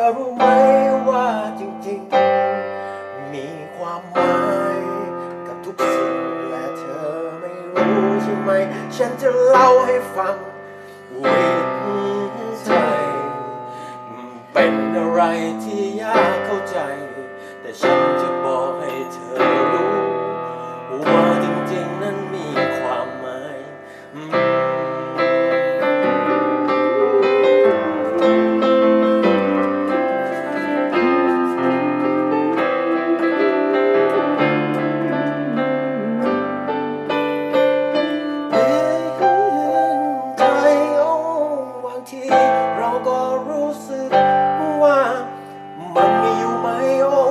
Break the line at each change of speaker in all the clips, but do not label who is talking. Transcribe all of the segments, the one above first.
อรู้ไหมว่าจริงๆ มีความหมายกับทุกสิ่งและเธอไม่รู้ใช่ไหม ฉันจะเล่าให้ฟังวิธีใจ เป็นอะไรที่ยากเข้าใจ แต่ฉันจะบอกให้เธอรู้ ว่าจริงๆ นั้นมีความหมายอืมเห็นใจโอ้บางทีเราก็รู้สึกว่ามันมีอยู่ไหมโอ้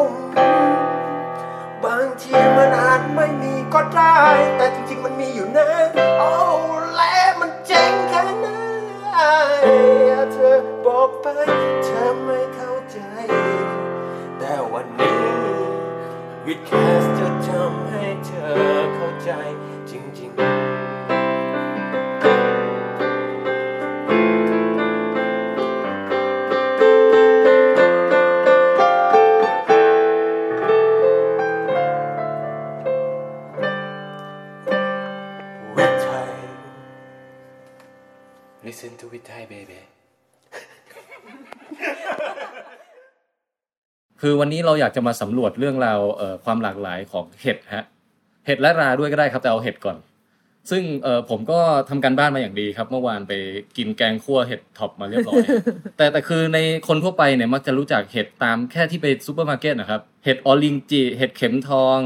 บางทีมันอาจไม่มีก็ได้ แต่จริงๆ มันมีอยู่นะ โอ้ และมันเจ๋งแค่ไหนเธอบอกไป เธอไม่เข้าใจ แต่วันนี้วิดแคสจะทำให้เธอเข้าใจจริงๆ วิทย Listen to วิทย baby
คือวันนี้เราอยากจะมาสำรวจเรื่องราวเอ่อความหลากหลายของเห็ดฮะเห็ดและราด้วยก็ได้ครับแต่เอาเห็ดก่อน ซึ่งเอ่อผมก็ทำการบ้านมาอย่างดีครับ เมื่อวานไปกินแกงคั่วเห็ดท็อปมาเรียบ ร้อย แต่แต่คือในคนทั่วไปเนี่ยมักจะรู้จักเห็ดตามแค่ที่ไปซูเปอร์มาร์เก็ตนะครับเห็ดออริงจิเห็ดเข็มทอง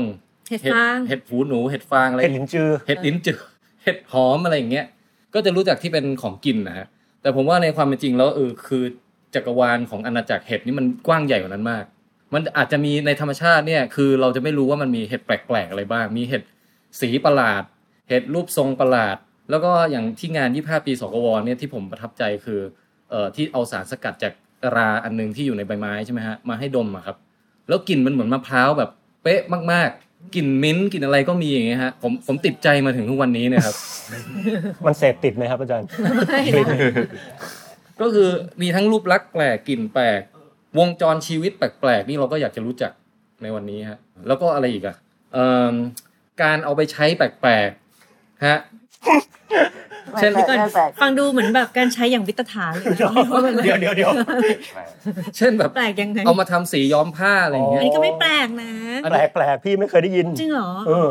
เห็ดฟาง
เห็ดหูหนูเห็ดฟางอะไร
เห็นลิ้นจือ
เห็ดลิ้นจือเห็ดหอมอะไรอย่างเงี้ย ก็จะรู้จักที่เป็นของกินนะฮะ แต่ผมว่าในความเป็นจริงแล้วเออคือจักรวาลของอาณาจักรเห็ดนี่มันกว้างใหญ่กว่านั้นมาก มันอาจจะมีในธรรมชาติเนี่ยคือเราจะไม่รู้ว่ามันมีเห็ดแปลกๆอะไรบ้าง มีเห็ดสีประหลาด เห็ดรูปทรงประหลาด แล้วก็อย่างที่งาน 25 ปีสกวเนี่ยที่ผมประทับใจคือเอ่อที่เอาสารสกัดจากราอันหนึงที่อยู่ในใบไม้ใช่ไหมฮะมาให้ดมอะครับ แล้วกลิ่นมันเหมือนมะพร้าวแบบเป๊ะมากๆกลิ่นมิ้นท์กลิ่นอะไรก็มีอย่างเงี้ยฮะผมผมติดใจมาถึงทุกวันนี้เนะครับ
มันเสพติดไหมครับอาจารย์
ไม่นะ
ก็คือมีทั้งรูปลักษณ์แปลกกลิ่นแปลก วงจรชีวิตแปลกๆ นี่เราก็อยากจะรู้จักในวันนี้ฮะแล้วก็อะไรอีกอะเอิ่มการเอาไปใช้แปลกๆฮะ เช่น
เดี๋ยวก่อนฟังดูเหมือนแบบการใช้อย่างวิตถานเลยนะ ว่ามัน
เดี๋ยวเดี๋ยวเดี๋ยว
เช่นแบบ
แปลกยังไง
เอามาทำสีย้อมผ้าอะไรอย่าง
อั
เงี้
น
ย
นี้ก็ไม่แปลกนะ
แปลกแปลกๆพี่ไม่เคยได้ยิน
จริงเหรอ
เออ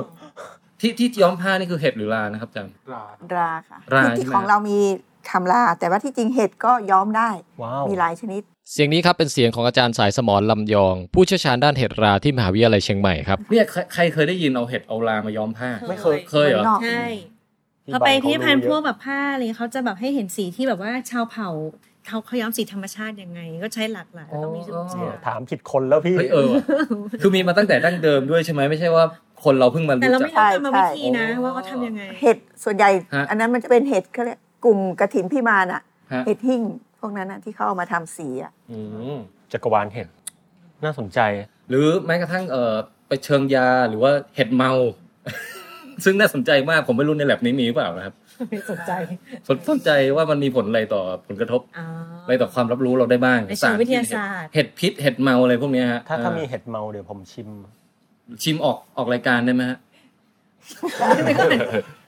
ที่ที่ย้อมผ้านี่คือเห็ดหรือลานะครับอาจัน
ราค่ะ
รา
คือที่
ใช่ไหม
ของเรามีคำรา แต่ว่าที่จริงเห็ดก็ย้อมได้
ว้าว
มีหลายชนิด
เสียงนี้ครับเป็นเสียงของอาจารย์สายสมรลำยอง ผู้เชี่ยวชาญด้านเห็ดราที่มหาวิทยาลัยเชียงใหม่ครับเนี่ยใครใครเคยได้ยินเอาเห็ดเอาลามาย้อมผ้า
ไม่เคย
เคยเหรอ
นอก
ใช่
ที่
พอไป
บ้านเขา
พิพิธภัณฑ์
ดู
พ
เยอะ
วกแบบผ้าอะไรเขาจะแบบให้เห็นสีที่แบบว่าชาวเผ่าเขาเขาย้อมสีธรรมชาติยังไง ก็ใช้หลากหลายแล้วก็มี
อ๋อ
ใช่
ถามผิดคนแล้วพี่
เฮ้ยเออว่ะคือมีมาตั้งแต่ดั้งเดิมด้วยใช่ไหมไม่ใช่ว่าคนเราเพิ่งมา
แต่
รู้จั
เราไม่
ก
รู้กรรมวิธีนะ
ใช่
ว่าเขาทำยังไง
เห็ดส่วนใหญ่
ฮะ
อันนั้นมันจะเป็นเห็ดเขาเรียกกลุ่มกระถินพิมานอะ
ฮะ
เห็ดหิ่งพวกนั้นอะที่เขาเอามาทำสีอะ
อืม
จักรวาลเห็น น่าสนใจ
หรือแม้กระทั่งเอ่อไปเชิงยาหรือว่าเห็ดเมา ซึ่งน่าสนใจมากผมไม่รู้ในแลบนี้มีหรือเปล่านะครับ
ไม่สนใจ
สนสนใจว่ามันมีผลอะไรต่อผลกระทบ
อ๋อ
อะไรต่อความรับรู้เราได้บ้าง
ในเชิงวิทยาศาสตร์
เห็ดพิษเห็ดเมาอะไรพวกเนี้ยฮะ
ถ้า
เออ
ถ้ามีเห็ดเมาเดี๋ยวผมชิม
ชิมออกออกรายการได้ไหมฮะ
ไม่ก็เหมือน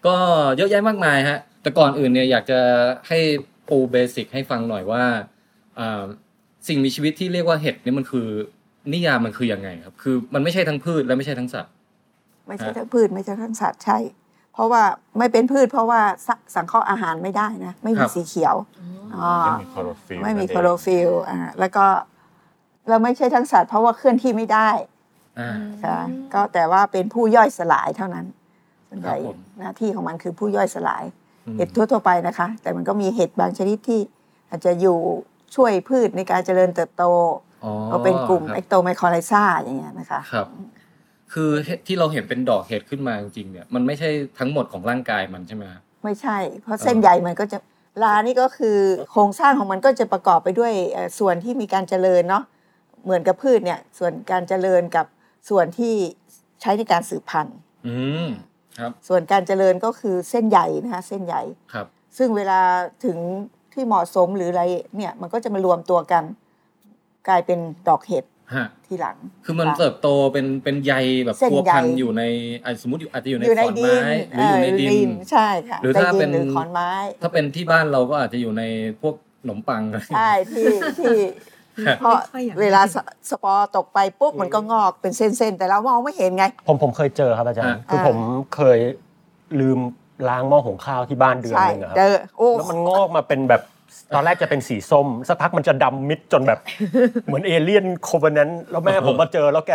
ก็เยอะแยะมากมายฮะ แต่ก่อนอื่นเนี่ยอยากจะให้ปูเบสิกให้ฟังหน่อยว่าอ่าสิ่งมีชีวิตที่เรียกว่าเห็ดเนี่ยมันคือนิยามมันคือยังไงครับ คือมันไม่ใช่ทั้งพืชและไม่ใช่ทั้งสัตว์
ไม่ใช่
ฮะ
ทั้งพืชไม่ใช่ทั้งสัตว์ใช่ เพราะว่าไม่เป็นพืช เพราะว่าสสังเคราะห์อาหารไม่ได้นะ ไม่มีสีเขียวอ๋อ
ไม่มีคลอโรฟิล
ไม่มี
นั่นเอง
โคลอโรฟิลอ่าแล้วก็เราไม่ใช่ทั้งสัตว์เพราะว่าเคลื่อนที่ไม่ได้
อ่า
ค่ะก็แต่ว่าเป็นผู้ย่อยสลายเท่านั้นส่วนใหญ่
ครับผม
หน้าที่ของมันคือผู้ย่อยสลาย
อืม
เห็ดทั่วๆไปนะคะ แต่มันก็มีเห็ดบางชนิดที่อาจจะอยู่ช่วยพืชในการเจริญเติบโต
อ๋อ
ก็เป็นกลุ่ม
ค
เอ
รับ
กโตไมคอไลซาอย่างเงี้ยนะคะ
ครับ คือเห็ดที่เราเห็นเป็นดอกเห็ดขึ้นมาจริงๆเนี่ยมันไม่ใช่ทั้งหมดของร่างกายมันใช่ไหมฮะ
ไม่ใช่ เพ
เอ
ราะ
อ
เส้นใหญ่มันก็จะลานี่ก็คือโครงสร้างของมันก็จะประกอบไปด้วยเอ่อส่วนที่มีการเจริญเนาะเหมือนกับพืชเนี่ยส่วนการเจริญกับส่วนที่ใช้ในการสืบพันธุ์
อืมครับ
ส่วนการเจริญก็คือเส้นใหญ่นะคะเส้นใหญ่
ครับ
ซึ่งเวลาถึงที่เหมาะสมหรืออะไรเนี่ยมันก็จะมารวมตัวกัน กลายเป็นดอกเห็ด
ฮะ
ทีหลัง
คือมันเติบโตเป็นเป็นใยแบบ
เส้น
พัวพัน
ใย
อยู่ในอ่ะสมมติอยู่อาจจะอยู่ใน
อยู่
ข
ใน
อน
ดิ
ไม้
น
หรืออยู่ในดิน
ใช่ค่ะ
หรือ
ใต้
ถ้า
ดิ
เป็น
หรือขอนไม้
ถ้าเป็นที่บ้านเราก็อาจจะอยู่ในพวกขนม ปังอะไร
ใช่ ที่ที่
ครับ
เพราะ
ไม่ค่อยอยาก
เวลาสสปอร์ตกไปปุ๊บมันก็งอกเป็นเส้นๆ แต่เรามองไม่เห็นไง
ผมผมเคยเจอครับอาจารย์
อ่า
คือผมเคยลืมล้างหม้อหุงข้าวที่บ้านเดือน
ใช่
หนึงอะครับ
เจอโอ้
แล้วมันงอกมาเป็นแบบตอนแรกจะเป็นสีส้ม สักพักมันจะดำมิดจนแบบ เหมือนเอเลี่ยนโคเวนันต์แล้วแม่ผมมาเจอแล้วแก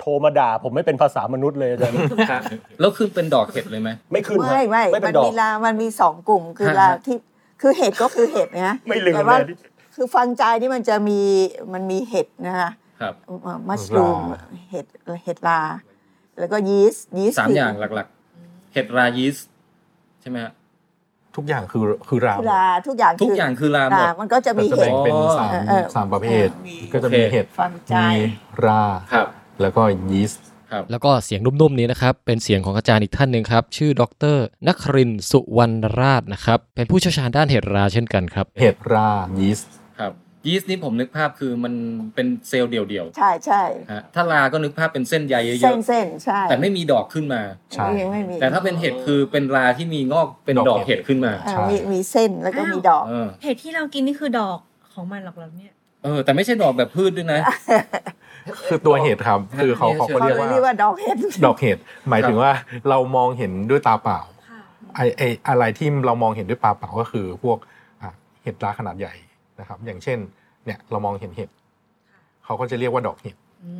โทรมาด่า ผมไม่เป็นภาษามนุษย์เลยอาจารย์
แล้วคือเป็นดอกเห็ดเลยไหม
ไม่ขึ้นครับ
ไม่ไม่
ไม่
มั
เป็น นดอ
มี
ก
ลามันมีสองกลุ่มคือ
ฮะ
ลาที่คือเห็ดก็คือเห็ดนะ
ไม่ลืม
แต่ว่า
เลย
คือฟังใจนี่มันจะมีมันมีเห็ดนะคะ
ครับ
มัชรูม
ลา
เห็ดเห็ดลา แล้วก็ยีสต์ยีสต์
สาม
คื
อย่างหลักๆ เห็ดรายีสต์ใช่ไหมฮะ
ทุกอย่างคือคือราว
คือลาทุกอย่าง
ทุกอย่างคือราหม
ลา
ด
มันก็จะ
ก็
มี
จะ
เห็ด
แบ่งเป็นสาม
เออเออ
สามประเภท
มี
ก็จะมี
โอเค
เห็ด
ฟังใจ
มีรา
ครับ
แล้วก็ยีสต์
ครับ
แล้วก็เสียงนุ่มๆนี้นะครับ เป็นเสียงของอาจารย์อีกท่านหนึ่งครับ ชื่อดรนักครินทร์สุวรรณราชนะครับ เป็นผู้เชี่ยวชาญด้านเห็ดราเช่นกันครับ
เห็ดรา ยีสต์
ครับยีสต์นี่ผมนึกภาพคือมันเป็นเซลล์เดี่ยว
ใช่ใช่
ๆฮะถ้าราก็นึกภาพเป็นเส้นใยเย
เส้
อะ
นเส้นใช่
ๆแต่ไม่มีดอกขึ้นมา
ใช่
ยังไม่มี
แต่ถ้าเป็นเห็ดคือเป็นราที่มีงอกเป็นดอกเห็ดขึ้นมา
อ่ามีมีเส้นแล้วก็มีดอก
เออ
เห็ดที่เรากินนี่คือดอกของมันหรอกเหรอเนี่ย
เออ แต่ไม่ใช่ดอกแบบพืชด้วยนะ
คือตัวเห็ดครับ คือเขาเขา
เขา
ก็
เขา
เรียก
เลย
ว่า
เรียกว่าดอกเห็ด
ดอกเห็ด หมายถึงว่าเรามองเห็นด้วยตาเปล่า ไอไออะไรที่เรามองเห็นด้วยตาเปล่าก็คือพวกอ่ะเห็ดราขนาดใหญ่นะครับ อย่างเช่น เนี่ยเรามองเห็นเห็ดเขาก็จะเรียกว่าดอกเห็ด
อื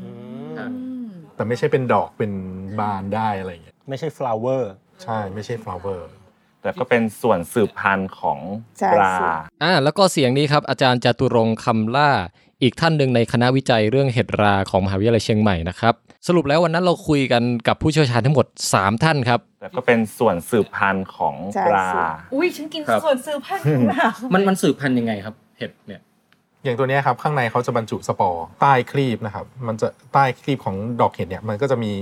ม
ม
แต่ไม่ใช่เป็นดอกเป็นบานได้อะไรอย่างเงี้ย
ไม่ใช่ flower
ใช่ ไม่ใช่ flower
แต่ก็เป็นส่วนสืบพันธุ์ของ
ใช่
ปลา
สืบ
อ่าแล้วก็เสียงนี้ครับ อาจารย์จตุรงค์คำล่า อีกท่านหนึ่งในคณะวิจัยเรื่องเห็ดราของมหาวิทยาลัยเชียงใหม่นะครับ สรุปแล้ววันนั้นเราคุยกันกับผู้เชี่ยวชาญทั้งหมด 3 ท่านครับ
แต่ก็เป็นส่วนสืบพันธุ์ของ
ใช่
ปลา
สืบ
อุ้ยฉันกิน
ครับ
ส่วนซื้อผ้าของเรา
มันมันสืบพันธุ์ยังไงครับ เห็ดเนี่ย
อย่างตัวเนี้ยครับ ข้างในเขาจะบรรจุสปอร์ใต้ครีบนะครับ มันจะใต้ครีบของดอกเห็ดเนี่ยมันก็จะมี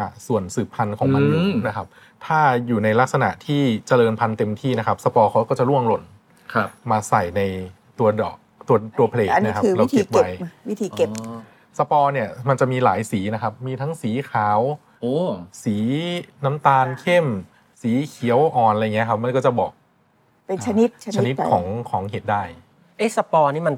อ่ะส่วนสืบพันธุ์ของมันอยู่
อืม
นะครับ ถ้าอยู่ในลักษณะที่เจริญพันธุ์เต็มที่นะครับ สปอร์เขาก็จะร่วงหล่น
ครับ
มาใส่ในตัวดอกตัวตัวเพลท
อันนี้
นะครับ
คือ
เรา
วิธี
เก็บ
เก็บ
ไว้
วิธีเก็บ
อ๋อ
สปอร์เนี่ยมันจะมีหลายสีนะครับ มีทั้งสีขาว
โอ้
สีน้ำตาลเข้ม สีเขียวอ่อนอะไรเงี้ยครับมันก็จะบอก
เป็นชนิด
ชนิด
ไป
ของของเห็ดได้
เอะสปอร์นี่มัน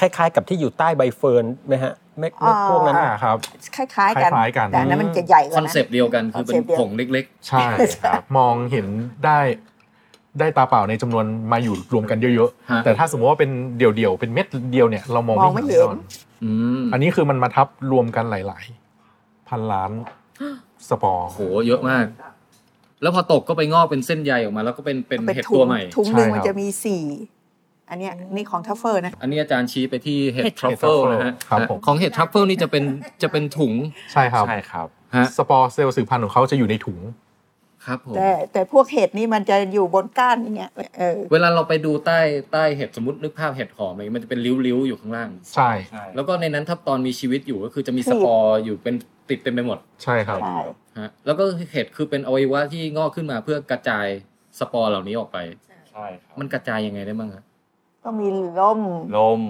คล้าย ๆ กับที่อยู่ใต้ใบเฟิร์นไหมฮะไม่ไม่พวกนั้น
อ่าครับ
คล้ายๆกัน
คล้ายๆกัน
แต่อันนั้นมันจะใหญ่ก
ค
ว่า
อน
นะ
เซปต์เดียวกันคือเป็น
คอนเซปต์เดียว
ผงเล็ก
ใช่ครับมองเห็นได้ได้ตาเปล่าในจำนวนมาอยู่รวมกันเยอะ
ฮะ
ๆ แต่ถ้าสมมติว่าเป็นเดี่ยวๆ เป็นเม็ดเดียวเนี่ยเรามอง
มองไม่
ไม่เห็นแน่นอน
ๆ
เห็
อืม
อันนี้คือมันมาทับรวมกันหลายๆ พันล้านสปอร์
โหเยอะมาก แล้วพอตกก็ไปงอกเป็นเส้นใยออกมา แล้วก็เป็นเป็น
เป็น
เห็ด
ถุ
ตัว
ง
ใหม่
ถุงหนึ่งมัน
ใช่ครับ
จะมีสี่อันเนี้ยนี่ของทัฟเฟอร์นะ
อันนี้อาจารย์ชี้ไปที่เห็ดทรัฟเฟิล
truffle
นะฮะ
ครับผม
ของเห็ดทรัฟเฟิลนี่จะเป็นจะเป็นถุง
ใช่ครับ
ใช่ครับ
ฮะ
สปอร์เซลล์สืบพันธุ์ของเขาจะอยู่ในถุง
ครับผม
แต่แต่พวกเห็ดนี่มันจะอยู่บนก้านอย่างเงี้ยเออ
เวลาเราไปดูใต้ใต้เห็ดสมมตินึกภาพเห็ดหอมอะไรอย่างเงี้ยมันจะเป็นริ้วๆอยู่ข้างล่าง
ใช่
แล้วก็ในนั้นถ้าตอนมีชีวิตอยู่ก็คือจะมีสปอร์อยู่เป็นติดเต็มไปหมด
ใช่ครับ
ใช่
ฮะแล้วก็เห็ดคือเป็นอวัยวะที่งอกขึ้นมาเพื่อกระจายสปอร์เหล่านี้ออกไป
ใช่ครับ
มันกระจายยังไงได้บ้างฮะ
ก็มีล่ม
ลม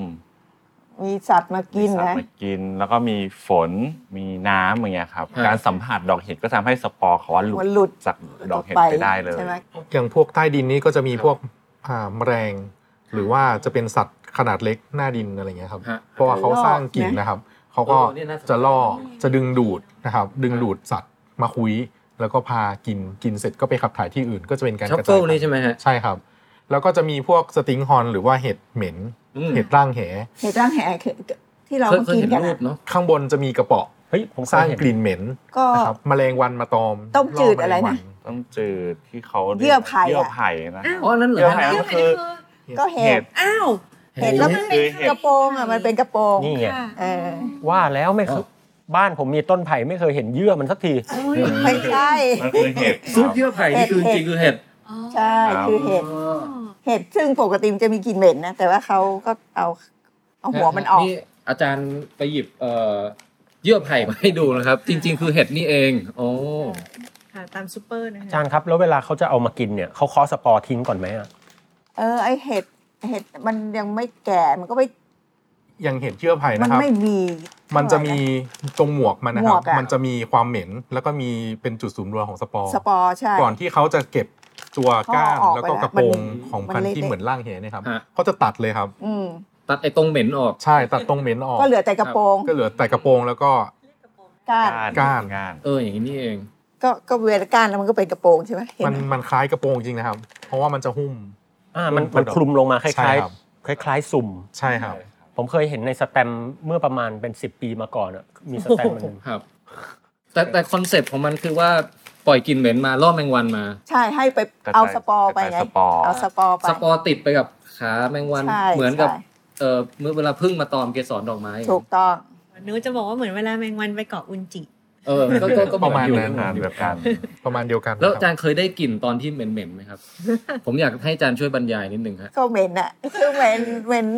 มีสัตว์มากิน
มีสัต
นะ
ว์มากิน แล้วก็มีฝน มีน้ำอย่างเงี้ยครับ การสัมผัสดอกเห็ดก็ทำให้สปอร์เขาว่าหลุ
มั
ด
นหลุด
จากดอกเห็ด
ป
ไปได้เลย
ใช่ไหม
อย่างพวกใต้ดินนี้ก็จะมีพวกอ่าแมลง หรือว่าจะเป็นสัตว์ขนาดเล็กหน้าดินอะไรเงี้ยครับ
ฮะ
เพราะว่าเขาสร้างกลิ่นนะครับ เขาก็
เออเนี่ยน่าสนใจ
จะล่อ จะดึงดูดนะครับ ดึงดูดสัตว์มาคุย แล้วก็พากิน กินเสร็จก็ไปขับถ่ายที่อื่น ก็จะเป็นการ
ทรั
ก
ฟ
ระจาย
เฟิลนี่ใช่ไหมฮะ
ใช่ครับ แล้วก็จะมีพวกสติงฮอร์นหรือว่าเห็ดเหม็น
อืม
เห็ดร่างแห
เห็ดร่างแหคือที่เรา
เคย
มา
เคย
กิน
เห็น
กัน
รู
อะ
ปเนาะ
ข้างบนจะมีกระเปาะ
เฮ้ยผมเค
สร้าย ง
เห็น
กลิ่นเหม็น
ก็
นะครับแมลงวันมาตอม
ต้มจืดอะไรนะ
ล่แมลงวั
ต้องจืดที่เขารีก
เยื่อไผ่อะ
เยื่อไผ่นะ
อ๋อ นั่นเหรอ
เดี๋ยวหา
ฮะ
ก็คือ
ก็เห็ด
อ้าว
เห็ดแล้วมันเป็น
เห็ด
กระโปรงอ่ะมันเป็นกระโปรง
นี่ไง
ค่ะ
เออ
ว่าแล้วไม่เคยบ้านผมมีต้นไผ่ไม่เคยเห็นเยื่อมันสักที
โอ้ย
ไม่ใช่
มันคือเห็ดค
ซุป
รับ
เยื่อไผ่นี่คือจริงๆคือเห็ด
อ๋อ
ใช่
ครับ
คือเห็ด เห็ดซึ่งปกติมันจะมีกลิ่นเหม็นนะ แต่ว่าเขาก็เอาเอาหัวมันออก
นี่อาจารย์ไปหยิบเอ่อเยื่อไผ่มาให้ดูนะครับ จริง ๆ คือเห็ดนี่เองโอ้
ค่ะตามซูเปอร์นะ
อา
คะ
จารย์ครับ แล้วเวลาเขาจะเอามากินเนี่ยเขาเคอสปอร์ทิ้งก่อนไหมอะ
เออไอเห็ดเห็ดมันยังไม่แก่มันก็ไป
อย่างเห็ดเชื่อไผ่
มัน
นะครับ
ไม่มี
มันจะมีตรงหมวกมันนะครับ
หมวกอะ
มันจะมีความเหม็น แล้วก็มีเป็นจุดศูนย์รวมของสปอร์
สปอร์ใช่
ก่อนที่เขาจะเก็บตัวก้าน
เขาเอาออก
แล้วก็กระโปรง
ไปแล้ว
ของ
มัน
พัน
เละ
ธุ์ที่
เละ
เหมือนร่างเห็นนะครับ
ฮะ
เขาจะตัดเลยครับ
อืม
ตัดไอ้ตรงเหม็นออก
ใช่ตัดตรงเหม็นออก
ก็เหลือแต่กระโปรง
ก็เหลือแต่กระโปรงแล้วก็
ก้าน
ก้าน
ก้าน
เอออย่างนี้นี่เอง
ก็ก็เวลาก้านแล้วมันก็เป็นกระโปรงใช่ไหมเห็น
มันมันคล้ายกระโปรงจริงนะครับ เพราะว่ามันจะหุ้ม
อ่ามันมันคลุมลงมาค
ใช่
ล้าย
ครับ
ๆ คล้าย ๆ สุ่ม
ใช่ครับ
ผมเคยเห็นในสแตมป์เมื่อประมาณเป็น 10 ปีมาก่อนอะ มีสแตมป์มันหนึ่ง
ครับ แต่แต่คอนเซปต์ของมันคือว่าปล่อยกลิ่นเหม็นมาล่อแมงวันมา
ใช่ให้ไป
กระจย
เอาสปอร์ไป
กระ
ไง
จายสปอร์
เอาสปอร์ไป
สปอร์ติดไปกับขาแมงวัน
ใช่
เหมือนกับ
ใช่
เออเมื่อเวลาพึ่งมาตอมเกสรดอกไม้
ถูกต้อง
หนูจะบอกว่าเหมือนเวลาแมงวันไปเกาะอุนจิ
เออก็ก็ก็เห
ป
อ
ระมาณ
อยู่
นั้น
งานแบบกัน
ประมาณเดียวกัน
แล้วอา
ค
จาร
รับ
ย์เคยได้กลิ่นตอนที่เหม็นๆไหม ครับ ผมอยากให้อาจารย์ช่วยบรรยายนิดนึงฮะ
ก็เหม็นอะคือเหม็นเหม็น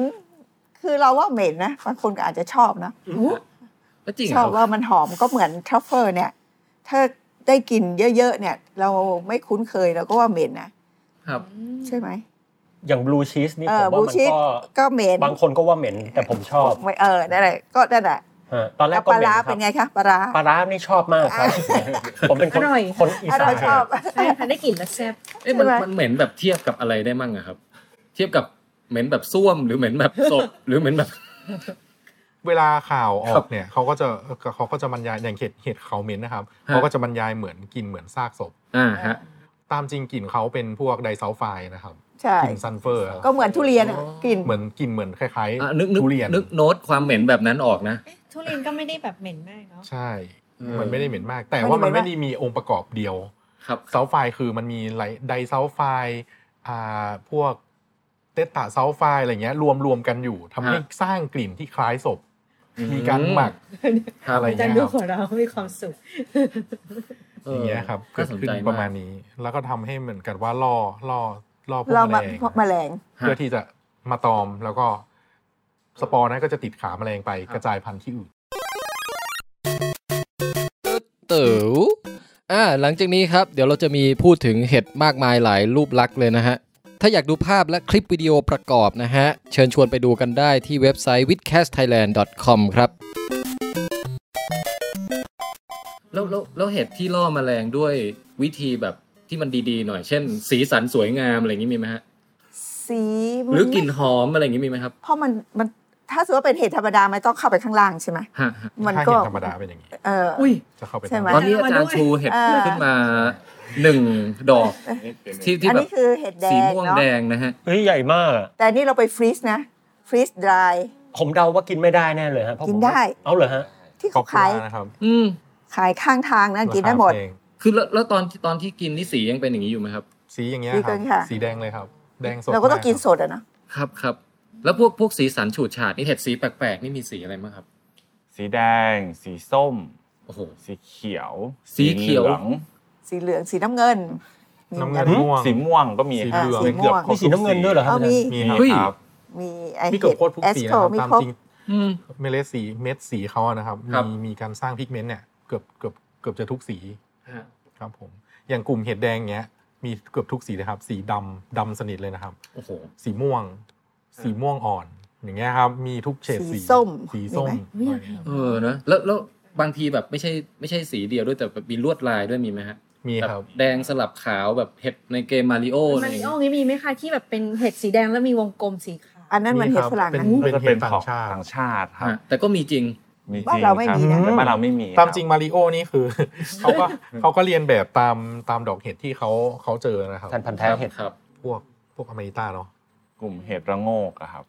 คือเราว่าเหม็นนะบางคนก็อาจจะชอบนะ
ก็จริง
ชอบ
เหรอ
ว่ามันหอมก็เหมือนทรัฟเฟิลเนี่ย ถ้าได้กลิ่นเยอะๆเนี่ย เราไม่คุ้นเคยเราก็ว่าเหม็นนะครับ ใช่ไหม
อย่างบลูชีสนี่
เอ
ผม
อ
ว่า
บลู
มัน
ชีส
ก็
ก็เหม็น
บางคนก็ว่าเหม็นแต่ผมชอบ
ไม่เออนั่นแหละก็นั่นแหละ
ฮะตอนแร
แล้
ก
ว
ก็
ปลา
เหม็น
ร้า
ครั
เป็น
บ
ไงคะปลาร้า
ปลาร้านี่ชอบมากครับ ผมเป็นคน
อร่อย
คนอีสา
เรา
น
ชอบ
ใช่ค่ะได้กลิ่นแล้วแซ่บ
เอ๊ะมัน
ใช่ไหม
มันเหม็นแบบเทียบกับอะไรได้มั่งอะครับ เทียบกับเหม็นแบบส้วมหรือเหม็นแบบศพ หรือเหม็นแบบ
เวลาข่าวออ
ครับ
กเนี่ยเขาก็จะเขาก็จะบรรยายอย่างเห็ดเห็ดเขาเหม็นนะครับ
ฮะ
เขาก็จะบรรยายเหมือนกลิ่นเหมือนซากศพ
อ่าฮะ
ตามจริงกลิ่นเขาเป็นพวกไดซัลไฟด์นะครับ
ใช่
กลิ่นซันเฟอร์ครับ
ก็เหมือนทุเรียนอะ
อ๋อ
กลิ่น
เหมือนกลิ่นเหมือนคล้าย
อ่ะนึกนึ
ๆ
ก
ทุเรียน
นึกโน้ตความเหม็นแบบนั้นออกนะ
เอ๊ะทุเรียนก็ไม่ได้แบบเหม็นมากเนาะ
ใช่
เออ
มันไม่ได้เหม็นมาก แต่ว่ามันไม่ได้มีองค์ประกอบเดียว
ครับ
ซัลไฟด์คือมันมีไลไดซัลไฟด์อ่าพวกเตตาซัลไฟด์อะไรเงี้ยรวมรวมกันอยู่ทำให้สร้างกลิ่นที่คล้ายศพ มีการหมักอะไร
อาจาร
เงี้
ย์
ย
ดู
ครับ
ของเรามีความสุข
อย่างเงี้ยครับ
ก็สน
ขึ้น
ใจ
ป
ประ ระ
มา
มาณ
ณนี้ แล้วก็ทำให้เหมือนกันว่าล่อล่อล่อพวก
เรา
แม
มา
ลง
พวกแมลง
เพื่อที่จะมาตอมแล้วก็สปอร์นั้นก็จะติดขาแมลงไปกระจายพันธุ์ที่อื่น
เต๋ออ่าหลังจากนี้ครับ เดี๋ยวเราจะมีพูดถึงเห็ดมากมายหลายรูปลักษณ์เลยนะฮะ ถ้าอยากดูภาพและคลิปวิดีโอประกอบนะฮะ เชิญชวนไปดูกันได้ที่เว็บไซต์ withcastthailand.com ครับ
แล้วแล้วแล้วเห็ดที่ล่อแมลงด้วยวิธีแบบที่มันดีๆหน่อย เช่น สีสันสวยงามอะไรอย่างนี้มีไหมฮะ
สีมั
หรือกลิ่นหอมอะไรอย่างนี้มีไหมครับ
เพราะมันมันถ้าสมมติว่าเป็นเหตุธรรมดามันต้องเข้าไปข้างล่างใช่ไหม
ฮะฮะ
มัน
ถ้า
ก็
เห็นธรรมดาเป็นอย่างนี้
เออ
อุ้ย
จะเข้าไป
ใช่ไหม
ตอนนี้อาจารย์ชูเห็ด
อ่า
ขึ้นมาหนึ่งดอกที่ที่
อัน
แบบ
นี้คือเห็ดแด
สี
ง
ม่วง
เนาะ
แดงนะฮะ
เฮ้ยใหญ่มากอะ
แต่อันนี่เราไปฟรีซนะฟรีซดราย
ผมเดาว่ากินไม่ได้แน่เลยฮะเพราะผม
กินได้
เอาเหรอฮะ
ที่
ก็
เขาขาย
นะครับ
อืม
ขายข้างทางนั่นกินได้หมด
ราคาแพง
คือแล้วแล้วตอนตอนที่กินนี่สียังเป็นอย่างนี้อยู่ไหมครับ
สีอย่างเงี้ย
นี่
ค
ก็
รับ
ค่ะ
สีแดงเลยครับ แดงสด
เราก็ต้องกิน
ม
สดอะเนาะ
ครับครับ แล้วพวกพวกสีสันฉูดฉาดนี่เห็ดสีแปลกๆนี่มีสีอะไรบ้างครับ
สีแดง สีส้ม
โอ้โห
สีเขียว
สีเขียว
หลือง
สีเหลืองสีน้ำเงิน
น้ำเงินม่วง
สีม่วงก็มี
สี
ครับ
เหลือง
ป็นกืบครบ
มีสีน้ำเงินด้วยเหรอครับ
เอามี
มี
มี
ครับ
เฮ้ย
ครับ
มีไอ
มี
เห็ด
เกือบโคตรทุก
แอส
สี
โต
นะครับ
มี
ตาม
ครบ
จริง
อืม
เมล็ดสีเม็ดสีเขาอะนะครับ
ครับ
มีมีการสร้างพิกเมนต์เนี่ยเกือบเกือบเกือบจะทุกสี
ฮะ
ครับผมอย่างกลุ่มเห็ดแดงเงี้ยมีเกือบทุกสีเลยครับ สีดำดำสนิทเลยนะครับ
โอ้โห
สีม่วง สีม่วงอ่อน อย่างเงี้ยครับมีทุกเฉด
สี
สี
ส้ม
สีส้ม
มี
อุ๊ย
ไหม
อยากเห็น
เออนะแล้วแล้วบางทีแบบไม่ใช่ไม่ใช่สีเดียวด้วยแต่แบบมีลวดลายด้วยมีไหมฮะ
มี
แบบ
ครับ
แดงสลับขาวแบบเห็ดในเกมมาริโออะไร
มา
อย่าง
ริ
เงี้
โอย นี้มีไหมคะที่แบบเป็นเห็ดสีแดงแล้วมีวงกลมสีขาว
อันนั้นมัน
มี
เห็
ค
ด
รับ
ฝรั่ง
เป็น
นะ
ก็จะเป็น
เห็น
ของ
ต่างชาติ
ต่างชาติครับ
ฮะแต่ก็มีจริง
มีจ
บ้า
ริ
น
ง
เราไม่มีนะ
แต่บ้านเราไม่มี
ตาม
คบ
จริงมาริโอนี่คือ เขาก็เขาก็เรียนแบบตามตามดอกเห็ดที่เขาเขาเจอนะครับ
พันธุ์พันธุ์แท้เห็ด
ครับ
พวกพวกอเมริกาเนาะ
กลุ่มเห็ดระโงกอะครับ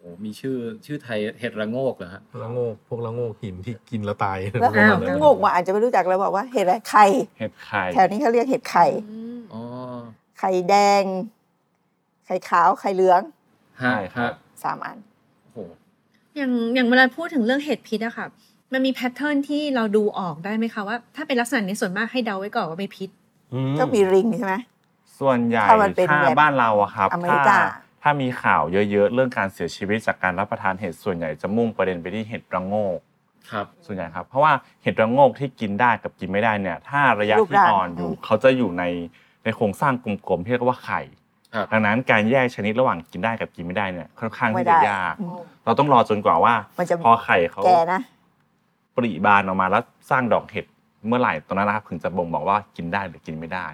โอ้โหมีชื่อชื่อไทยเห็ดระโงกเหรอฮะ
ละโงกพวกละโงกหินที่กินแล้วตาย
แล้ว
อ้าว
งงว่าอาจจะไม่รู้จักแล้วบอกว่าเห็ดอะไรไข่
เห็ดไข่
แถวนี้เขาเรียกเห็ดไข่
อืม
อ๋อ
ไข่แดง ไข่ขาวไข่เหลือง
ฮะฮะ
สามอัน
โอ้โห
อย่างอย่างเวลาพูดถึงเรื่องเห็ดพิษอะค่ะ มันมีแพทเทิร์นที่เราดูออกได้ไหมคะว่าถ้าเป็นลักษณะนี้ส่วนมากให้เดาไว้ก่อนว่าเป็นพิษ
ก็มีริงใช่ไหม
ส่วนใหญ่
ถ้ามันเป็น
ถ้า
แบบ
บ้านเราอะครับ
อเมริ
ถ้าก
า
ถ้ามีข่าวเยอะๆ เรื่องการเสียชีวิตจากการรับประทานเห็ดส่วนใหญ่จะมุ่งประเด็นไปที่เห็ดระโงก
ครับ
ส่วนใหญ่ครับ เพราะว่าเห็ดระโงกที่กินได้กับกินไม่ได้เนี่ย ถ้าระยะ
รูป
ที่
ร่าง
อ่อนอยู่
อืม
เขาจะอยู่ในในโครงสร้างกลมๆที่เรียกว่าไข่
ครับ
ดังนั้นการแยกชนิดระหว่างกินได้กับกินไม่ได้เนี่ยค่อนข้าง
ไม่
ที่
ได้
จะยาก เราต้องรอจนกว่าว่า
มันจะ
พอไข่เขา
แก่นะ
ปริบานออกมาแล้วสร้างดอกเห็ดเมื่อไหร่ตอนนั้นนะครับถึงจะบ่งบอกว่ากินได้หรือกินไม่ได้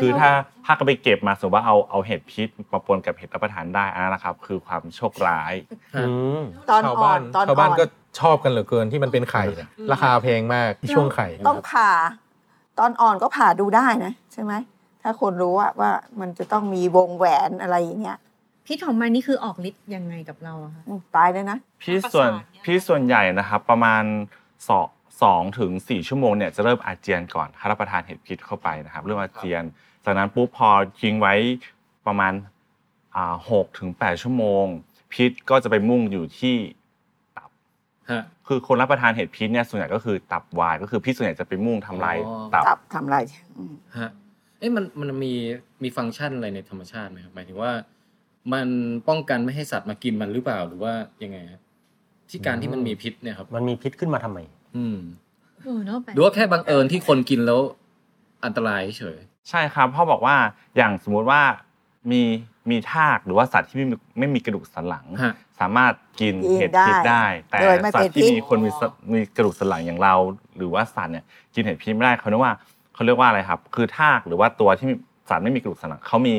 คือถ้าถ้าก็ไปเก็บมาสมมติว่าเอาเอาเห็ดพิษมาปนกับเห็ดรับประทานได้อันนั้นนะครับ คือความโชคร้าย
อืม
ตอน
ชาว
อ่อ
บ้าน
นตอน
ชาว
อ่
บ้า
อน น
ก็ชอบกันเหลือเกินที่มันเป็นไข่เนี่ยราคาแพงมากช่วงไข่
ต้องผ่า ตอนอ่อนก็ผ่าดูได้นะ ใช่ไหม ถ้าคนรู้ว่าว่ามันจะต้องมีวงแหวนอะไรอย่างเงี้ย
พิษของมันนี่คือออกฤทธิ์ยังไงกับเราอะคะ
อืมตายเลยนะ
พี่ส่วนพี่ส่วนใหญ่นะครับประมาณสองสองถึงสี่ชั่วโมงเนี่ยจะเริ่มอาเจียนก่อนถ้ารับประทานเห็ดพิษเข้าไปนะครับเริ่มอาเจียน จากนั้นปุ๊บพอทิ้งไว้ประมาณอ่าหกถึงแปดชั่วโมง พิษก็จะไปมุ่งอยู่ที่
ฮะ
คือคนรับประทานเห็ดพิษเนี่ยส่วนใหญ่ก็คือตับวาย ก็คือพิษส่วนใหญ่จะไปมุ่งทำลาย
อ๋อ
ตับ
ตับทำไรอืม
ฮะเอ้ยมันมันมีมีฟังก์ชันอะไรในธรรมชาติไหมครับหมายถึงว่า มันป้องกันไม่ให้สัตว์มากินมันหรือเปล่าหรือว่ายังไงฮะที่การที่มันมีพิษเนี่ยครับ
มันมีพิษขึ้นมาทำไม
อืม
เออเนาะแปลก
หรือว่าแค่บังเอิญที่คนกินแล้วอันตรายเฉย
ใช่ครับพ่อบอกว่าอย่างสมมุติว่ามีมีทากหรือว่าสัตว์ที่ไม่มีไม่มีกระดูกสันหลัง
ฮะ
สามารถกินเห็ดพิษได้ แต่
โดยไม่
สัต
เป็น
ว์ที่
พิษ
มีคนมีสัตว์มีกระดูกสันหลังอย่างเรา หรือว่าสัตว์เนี่ยกินเห็ดพิษไม่ได้เขาเรียกว่าเขาเรียกว่าอะไรครับ คือทากหรือว่าตัวที่มีสัตว์ไม่มีกระดูกสันหลังเขามี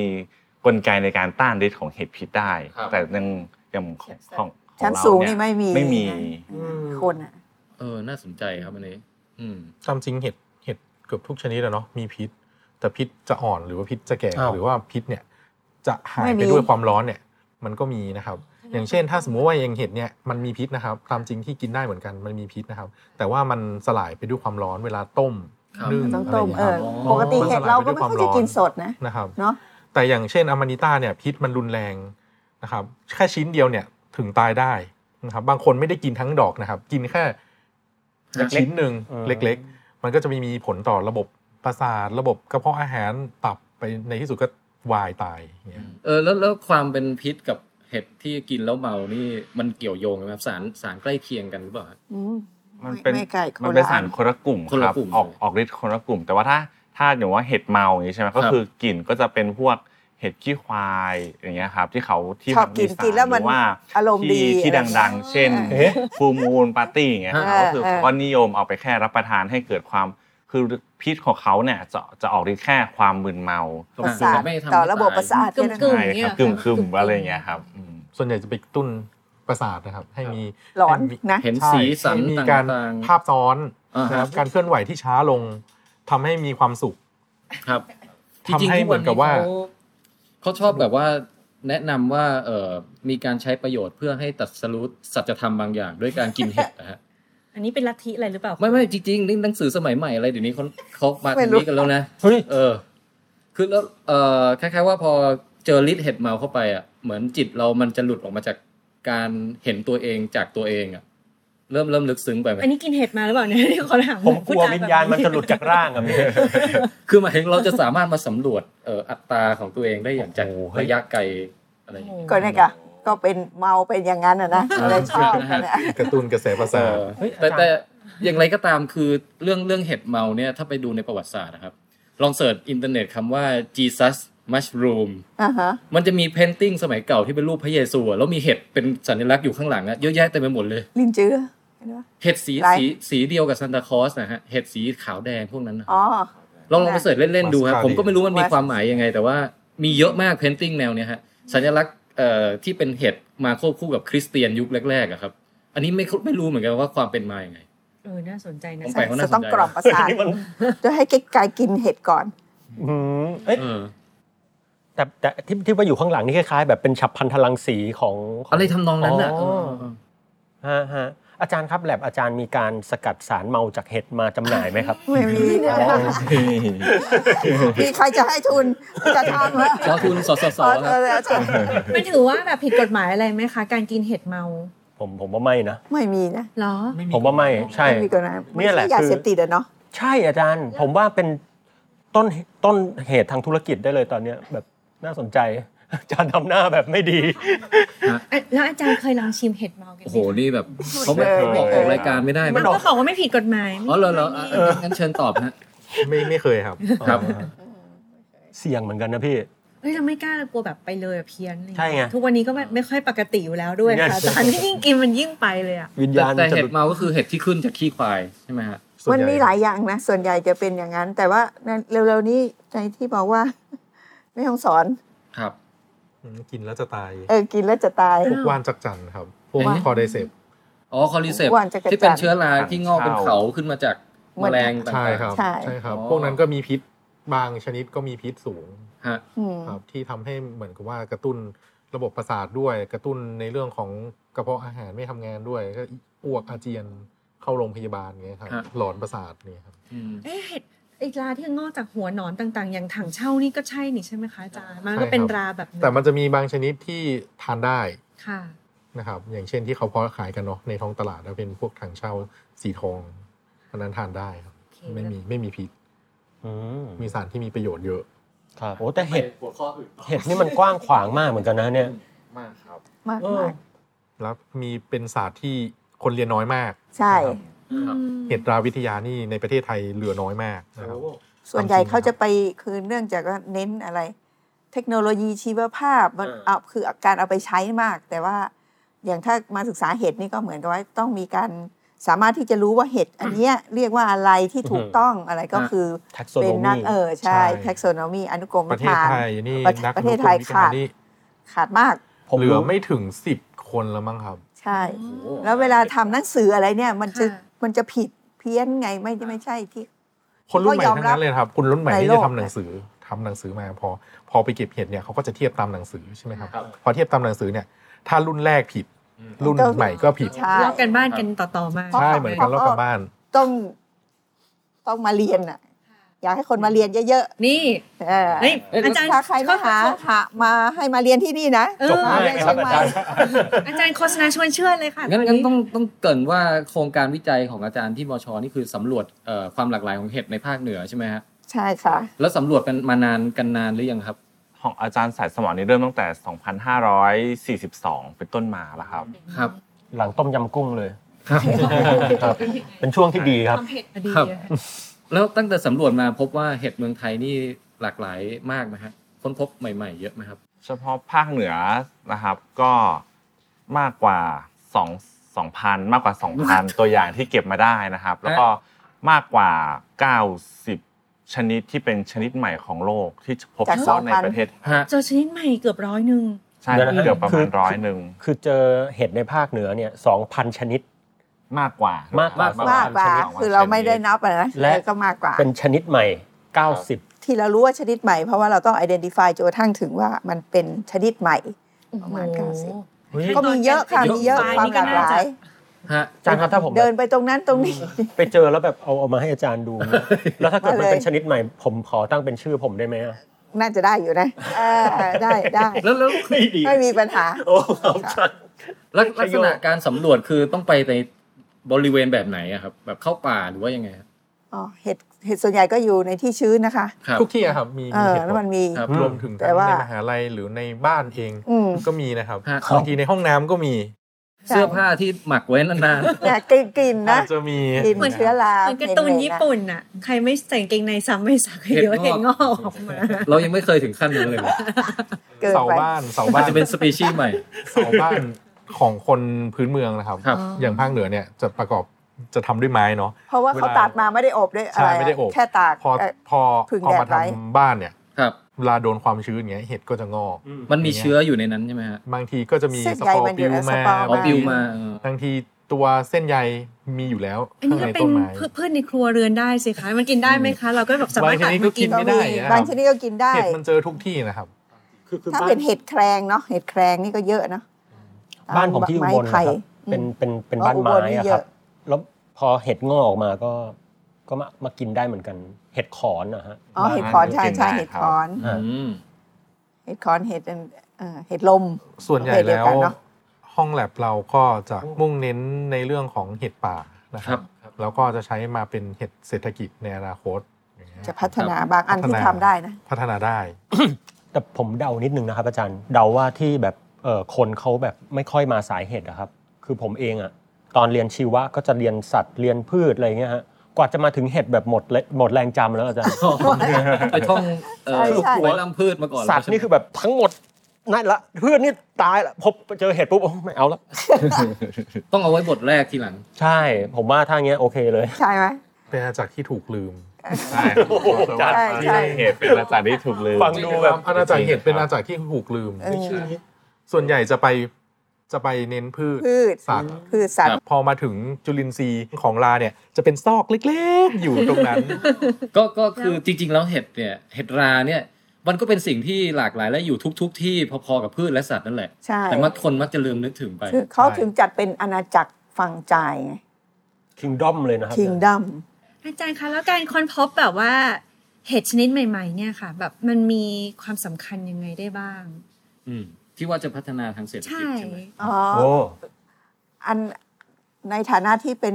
กลไกในการต้านฤทธิ์ของเห็ดพิษได้
ครับ
แต่ยังยังของของของ
ชั้น
เรา
สูงนี่
เนี่ย
ไม่มี
ไม่มี
อืมคนอะ
เออ น่าสนใจครับอันนี้ อืม
ตามจริงเห็ดเห็ดเกือบทุกชนิดอะเนาะมีพิษ แต่พิษจะอ่อนหรือว่าพิษจะแก่
อ้าว
หรือว่าพิษเนี่ยจะหาย
ไม่
ไป
มี
ด้วยความร้อนเนี่ยมันก็มีนะครับ อย่างเช่น ถ้าสมมุติว่ายังเห็ดเนี่ยมันมีพิษนะครับตามจริงที่กินได้เหมือนกันมันมีพิษนะครับ แต่ว่ามันสลายไปด้วยความร้อนเวลาต้ม
ครับ
นึ่ง
ต้อง
อะไรอ
ต้ม
ย่าง
อ๋อ
เอยอปกติ
เงี้ครับ
เห็ดเราก็ไม่ค่อยจะกินสดนะ
นะครับ
เนอะ
แต่อย่างเช่นอามานิต้าเนี่ยพิษมันรุนแรงนะครับแค่ชิ้นเดียวเนี่ยถึงตายได้นะครับบางคนไม่ได้กินทั้งดอกนะครับ กินแค่
เล็กๆ
ชิ้นหนึ่ง
อืม
เล็ก ๆ มันก็จะมีผลต่อระบบประสาทระบบกระเพาะอาหารตับไปในที่สุดก็วายตายอย่างเงี้ย
เออแล้วแล้วความเป็นพิษกับเห็ดที่กินแล้วเมานี่มันเกี่ยวโยงกันไหมครับสารสารใกล้เคียงกันหรือเปล่า
อืม
มันเป็น
ไไกลโค
มันเป็น
รช
สารคนละกลุ่ม
คน
ค
ละ
รับ
กลุ่ม
ออกออกฤทธิ์คนละกลุ่ม แต่ว่าถ้าถ้าอย่างว่าเห็ดเมาอย่างนี้ใช่ไหมก็
ครับ
คือกลิ่นก็จะเป็นพวกเห็ดขี้ควายอย่างเงี้ยครับ ที่เขาที่
ชอบกิน
มีสาร
กินแล้วมัน
หรือว่า
อารมณ์ดี
ที่ที่ดังๆ เช่น
เอ๊ะ
ฟูมูลปาร์ตี้อย่างเงี้ยค
เออ
รับก็คือ
เออ
ก็นิยมเอาไปแค่รับประทานให้เกิดความคือพิษของเขาเนี่ยจะจะออกฤทธิ์แค่ความมึนเมา
ประสาท
ไม่ทำให้
ต่อระบบ
ตาย
ประสาท
กึ่ม
แค่นั้น
กึ่ม
ใช่
เนี่ย
ครับกึ่มๆอะไรอย่างเงี้ยครับอืม
ส่วนใหญ่จะไปกระตุ้นประสาทนะครับ ให้มี
หลอน
ให้มี
นะ
เห็น
ใช่
สีสัน
ให้มี
ต่
การ
างๆ
ภาพซ้อน
อ่า
นะ
ครั
ครั
บบ
การเคลื่อนไหวที่ช้าลงทำให้มีความสุข
ครับ
ทำให้เหมือนกับว่า
จริงๆทุนนี้เขเขาชอบแบบว่าแนะนำว่าเออมีการใช้ประโยชน์เพื่อให้ตัดสรุปสัจธรรมบางอย่าง ด้วยการกินเห็ดนะฮะ
อันนี้เป็นลัทธิอะไรหรือเปล่า
ไม่ไม่จริงๆนี่หนังสือสมัยใหม่อะไรเดี๋ยวนี้เขาเขามาทางนี้กันแล้วนะ
เฮ้ย
เออ คือแล้วเออคล้ายๆว่าพอเจอฤทธิ์เห็ดเมาเข้าไปอ่ะ เหมือนจิตเรามันจะหลุดออกมาจากการเห็นตัวเองจากตัวเองอ่ะ เริ่มเริ่มลึกซึ้งไปไหม
อันนี้กินเห็ดมาหรือเปล่าเนี่ย ที่เขาถาม
ผมกลัว
ผู้ชย
วิญญาณมันจะหลุดจากร่างอะมี
คือหมายถึงเราจะสามารถมาสำรวจเอออัตราของตัวเองได้อย่างจาก
โอ้โหเฮ้ย
ระยะไกลอะไรอย่างเงี้ย
ก็เนี่ยก็ก็เป็นเมาเป็นอย่างนั้นอะนะเลยชอบกันอะ
กระตุ้นกระแสประสาท
เฮ้ยอา
แต่
จารย์
แต่อย่างไรก็ตามคือเรื่องเรื่องเห็ดเมาเนี่ยถ้าไปดูในประวัติศาสตร์นะครับ ลองเสิร์ชอินเทอร์เน็ตคำว่า Jesus mushroom
อ่าฮะ
มันจะมีเพนติ้งสมัยเก่าที่เป็นรูปพระเยซูอะแล้วมีเห็ดเป็นสัญลักษณ์อยู่ข้างหลังอะเยอะแยะเต็มไปหมดเลย
ลินจื้อเห็นปะ
เห็ดสี
ลาย
สีสีเดียวกับซันตาคลอสนะฮะเห็ดสีขาวแดงพวกนั้นนะ
อ๋อ
ลองลองไปเสิร์ชเล่น ๆ ดูครับ
Mascara
ผมก็ไม่รู้มันมี
ว่า
ความหมายยังไง แต่ว่ามีเยอะมากเพนติ้งแนวเนี้ยฮะสัญลักษณ์เอ่อที่เป็นเห็ดมาควบคู่กับคริสเตียนยุคแรกๆอะครับอันนี้ไม่ไม่รู้เหมือนกันว่าความเป็นมาอย่างไง
เออน่าสนใจนะ
แปลกว่าน่าสนใจ
จะต้องกรอบประสาท
นี่มัน
ด้วยให้กายกินเห็ดก่อน
อืมเอ้ย
เออ
แต่แต่ที่ที่ว่าอยู่ข้างหลังนี่คล้าย ๆ แบบเป็นฉับพลันทรังสีของขง
อะไรทำนองนั้นน่ะ
อ๋
เออเออ
อฮะฮะอาจารย์ครับแลบอาจารย์มีการสกัดสารเมาจากเห็ดมาจำหน่ายไหมครับ
ไม่มีนะมีใครจะให้ทุนจะทำเหรอ
ขอทุนสสส
อ๋อ
ค
เอ
รับ
ออาจารย์
มันถือว่าแบบผิดกฎหมายอะไรไหมคะ การกินเห็ดเมา
ผมผมว่าไม่นะ
ไม่มีนะ
เหรอ
ผมว่าไม่ใช่
ไม่มีกฎหมาย
เนี่ยแหละ
ไม่ใช่ยา
คือ
เสพติดอะเนาะ
ใช่อาจารย์ ผมว่าเป็นต้นต้นเหตุทางธุรกิจได้เลยตอนเนี้ยแบบน่าสนใจ อาจารย์ทำหน้าแบบไม่ดี
อ่ะแล้วอาจารย์เคยลองชิมเห็ดเมากัน
โอ้
ไห
โห
ม
นี่แบบเขาไม่เขาบอกออกรายการไม่ได้
มั
มั้
น
ย
ก็บอกว่าไม่ผิดกฎหมาย
อ๋อเหรอเหรออ่ะงั้นงั้นเชิญตอบฮะ
ไม่ไม่เคยครับ
ครับ
เสี่ยงเหมือนกันนะพี่
เฮ้ยเราไม่กล้าเรากลัวแบบไปเลยอะเพี้ยนอะไรอย่าง
ใช่
เงี้ย
ไง
ทุกวันนี้ก็ไม่ไม่ค่อยปกติอยู่แล้วด้วย
เนี่ย
ค่ะตอนนี้ยิ่งกินมันยิ่งไปเลยอะ
วิญญาณ
แต่
จะ
เห็
หลุ
ด
ด
เมาก็คือเห็ดที่ขึ้นจากขี้ควายใช่ไหมฮะ
ส่
มัน
ใญ่
มีหลายอย่างนะ ส่วนใหญ่จะเป็นอย่างนั้น แต่ว่าเร็วๆนี้ในที่บอกว่า ไม่ห้องสอน
ครับ
อืมกินแล้วจะตาย
เออกินแล้วจะตาย
พวกว่านจักจั่นครับ พวก
ว่าน
คอไดเซป
อ๋อคอลิเซป
ว่านจักรจันทร์
ที่เป็นเชื้อราที่งอกเป็น
ข้าว
เขาขึ้นมาจาก
เหมื
แม
อ
ล
น
งต่างๆ
ใช่ครับ
ใช่
ครับ
อ๋อ
พวกนั้นก็มีพิษบางชนิดก็มีพิษสูง
ฮะ
อืม
ครับ ที่ทำให้เหมือนกับว่ากระตุ้นระบบประสาทด้วย กระตุ้นในเรื่องของกระเพาะอาหารไม่ทำงานด้วย ก็อ้วกอาเจียนเข้าโรงพยาบาลเงี้ยครับ
ครับ
หลอนประสาทเนี่ยครับ
อืม
เอ้เห็ดไอ้ราที่งอกจากหัวหนอนต่าง ๆ อย่างถังเช่านี่ก็ใช่นี่ใช่ไหมคะอาจารย์มันก็เป็นราแบบ
แต่มันจะมีบางชนิดที่ทานได้
ค่ะ
นะครับ อย่างเช่นที่เขาเพาะขายกันเนาะในท้องตลาดแล้วเป็นพวกถังเช่าสีทองอันนั้นทานได้ครับ
โอเค
ไม่มีไม่มีพิษ
อืม
มีสารที่มีประโยชน์เยอะ
ครับโอ้แต่เห็ด
หัวข้ออื่น
เห็ดนี่มันกว้างขวางมากเหมือนกันนะเนี่ย
มากครับ
มาก
เออ
มาก
แล้วมีเป็นศาสตร์ที่คนเรียนน้อยมาก
ใช่
อืม
เหตุราวิทยานี่ในประเทศไทยเหลือน้อยมากนะครับ
ส่วนใหญ่
ความจริง
เขาจะไปคือเนื่องจากว่าเน้นอะไร เทคโนโลยีชีวภาพมัน
อ่า
เอาคือการเอาไปใช้มาก แต่ว่าอย่างถ้ามาศึกษาเห็ดนี่ก็เหมือนกับว่าต้องมีการสามารถที่จะรู้ว่าเห็ดอันเนี้ยเรียกว่าอะไรที่ถูกต้องอะไรก็คือ
taxonomy
เป็นนักเออใช่
ใช่
taxonomy อนุกรม
ประเทศ
ฐาน
ไทยนี่
ประเทศ
นัก
ประเทศไทย
วิชา
ขาด
นี่
ขาดมาก
ผม
เหลือ
รู้
ไม่ถึงสิบคนแล้วมั้งครับ
ใช่ แล้วเวลาทำหนังสืออะไรเนี่ย มันจะ
ค่ะ
มันจะผิดเพี้ยนไงไม่ไม่ใช่ที่
คนรุ่นใหม่ทั้งนั้นเลยครับคนรุ่นใหม่ที่
ในโล
จะ
ก
ทำหนังสือทำหนังสือมาพอพอไปเก็บเห็ดเนี่ยเขาก็จะเทียบตามหนังสือใช่ไหมครับ
ครับ
พอเทียบตามหนังสือเนี่ยถ้ารุ่นแรกผิด รุ่นใหม่ก็ผิด
ใช่
ลอกกันบ้านกันต่อๆมา
เพราะ
ใช่เหมือนกันรอบกลับบ้าน
ต้องต้องมาเรียนอ่ะ อยากให้คนมาเรียนเยอะ
นี่
ๆเออ
เฮ้ยอาจารย์
ถ้าใครมาหา
เขา
หามาให้มาเรียนที่นี่นะ
เออ
จบง่ายไหมครับอาจารย์
อาจารย์โฆษณาชวนเชื่อเลยค่ะ
งั้น
ต
งั้นต้องต้องเกรินว่าโครงการวิจัยของอาจารย์ที่มชนี่คือสำรวจเอ่อความหลากหลายของเห็ดในภาคเหนือใช่ไหมฮะ
ใช่ค่ะ
แล้วสำรวจกันมานานกันนานหรือยังครับ
ของอาจารย์สายสมอนี่เริ่มตั้งแต่ 2542 เป็นต้นมาแล้วครับ
ครับ
หลังต้มยำกุ้งเลยครับเป็นช่วงที่ดีครับ
ทำเห็ดพอดี
ครับ แล้วตั้งแต่สำรวจมาพบว่าเห็ดเมืองไทยนี่หลากหลายมากไหมฮะค้นพบใหม่ๆเยอะไหมครับ
เฉพาะภาคเหนือนะครับก็มากกว่า2 2,000 มากกว่า 2,000 ตัวอย่างที่เก็บมาได้นะครับ แล้วก็มากกว่า 90 ชนิดที่เป็นชนิดใหม่ของโลกที่พบ
จาก
เฉพาะใน
2,000
ประเทศ
ฮะ
เจอชนิดใหม่เกือบร้อยหนึ่ง
ใช่
เดี๋ยวนะ
เกือบประ
คื
มา
อ
ณร้อยหนึ่ง
คือเจอเห็ดในภาคเหนือเนี่ยสองพันชนิด
มากกว่าม
าม
าก
กว่า
มากกว่าคือเราไม่ได้นับอะนะ
และ
เออก็มากกว่า
เป็นชนิดใหม่ 90
ที่เรารู้ว่าชนิดใหม่เพราะว่าเราต้อง identify จนกระทั่งถึงว่ามันเป็นชนิดใหม่ ประมาณเก้าสิบ
เฮ้ย
ก็มีเยอะค่ะมีเยอะ
ไป
ความ
นี่
หลากห
น่
ลา
จะ
ย
ฮะ
อาจารย์ครับถ้าผมแบ
เดิน
บ
ไปตรงนั้นตรงนี้
ไปเจอแล้วแบบเอาเอามาให้อาจารย์ดู แล้วถ้าเกิดมัน
มาเลย
เป็นชนิดใหม่ ผมขอตั้งเป็นชื่อผมได้ไหมอะ
น่าจะได้อยู่นะเออได้ได้
แล้วแล้ว
ไม่ดี
ไม่มีปัญหา
โอ้ครับอาจารย์
ลัก
ใช่
ลักษ
โย
ณะการสำรวจคือต้องไปในบริเวณแบบไหนอะครับ แบบเข้าป่าหรือว่ายังไงครับ
อ๋อเห็ดเห็ดส่วนใหญ่ก็อยู่ในที่ชื้นนะคะ
ครับ
ทุกที่อะครับมี
เอ
มี
อ
เห็ด
แล้วมันมี
ครับ
รวมถึงทั้
แต่
ง
ว่า
ในมหาลัยหรือในบ้านเอง
อืม
ก็มีนะครับ
ฮะ
บางทีในห้องน้ำก็มี
ใช่
เสื้อผ้าที่หมักไว้นาน
เนี่ยกลิ่นกลิ่นนะ
อาจจะมี
กลิ่นเชื้อรา
เหมือนการ์ตูน
เป็
ญี่
ไงะ
ปุ่นน่ะ ใครไม่ใส่กางเกงในซ้ำไม่สักเดี๋ยวเห็นงอกออกมา
ๆ เรายังไม่เคยถึงขั้นนั้นเลย
เกิน
เสา
ไป
บ้านเสา
มั
บ้าน น
จะเป็นสปีชีส์ใหม่
เสาบ้านของคนพื้นเมืองนะครับ
ครับ
อย่างภาคเหนือเนี่ยจะประกอบจะทำด้วยไม้เนาะ
เพราะว่าเขา
เวลา
ตัดมาไม่ได้อบด้วยอะไร
ใช่ไม่ได้อบ
แค่ตาก
พอ
เอ่อ
พอ
ผึ่ง
พอมา
แดดไว้
ทำบ้านเนี่ย
ครับ
เวลาโดนความชื้นอย่างเงี้ยเห็ดก็จะงอก
มันมีเชื้ออยู่ในนั้นใช่ไหมฮะ
บางทีก็จะมี
เส้น
ส
ใย
ปอร์
มันอ
ปิ
ยู่
ว
แล้วส
มา
ปอ
เอา
ร์มา
ปิวมาเออบ
างทีตัวเส้นใยมีอยู่แล้ว
อันนี้
ข้า
ก็
งใน
เป็
ต้
น
นไม้
พืชพืชในครัวเรือนได้สิคะ มันกินได้ไหมคะ เราก็แบบ
บาม
สาาง รถ
ช
ตัด
นิด
มา
ก็
กิ
กิ
น
น
ก็มี
ไม่ได้นะค
บา
รั
ง
บ
ชนิดก็กินได้
เห็ดมันเจอทุกที่นะครับ
ถ้าเป็นเห็ดแครงเนาะเห็ดแครงนี่ก็เยอะเนาะ
บ้านผมที่อุ
ไม้
บลนะค
ไผ่
รับเป็นเป็นเป็นบ้านไม้อะครับ แล้วพอเห็ดงอกออกมาก็ก็มามากินได้เหมือนกัน เห็ดขอนนะฮะ
อ๋อเห็ดขอนใช่ใช่
เห็
เห็ด
ด
ข
ขอ
อน น
อ่า
อืม
เห็ดขอนเห็ดอันเอ่อเห็ดลม
ส่วนใหญ่
ประเภทเดี
แล้
ยว
ว
กันเนอะ
ห้องแลบเราก็จะมุ่งเน้นในเรื่องของเห็ดป่านะครับ แล้วก็จะใช้มาเป็นเห็ดเศรษฐกิจในอนาคตอย่างเงี้ย
จะพัฒนาบางอันที่
พัฒนา
ทำได้นะ
พัฒนาได้
แต่ผมเดานิดนึงนะครับอาจารย์เดาว่าที่แบบเอ่อคนเขาแบบไม่ค่อยมาสายเห็ดนะครับ คือผมเองอะตอนเรียนชีวะก็จะเรียนสัตว์เรียนพืชอะไรอย่างเงี้ยฮะ กว่าจะมาถึงเห็ดแบบหมดเลยหมดแรงจำแล้วอาจารย์
ไปท่องเอ่อ
ใช่ใช่
หัวลำพืชมาก่อน
สัตว์นี่คือแบบทั้งหมดนั่นละเพื่อนนี่ตายละพบเจอเห็ดปุ๊บโอ้ไม่เอาละ
ต้องเอาไว้บทแรกทีหลัง
ใช่ผมว่าถ้าอย่างเงี้ยโอเคเลย
ใช่ไหม
เป็นอาณาจักรที่ถูกลืม
ใช่
โอ้โหจัด
ใช่
เหตุเป็นอาจารย์ที่ถูกลืม
ฟังดูแบบ
อาณาจักรเห็ดเป็นอาณาจักรที่ถูกลืม
เออ
ส่วนใหญ่จะไปจะไปเน้นพืช
พืช
สัตว์
พืชสัตว์
พอมาถึงจุลินทรีย์ของลาเนี่ย จะเป็นซอกเล็กๆ อยู่ตรงนั้น
ก็ก็คือจริง ๆ แล้วเห็ดเนี่ยเห็ดราเนี่ยมันก็เป็นสิ่งที่หลากหลายและอยู่ทุก ๆ ที่พอๆกับพืชและสัตว์นั่นแหละ
ใช่
แต่มักคนมักจะลืมนึกถึงไป
คือเขาถึงจัดเป็นอาณาจักรฝั่งจ่ายไง
คิงด้อมเลยนะครับ
คิงดัม
อาจารย์คะแล้วการค้นพบแบบว่าเห็ดชนิดใหม่ ๆ เนี่ยค่ะ แบบมันมีความสำคัญยังไงได้บ้าง
อืมที่ว่าจะพัฒนาทางเศรษฐกิจ
ใช่
ใช่ไหม
อ๋อ
โอ้
อันในฐานะที่เป็น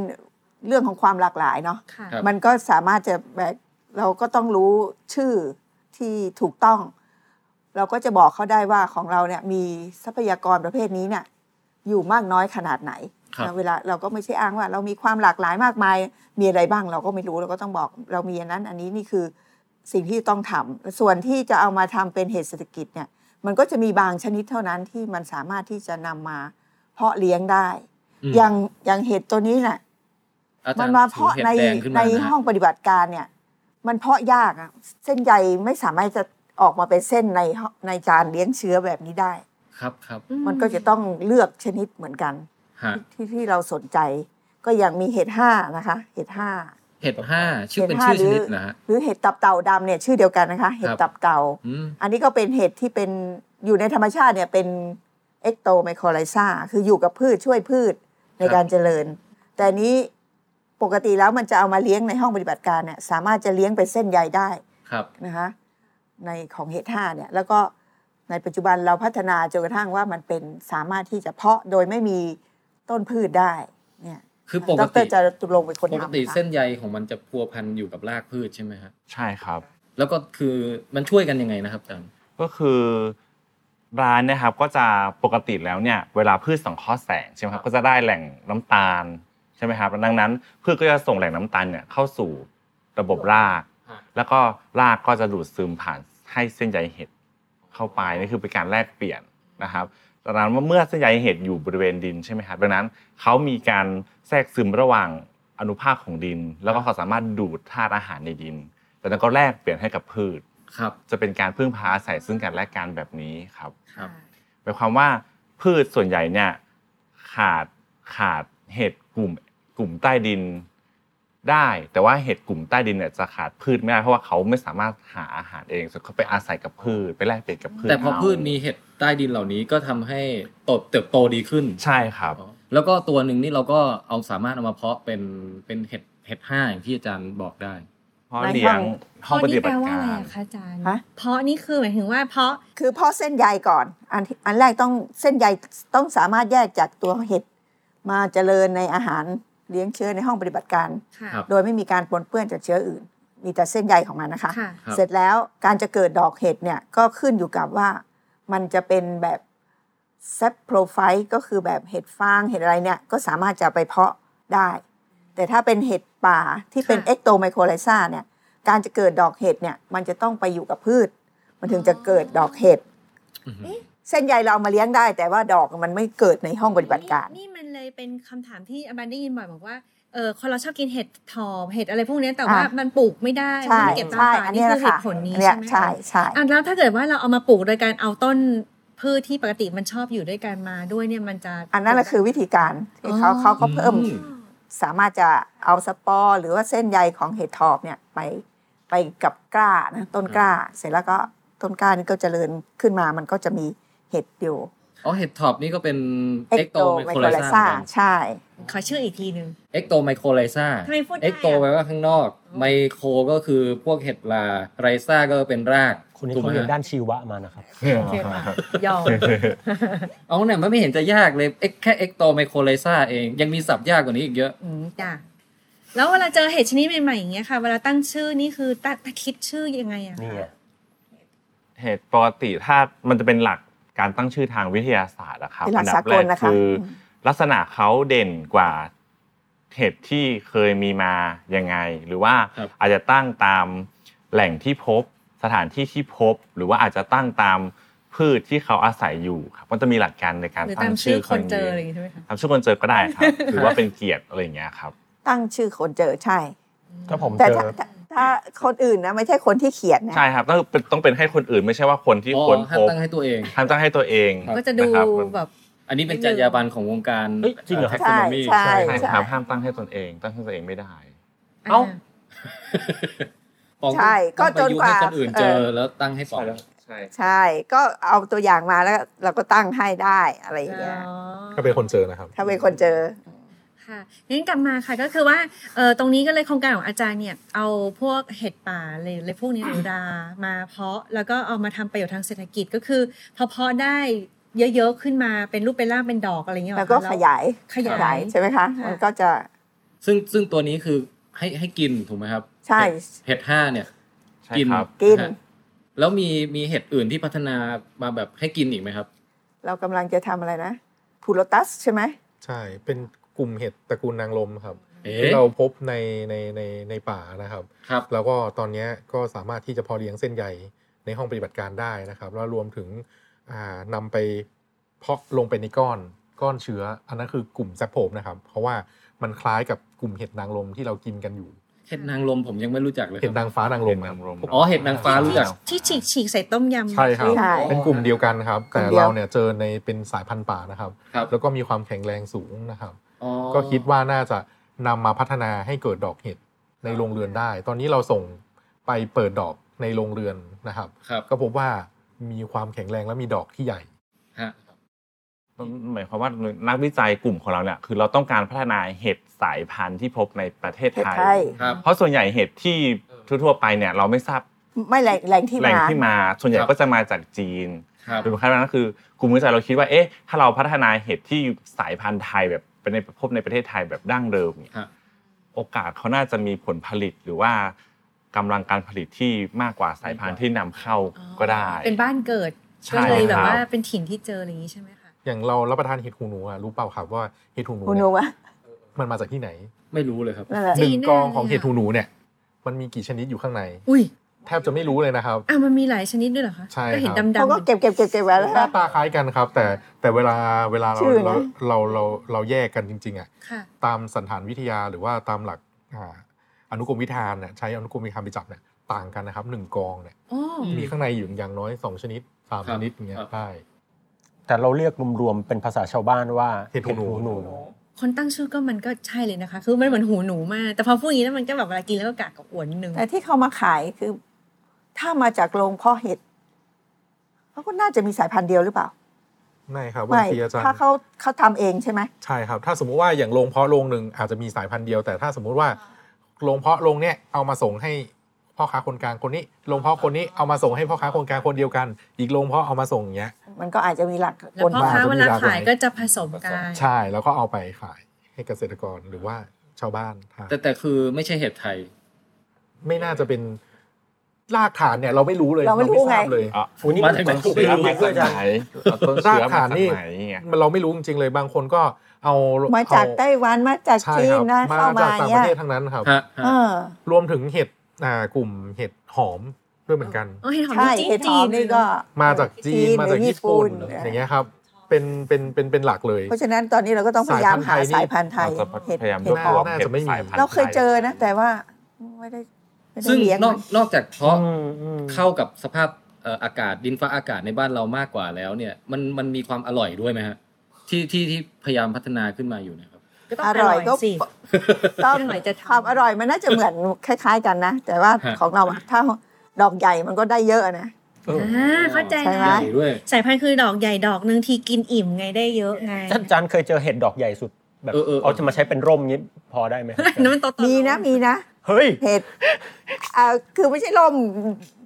เรื่องของความหลากหลายเนาะ
ค่ะ
มันก็สามารถจะแบบเราก็ต้องรู้ชื่อที่ถูกต้อง เราก็จะบอกเขาได้ว่าของเราเนี่ยมีทรัพยากรประเภทนี้เนี่ยอยู่มากน้อยขนาดไหน
ครับ
นะเวลาเราก็ไม่ใช่อ้างว่า เรามีความหลากหลายมากมาย มีอะไรบ้างเราก็ไม่รู้เราก็ต้องบอกเรามีอันนั้น อันนี้นี่คือสิ่งที่ต้องทำส่วนที่จะเอามาทำเป็นเหตุเศรษฐกิจเนี่ย มันก็จะมีบางชนิดเท่านั้นที่มันสามารถที่จะนำมาเพาะเลี้ยงได้
อืม
อย่างอย่างเห็ดตัวนี้น่ะ
อจร
มัน
ย์
มาเพาะ
ถือห็ด
ใน
แดงขึ้น
ใน
มาะฮะ
ห้องปฏิบัติการเนี่ย มันเพาะยากอะเส้นใยไม่สามารถจะออกมาเป็นเส้นในห้องในจานเลี้ยงเชื้อแบบนี้ได้
ครับครับ
มันก็จะต้องเลือกชนิดเหมือนกัน
ฮะ
ที่ที่เราสนใจ ก็อย่างมีเห็ดห้านะคะ เห็ดห้า
เห็ดห้าชื่อเป็น
เห็ดห้า
ชื่อชนิด
หรือ
นะฮะ
หรือเห็ดตับเต่าดำเนี่ยชื่อเดียวกันนะคะ เห็ด
ครับ
ตับเต่า
อืม
อันนี้ก็เป็นเห็ดที่เป็นอยู่ในธรรมชาติเนี่ยเป็นเอ็กโตไมโครไลซาคืออยู่กับพืชช่วยพืชในการเจริญ แต่อันนี้ปกติแล้วมันจะเอามาเลี้ยงในห้องปฏิบัติการเนี่ยสามารถจะเลี้ยงเป็นเส้นใยได้
ครับ
นะคะในของเห็ดห้าเนี่ยแล้วก็ในปัจจุบันเราพัฒนาจนกระทั่งว่ามันเป็นสามารถที่จะเพาะโดยไม่มีต้นพืชได้เนี่ย
คือป
ด
กติ
รจะตุลงค์เป็นคน
ป
ทำ
กติ
ค่ะ
เส้นใยของมันจะพัวพันอยู่กับรากพืชใช่ไหมฮะ
ใช่ครับ
แล้วก็คือมันช่วยกันยังไงนะครับอาจารย์
ก็คือร้านเนะครับก็จะปกติแล้วเนี่ยเวลาพืชสังเคราะห์แสงใช่ไหมครับก็จะได้แหล่งน้ำตาลใช่ไหมครับดังนั้นพืชก็จะส่งแหล่งน้ำตาลเนี่ยเข้าสู่ระบบราก แล้วก็รากก็จะดูดซึมผ่านให้เส้นใยเห็ดเข้าไปนี่คือเป็นการแลกเปลี่ยนนะครับดังนั้นว่าเมื่อเส้นใยเห็ดอยู่บริเวณดินใช่ไหมครับดังนั้นเขามีการแทรกซึมระหว่างอนุภาคของดิน แล้วก็เขาสามารถดูดธาตุอาหารในดินแล้วนั้นก็แลกเปลี่ยนให้กับพืช
ครับ
จะเป็นการพึ่งพาอาศัยซึ่งกันและกันแบบนี้ครับ
ครับ
หมายความว่าพืชส่วนใหญ่เนี่ยขาดขาดเห็ดกลุ่มกลุ่มใต้ดินได้ แต่ว่าเห็ดกลุ่มใต้ดินเนี่ยจะขาดพืชไม่ได้เพราะว่าเขาไม่สามารถหาอาหารเองส่วนเขาไปอาศัยกับพืชไปแลกเปลี่ยนกับพืช
แต่พอ
เา
พืชมีเห็ดใต้ดินเหล่านี้ก็ทำให้โตเติบโตดีขึ้น
ใช่ครับ
แล้วก็ตัวหนึ่งนี่เราก็เอาสามารถเอามาเพาะเป็นเป็นเห็ดเห็ดห้าอย่างที่อาจารย์บอกได้
เพราะเลี้ยงห้องปฏิ
นี่แป
บั
ล
ติ
ว่าอะไร
การ
อะคะอาจารย์
ฮะ
เพราะนี่คือหมายถึงว่าเพาะ
คือเพาะเส้นใยก่อน อันที่อันแรกต้องเส้นใยต้องสามารถแยกจากตัวเห็ดมาเจริญในอาหารเลี้ยงเชื้อในห้องปฏิบัติการ
ค่ะ
ครับ
โดยไม่มีการปนเปื้อนจากเชื้ออื่น มีแต่เส้นใยของมันนะคะ
ค่ะ
ครับ
เสร็จแล้วการจะเกิดดอกเห็ดเนี่ยก็ขึ้นอยู่กับว่ามันจะเป็นแบบเซปโปรไฟต์ก็คือแบบเห็ดฟางเห็ดอะไรเนี่ยก็สามารถจะไปเพาะได้ แต่ถ้าเป็นเห็ดป่าที่เป็น
ค่ะ
เอ็กโตไมโครไลซาเนี่ยการจะเกิดดอกเห็ดเนี่ยมันจะต้องไปอยู่กับพืช มันถึงจะเกิดดอกเห็ด
อือหือ
เส้นใยเราเอามาเลี้ยงได้ แต่ว่าดอกมันไม่เกิดในห้องปฏิบัติการ
นี่นี่มันเลยเป็นคำถามที่อาบันได้ยินบ่อยบอกว่าเออคนเราชอบกินเห็ดถอบเห็ดอะไรพวกเนี้ยแต่ว่า
อ่ะ
มันปลูกไม่ได้
ใช่
มันเก็บตาม
ใช่
ป่า
อัน
นี่
เนี้ย
คือเห
แหละค่ะ
ตุผลนี้
อันเนี้ย
ใช่ไหมคะ
ใช่ใช่
อ่ะแล้วถ้าเกิดว่าเราเอามาปลูกโดยการเอาต้นพืชที่ปกติมันชอบอยู่ด้วยกันมาด้วยเนี่ยมันจะ
อันนั้นแหละคือวิธีการที่
อ๋
เขา
อ
เขาก็เพิ่มสามารถจะเอาสปอร์หรือว่าเส้นใยของเห็ดทอบเนี่ยไปไปกับกล้านะต้นกล้า เสร็จแล้วก็ต้นกล้านี่ก็เจริญขึ้นมามันก็จะมีเห็ดอยู่
อ๋อเห็ดท็อปนี่ก็เป็นเอ็กโตไมโครไลซา
ใช่
ขอชื่ออีกทีหนึ่ง
เอ็กโตไมโครไลซา
ทำไมพูดได้อะ
เอ็กโตแปลว่าข้างนอกไมโครก็คือพวกเห็ดลาไลซาก็เป็นราก
คนนี้
ถูก
เขา
ไหม
เรียนด้า
ฮะ
นชีวะมานะครับ
โอเคค่ะยอม
เอาเนี่ยมันไม่เห็นจะยากเลยเอ็กแค่เอ็กโตไมโครไลซาเองยังมีศัพท์ยากกว่านี้อีกเยอะ
อืมจ้ะแล้วเวลาเจอเห็ดชนิดใหม่ๆอย่างเงี้ยค่ะ เวลาตั้งชื่อนี่คือตั้งคิดชื่อยังไงอะ
นี่
คะ
ไง
เหตุปกติถ้ามันจะเป็นหลักการตั้งชื่อทางวิทยาศาสตร์นะครับ
เป็นหลัก
อันดั
สา
บ
ก
แร
ล
ก
นะคะ
คือ ลักษณะเขาเด่นกว่า เห็ดที่เคยมีมายังไง หรือว่า
ครับ
อาจจะตั้งตามแหล่งที่พบสถานที่ที่พบ หรือว่าอาจจะตั้งตามพืชที่เขาอาศัยอยู่ครับมันจะมีหลักการในการ
หรือ
ตั้
ตาง ม
ชื่
ชื่
อ
อ
ค
คน น
นี้
เจออะไรอย่างงี้ใช่ไหมคะ
ตามชื่อคนเจอก็ได้ครับหรือว่า เป็นเกียรติอะไรอย่างเงี้ยครับ
ตั้งชื่อคนเจอใช่
ถ้าผม
แต่
เจอ
ถ้าถ้าถ้าคนอื่นนะไม่ใช่คนที่เขียนนะ
ใช่ครับต้องเป็นต้องเป็นให้คนอื่นไม่ใช่ว่าคนที่
อ๋อ
คน
ห้า
พ
ม
บ
ตั้งให้ตัวเอง
ห้ามตั้งให้ตัวเอง
ก็จะดู
นครับมัน
แบบ
อันนี้เป็นจรรยาบรรณของวงการ
เฮ้ยจริงเหรอ
ใช่
taxonomy
ใช่
ใช่
ใช่
ครับห้ามตั้งให้ตนเอง ตั้งให้ตัวเองไม่ได้
เอ้า
ของ
ใช่ก็จนกว่า
ต้องไปยุให้คนอื่นเจอแล้วตั้งให้ปอง
ใช่
ใช่ ก็เอาตัวอย่างมาแล้วเราก็ตั้งให้ได้อะไรอย่างเงี้ย
อ๋อ
ก็เป็นคนเจอนะครับ
ถ้าเป็นคนเจอ
ค่ะงั้นกลับมาค่ะก็คือว่าเอ่อตรงนี้ก็เลยโครงการของอาจารย์เนี่ยเอาพวกเห็ดป่าเลยเลยพวกนี้หนูดามาเพาะแล้วก็เอามาทำประโยชน์ทางเศรษฐกิจก็คือพอเพาะได้เยอะๆขึ้นมาเป็นรูปเป็นร่างเป็นดอกอะไรเงี้ยเหร
แล้
อ
ว
คะ
ก็ขยาย
ขยาย
ใช่ไหมคะ
ค่ะ
มันก็จะ
ซึ่งซึ่งตัวนี้คือให้ให้กินถูกไหมครับ
ใช่
เห็ดเห็ดห้าเนี่ย
ใช่
กิน
ครับ
กิน
ะฮะแล้วมีมีเห็ดอื่นที่พัฒนามาแบบให้กินอีกไหมครับ
เรากำลังจะทำอะไรนะพูโรตัสใช่ไหม
ใช่ เป็นกลุ่มเห็ดตระกูลนางลมครับ
เอ๊
ที่
ะ
เราพบในในในในป่านะครับ
ครับ
แล้วก็ตอนเนี้ยก็สามารถที่จะพอเลี้ยงเส้นใหญ่ในห้องปฏิบัติการได้นะครับแล้วรวมถึงอ่านำไปเพาะลงไปในก้อนก้อนเชื้อ อันนั้นคือกลุ่มแซปโผมนะครับ เพราะว่ามันคล้ายกับกลุ่มเห็ดนางลมที่เรากินกันอยู่
เห็ดนางลมผมยังไม่รู้จักเลยค
เห็ด
รับ
นางฟ้านางลม
เห็ดนางรม
ครับ
อ๋อเห็ดนางฟ้ารู้จัก
ที่ฉีกฉีกใส่ต้มยำ
ใช่ครับ
ใช่
เป็นกลุ่มเดียวกันครับ แต่
กลุ่มเดียว
เราเนี่ยเจอในเป็นสายพันธุ์ป่านะครับ
ครับ
แล้วก็มีความแข็งแรงสูงนะครับ
อ๋อ
ก็คิดว่าน่าจะนำมาพัฒนาให้เกิดดอกเห็ดในโรงเรือนได้ ตอนนี้เราส่งไปเปิดดอกในโรงเรือนนะครับ
ครับ
ก็พบว่ามีความแข็งแรงและมีดอกที่ใหญ่
ฮะ
หมายความว่านักวิจัยกลุ่มของเราเนี่ยคือเราต้องการพัฒนาเห็ดสายพันธุ์ที่พบในประเทศ
เห็ด
ไทย
ไทย
ครับ
เพราะส่วนใหญ่เห็ดที่ทั่วๆไปเนี่ยเราไม่ทราบ
ไม่แหล่งแหล่งที่
แหล่ง
มา
ที่มาส่วนใหญ่
ครับ
ก็จะมาจากจีน
ครับ
โดยขั้นตอนนั้นคือกลุ่มวิจัยเราคิดว่าเอ๊ะถ้าเราพัฒนาเห็ดที่สายพันธุ์ไทยแบบเป็นในพบในประเทศไทยแบบดั้งเดิมเนี่ย
ครับ
โอกาสเขาน่าจะมีผลผลิตหรือว่ากำลังการผลิตที่มากกว่าสายพันธุ์ที่นำเข้า
อ๋อ
ก็ได้
เป็นบ้านเกิด
ใช่
ก็เลยแบบ
ครับ
ว่าเป็นถิ่นที่เจออะไรอย่างงี้ใช่ไหมคะ
อย่างเรารับประทานเห็ดหูหนูอะรู้เปล่าครับว่าเห็ดหูหนู
คุณ
เนี่
นุ
ย
ว่า
มันมาจากที่ไหน
ไม่รู้เลยครับ
นั่นแหละ
หนึ่งกองของเห็ดหูหนูเนี่ยมันมีกี่ชนิดอยู่ข้างใน
อุ้ย
แทบจะไม่รู้เลยนะครับ
อ่ะมันมีหลายชนิดด้วยเหรอคะ
ใช่ครับ
ก็เห็นดำๆ
เขาก็เก็บเก็บเก็บเก็บไว้แล้ว
หน้า
นะ
ตาคล้ายกันครับ แต่แต่เวลาเวลาเรา
ชื่อนะ
เราเราเราเราแยกกันจริงๆอ่ะ
ค่ะ
ตามสันฐานวิทยาหรือว่าตามหลักอ่าอนุกรมวิธานเนี่ยใช้อนุกรมวิธานไปจับเนี่ยต่างกันนะครับหนึ่งกองเนี่ย
โอ้
อืม
มีข้างในอยู่อย่างน้อยสองชนิดสาม
ครั
ช
บ
นิดอย่างเงี้ย
ครับ
ได้
แต่เราเรียกรวมๆเป็นภาษาชาวบ้านว่า
เห็ดหูหนู
คนตั้งชื่อก็มันก็ใช่เลยนะคะ คือมันเหมือนหูหนูมากแต่พอพูดอย่างนี้แล้วมันก็แบบเวลากินแล้วก็กากกับอ้วนนิดนึง
แต่ที่เขามาขายคือ ถ้ามาจากโรงเพาะเห็ดเขาก็น่าจะมีสายพันธุ์เดียวหรือเปล่า
ไม่ครับบาง
ไม่
ทีอาจารย์
ถ้าเขาเขาทำเองใช่ไหม
ใช่ครับ ถ้าสมมุติว่าอย่างโรงเพาะโรงหนึ่งอาจจะมีสายพันธุ์เดียวแต่ถ้าสมมุติว่าโรงเพาะโรงเนี่ยเอามาส่งให้พ่อค้าคนกลางคนนี้โรงเพาะคนนี้เอามาส่งให้พ่อค้าคนกลางคนเดียวกัน อีกโรงเพาะเอามาส่งอย่างเงี้ย
มันก็อาจจะมีหลัก
แล้วพ่อค้า
บน
เว
บาท
ลา
จะมีหลากหลา
ขาย ยก็จะผสมกัน
ใช่แล้วก็เอาไปขายให้เกษตรกรหรือว่าชาวบ้านทาน
แต่แต่คือไม่ใช่เห็ดไทย
ไม่น่าจะเป็นรากฐานเนี่ยเราไม่รู้เลย
เราไม่รู้ไง
ทาบเลย
อ่ะ
โอ้นี่
มา
มั
จากไหน
นมันถูกเรื่อง
มา
ด้ว
จาย
อาจารย์
กไหนเอาต้นเชื้อ
ราก
มา
ฐาน
จาก
นี่
ไหนอย่างเงี้ย
เราไม่รู้จริงๆเลยบางคนก็เอา
มา
มา
จากไต้หวันมาจาก
ใช่
จี
คน รับ
นะ
มา
เข้ามา
จากต่างป
เนี่ย
ระเทศทั้งนั้นครับ
ฮะฮะ
เออ
รวมถึงเห็ดอ่ากลุ่มเห็ดหอมด้วยเหมือนกัน
โอ้เห็ดหอม
ใช่
จริง
เห็ดห
จี
อน มนี่ก็
มาจากจีนมาจากญี่ปุ่น
หรือญี่ปุ่น
อย่างเงี้ยครับ เป็นเป็นเป็นเป็นหลักเลย
เพราะฉะนั้นตอนนี้เราก็ต้องพยายามหาสายพันธุ์ไทย
เราจะ
เห็ด
พยายาม
เห็ดหอม
น่าจะไม่มี
สยพันธุ์
เราเคย
ไท
เจอนะ แต่ว่าไม่ได้ไม่ได้
ซึ่ง
เลี้ยง
น
มั
อก
น
นอกจากเพาะ
อืมอืม
เข้ากับสภาพเอ่ออากาศดินฟ้าอากาศในบ้านเรามากกว่าแล้วเนี่ย มันมันมีความอร่อยด้วยไหมฮะที่ที่ที่พยายามพัฒนาขึ้นมาอยู่เนะครับ
ก็ต้อง
อ
อ
ร่
ร่
อ
อย ย
ก็
สิ
ต้อง
อร่อยจะทำ
ความอร่อยมันน่าจะเหมือน คล้าย ๆ กันนะ แต่ว่า
ฮะ
ของเราอะถ้าดอกใหญ่มันก็ได้เยอะนะ
เออ
อ่าเข้าใจ
ใช่ไหม
ให
แล้
ญ่
ว
ด้วย
สายพันธุ์คือดอกใหญ่ดอกหนึ่งทีกินอิ่มไงได้เยอะไง
อาจารย์อาจารย์เคยเจอเห็ดดอกใหญ่สุดแบบเอาจะมาใช้เป็นร่มงี้พอได้ไหมครับ
นั่นมันโตๆ
มีนะมีนะ
เฮ้ย
เห็ดเอ่อคือไม่ใช่ล่ม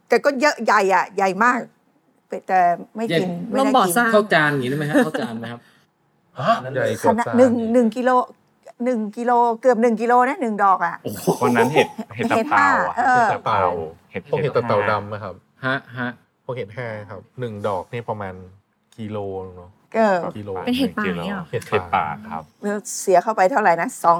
แต่ก็เยอะใหญ่อะใหญ่มาก แต่ไม่กิน
ลม
ไได้
บ่อ
กิน
สร้าง
เข้าจานอย่างนี้ได้ไหมฮะเข้าจานไหมครับ
ใหญ่ก
ข
ว่า
นาด
จา
หนึ่งหนึ่งกิโลหนึ่งกิโลเกือบหนึ่งกิโลนะหนึ่งดอกอะ
วันนั้นเห็ดเห็ดตับเต่าอะ
เห็ดห้า
เห็ดตับ
พ
เต่า
วกเห็ดตะเต่าดำนะครับ
ฮะฮะ
พวกเห็ดแห้งครับหนึ่งดอกนี่ประมาณกิโลเนาะ
ก็
กิโล
เป็นเห็ดป่าเนี่ยเหรอ
เห็ดป่าครับ
เสียเข้าไปเท่าไหร่นะสอง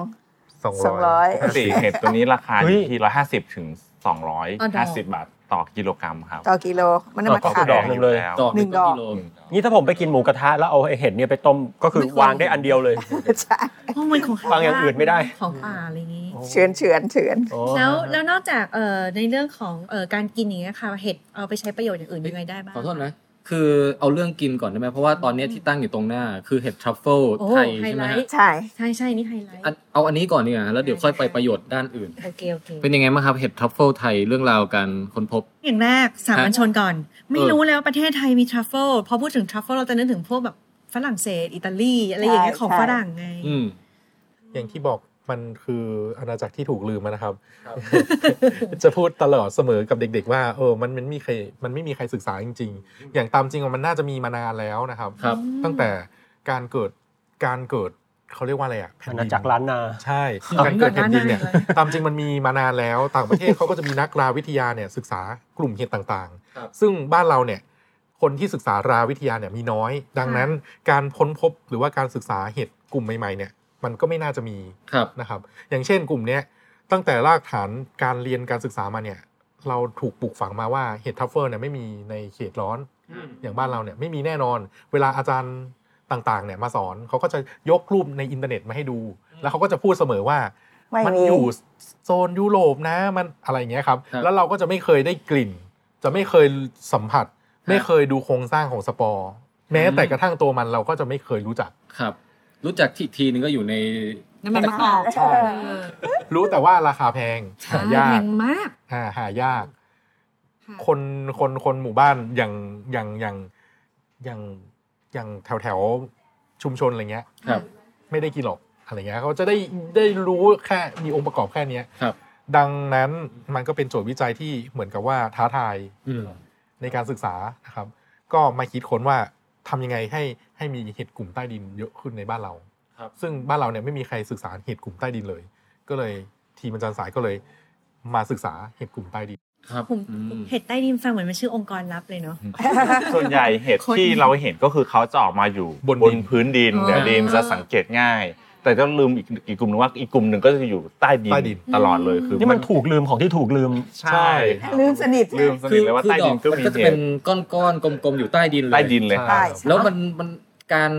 สอง
สองร้
ร้
อ
อย ย
สี่เห็ดตัวนี้ราคาอ
เฮ้ย
ยู่ที่ร้อยห้าสิบถึงสองร้อย
อ๋อดอ
ห้าก สิบบาทต่อกิโลกรัมครับ
ต่อกิโล มัน
อ๋อ
น้ำมัน
ก็คื
ขา
อ
ด
ดอกหนึ่งเลย
แล้ว
ดอกหนึ่ง
หนึ่งด
ต่อ
อก
กิโล
นี่ถ้าผมไปกินหมูกระทะแล้วเอาไอ้เห็ดเนี่ยไปต้มก็คือวางได้อันเดียวเลย
ใช่
เพราะมันของ
ฟังอย่างอื่นไม่ได้
ของป่าอะไรอย่างนี้
เฉือนเฉือนเฉือน
อ๋อ
แล้วแล้วนอกจากเอ่อในเรื่องของเอ่อการกินอย่างเงี้ยค่ะเห็ดเอาไปใช้ประโยชน์อย่างอื่นยังไงได้บ้าง
ขอโทษนะ คือเอาเรื่องกินก่อนได้ไหมเพราะว่าตอนเนี้ยที่ตั้งอยู่ตรงหน้า คือเห็ดทรัฟเฟิล
โอ้
ไทย
ไฮ
ใช่ไห
ไล
มฮะ
ท์
ใช่
ใช่ใช่นี่ไฮไลท์
อันเอาอันนี้ก่อนเนี่ยแล้วเดี๋ยวค่อยไปประโยชน์ด้านอื่น
โอเคโอเค
เป็นยังไงบ้างครับเห็ดทรัฟเฟิลไทยเรื่องราวการค้นพบ
อย่างแรกสามัญชนก่อน ไม่
เออ
รู้เลยว่าประเทศไทยมีทรัฟเฟิลพอพูดถึงทรัฟเฟิลเราจะนึกถึงพวกแบบฝรั่งเศส อิตาลี อะไรอย่างเงี้ยของฝรั่งไง
อืม
อย่างที่บอกมันคืออาณาจักรที่ถูกลืมอะนะครับ จะพูดตลอดเสมอกับเด็ก ๆ ว่าเออมันมันมีใครมันไม่มีใครศึกษาจริง ๆ อย่างตามจริงอะมันน่าจะมีมานานแล้วนะครับ
ครับ
ตั้งแต่การเกิดการเกิดเขาเรียกว่าอะไรอ่ะแผ่น
อา
ดิน
ณาจักรล้านนา
ใช่การเกิดแผ่นดินเนี่ย
เอาเงินมาได้เลย
ตามจริงมันมีมานานแล้วต่างประเทศ เขาก็จะมีนักราวิทยาเนี่ยศึกษากลุ่มเห็ดต่าง
ครับ
ๆ ซึ่งบ้านเราเนี่ยคนที่ศึกษาราวิทยาเนี่ยมีน้อย ดังนั้นการค้นพบหรือว่าการศึกษาเห็ดกลุ่มใหม่ๆเนี่ยมันก็ไม่น่าจะมี
ครับ
นะครับ อย่างเช่นกลุ่มเนี้ยตั้งแต่รากฐานการเรียนการศึกษามาเนี่ยเราถูกปลูกฝังมาว่าเห็ดทัฟเฟอร์เนี่ยไม่มีในเขตร้อน อย่างบ้านเราเนี่ยไม่มีแน่นอน เวลาอาจารย์ต่างๆเนี่ยมาสอนเขาก็จะยกรูปในอินเทอร์เน็ตมาให้ดู แล้วเขาก็จะพูดเสมอว่า
ไม่
มัน
มี
อยู่โซนยุโรปนะมันอะไรอย่างเงี้ยครับ
ครับ
แล้วเราก็จะไม่เคยได้กลิ่น จะไม่เคยสัมผัส ไม่เคยดูโครงสร้างของสปอร์แม้แต่กระทั่งตัวมันเราก็จะไม่เคยรู้จัก
ครับ รู้จักที่อีกทีนึงก็อยู่ใน
น้ำมันมะกอก
ใช่
เออ
รู้แต่ว่าราคาแพง
ใช่
หา
แพ
ยาก
งมาก
อ่าหายาก
ค่ะ
คนคนคนหมู่บ้านอย่างอย่างอย่างอย่างอย่างแถวแถวๆชุมชนอะไรเงี้ย
ครับ
ไม่ได้กินหรอกอะไรเงี้ยเขาจะได้ได้รู้แค่มีองค์ประกอบแค่เนี้ย
ครับ
ดังนั้นมันก็เป็นโจทย์วิจัยที่เหมือนกับว่าท้าทาย
อืม
ในการศึกษานะครับ ก็มาคิดค้นว่าทำยังไงให้ให้มีเห็ดกลุ่มใต้ดินเยอะขึ้นในบ้านเรา
ครับ
ซึ่งบ้านเราเนี่ยไม่มีใครศึกษาเห็ดกลุ่มใต้ดินเลย ก็เลยทีมอาจารย์สายก็เลยมาศึกษาเห็ดกลุ่มใต้ดิน
ครับ
ผม
อืม
เห็ดใต้ดินฟังเหมือนมันชื่อองค์กรลับเลยเนาะ
ส่วนใหญ่เห็ด
คน
ที่เราเห็นก็คือเขาจะออกมาอยู่
บนดิน
พื้นดิน
อ๋อ
เดี๋ยวดินจะสังเกตง่าย แต่ก็ลืมอีกอีกกลุ่มหนึงว่าอีกกลุ่มหนึ่งก็จะอยู่ใต้ดินตลอดเลยคือ
นี่มันถูกลืมของที่ถูกลืม
ใช่
ลืมสนิท
ลืมสนิทเลยว่าใต้ดินก็มี
ก็จะ
เห็
เป็
ด
นก้อนๆกลมๆอยู่ใต้ดินเลย
ใต้ดินเลย
ใช่
แล้วมันมันการ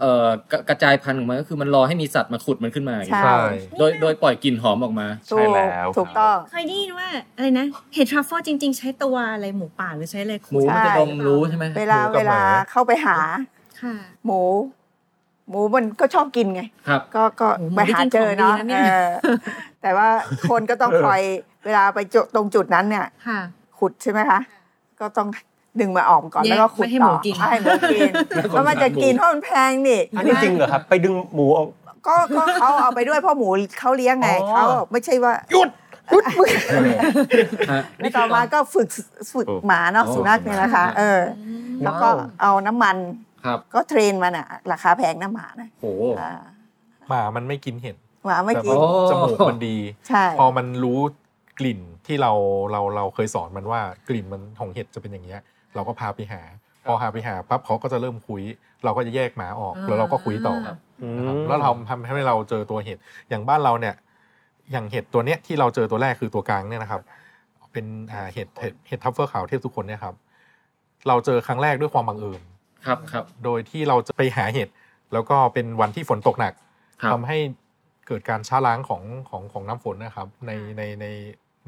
เอ่อกระกระจายพันธุ์ของมันก็คือมันรอให้มีสัตว์มาขุดมันขึ้นมาอย่างเงี้ย
ใช่
ใช่
โดยโดยปล่อยกลิ่นหอมออกมา
ใช่แล้ว
ถูกต้อง
เคยได้ยินว่าอะไรนะ เห็ดทรัฟเฟิลจริง ๆ ใช้ตัวอะไรหมูป่าหรือใช้อะไร
หมูมันจะดมรู้ใช่ไหม
เวลา
หมูกับ
เวลา
หมา
เข้าไปหา
ค่ะ
หมู หมูมันก็ชอบกินไง
ครับ
ก็ก็
โอ้โห
ไปหาเจอเนาะ
หมูได้กินของดีนะเนี่
เอย อแต่ว่าคนก็ต้อง คอยเวลาไปจุดตรงจุดนั้นเนี่ย
ค่ะ
ขุดใช่ไหมคะ ก็ต้องดึงมาออกก่อน
แยก
แล้วก็ขุด
ไม่ให้หมู
ต่อ
กิน
ไม่ให้หมูกินเพราะมันจะกินเพราะมันแพงนี่
อันนี้จริงเหรอครับ ไปดึงหมูออก
ก็ก็เขาเอาไปด้วยเพราะหมูเขาเลี้ยงไงเขาไม่ใช่ว่า
หยุด
แล้วต่อมาก็ฝึกฝึกหมาเนาะ
โอ้
สุนัขเนี่ยนะคะ เออ แล้วก็
ว้าว
เอาน้ำมัน
ครับ
ก็เทรนมันอะราคาแพงนะหมานะ
โอ้โห
อ่า
หมามันไม่กินเห็ด
หมาไม่
แต่
กิน
ว่า
โอ้
จมูกมันดี
ใช่
พอมันรู้กลิ่นที่เราเราเราเคยสอนมันว่ากลิ่นมันของเห็ดจะเป็นอย่างเงี้ย เราก็พาไปหา พอหาไปหาปั๊บเขาก็จะเริ่มคุย เราก็จะแยกหมาออก
อ่า
แล้วเราก็คุยต่อนะครับแล้วเราทำให้เราเจอตัวเห็ดอย่างบ้านเราเนี่ย อย่างเห็ดตัวเนี้ยที่เราเจอตัวแรกคือตัวกลางเนี่ยนะครับ เป็นอ่าเห็ดเห็ดเห็ดทัฟเฟอร์ขาวเทพทุกคนเนี่ยครับ เราเจอครั้งแรกด้วยความบังเอิญ
ครับครับ
โดยที่เราจะไปหาเห็ดแล้วก็เป็นวันที่ฝนตกหนัก
ครับ
ทำให้เกิดการช้าล้างของของของน้ำฝนนะครับในในใน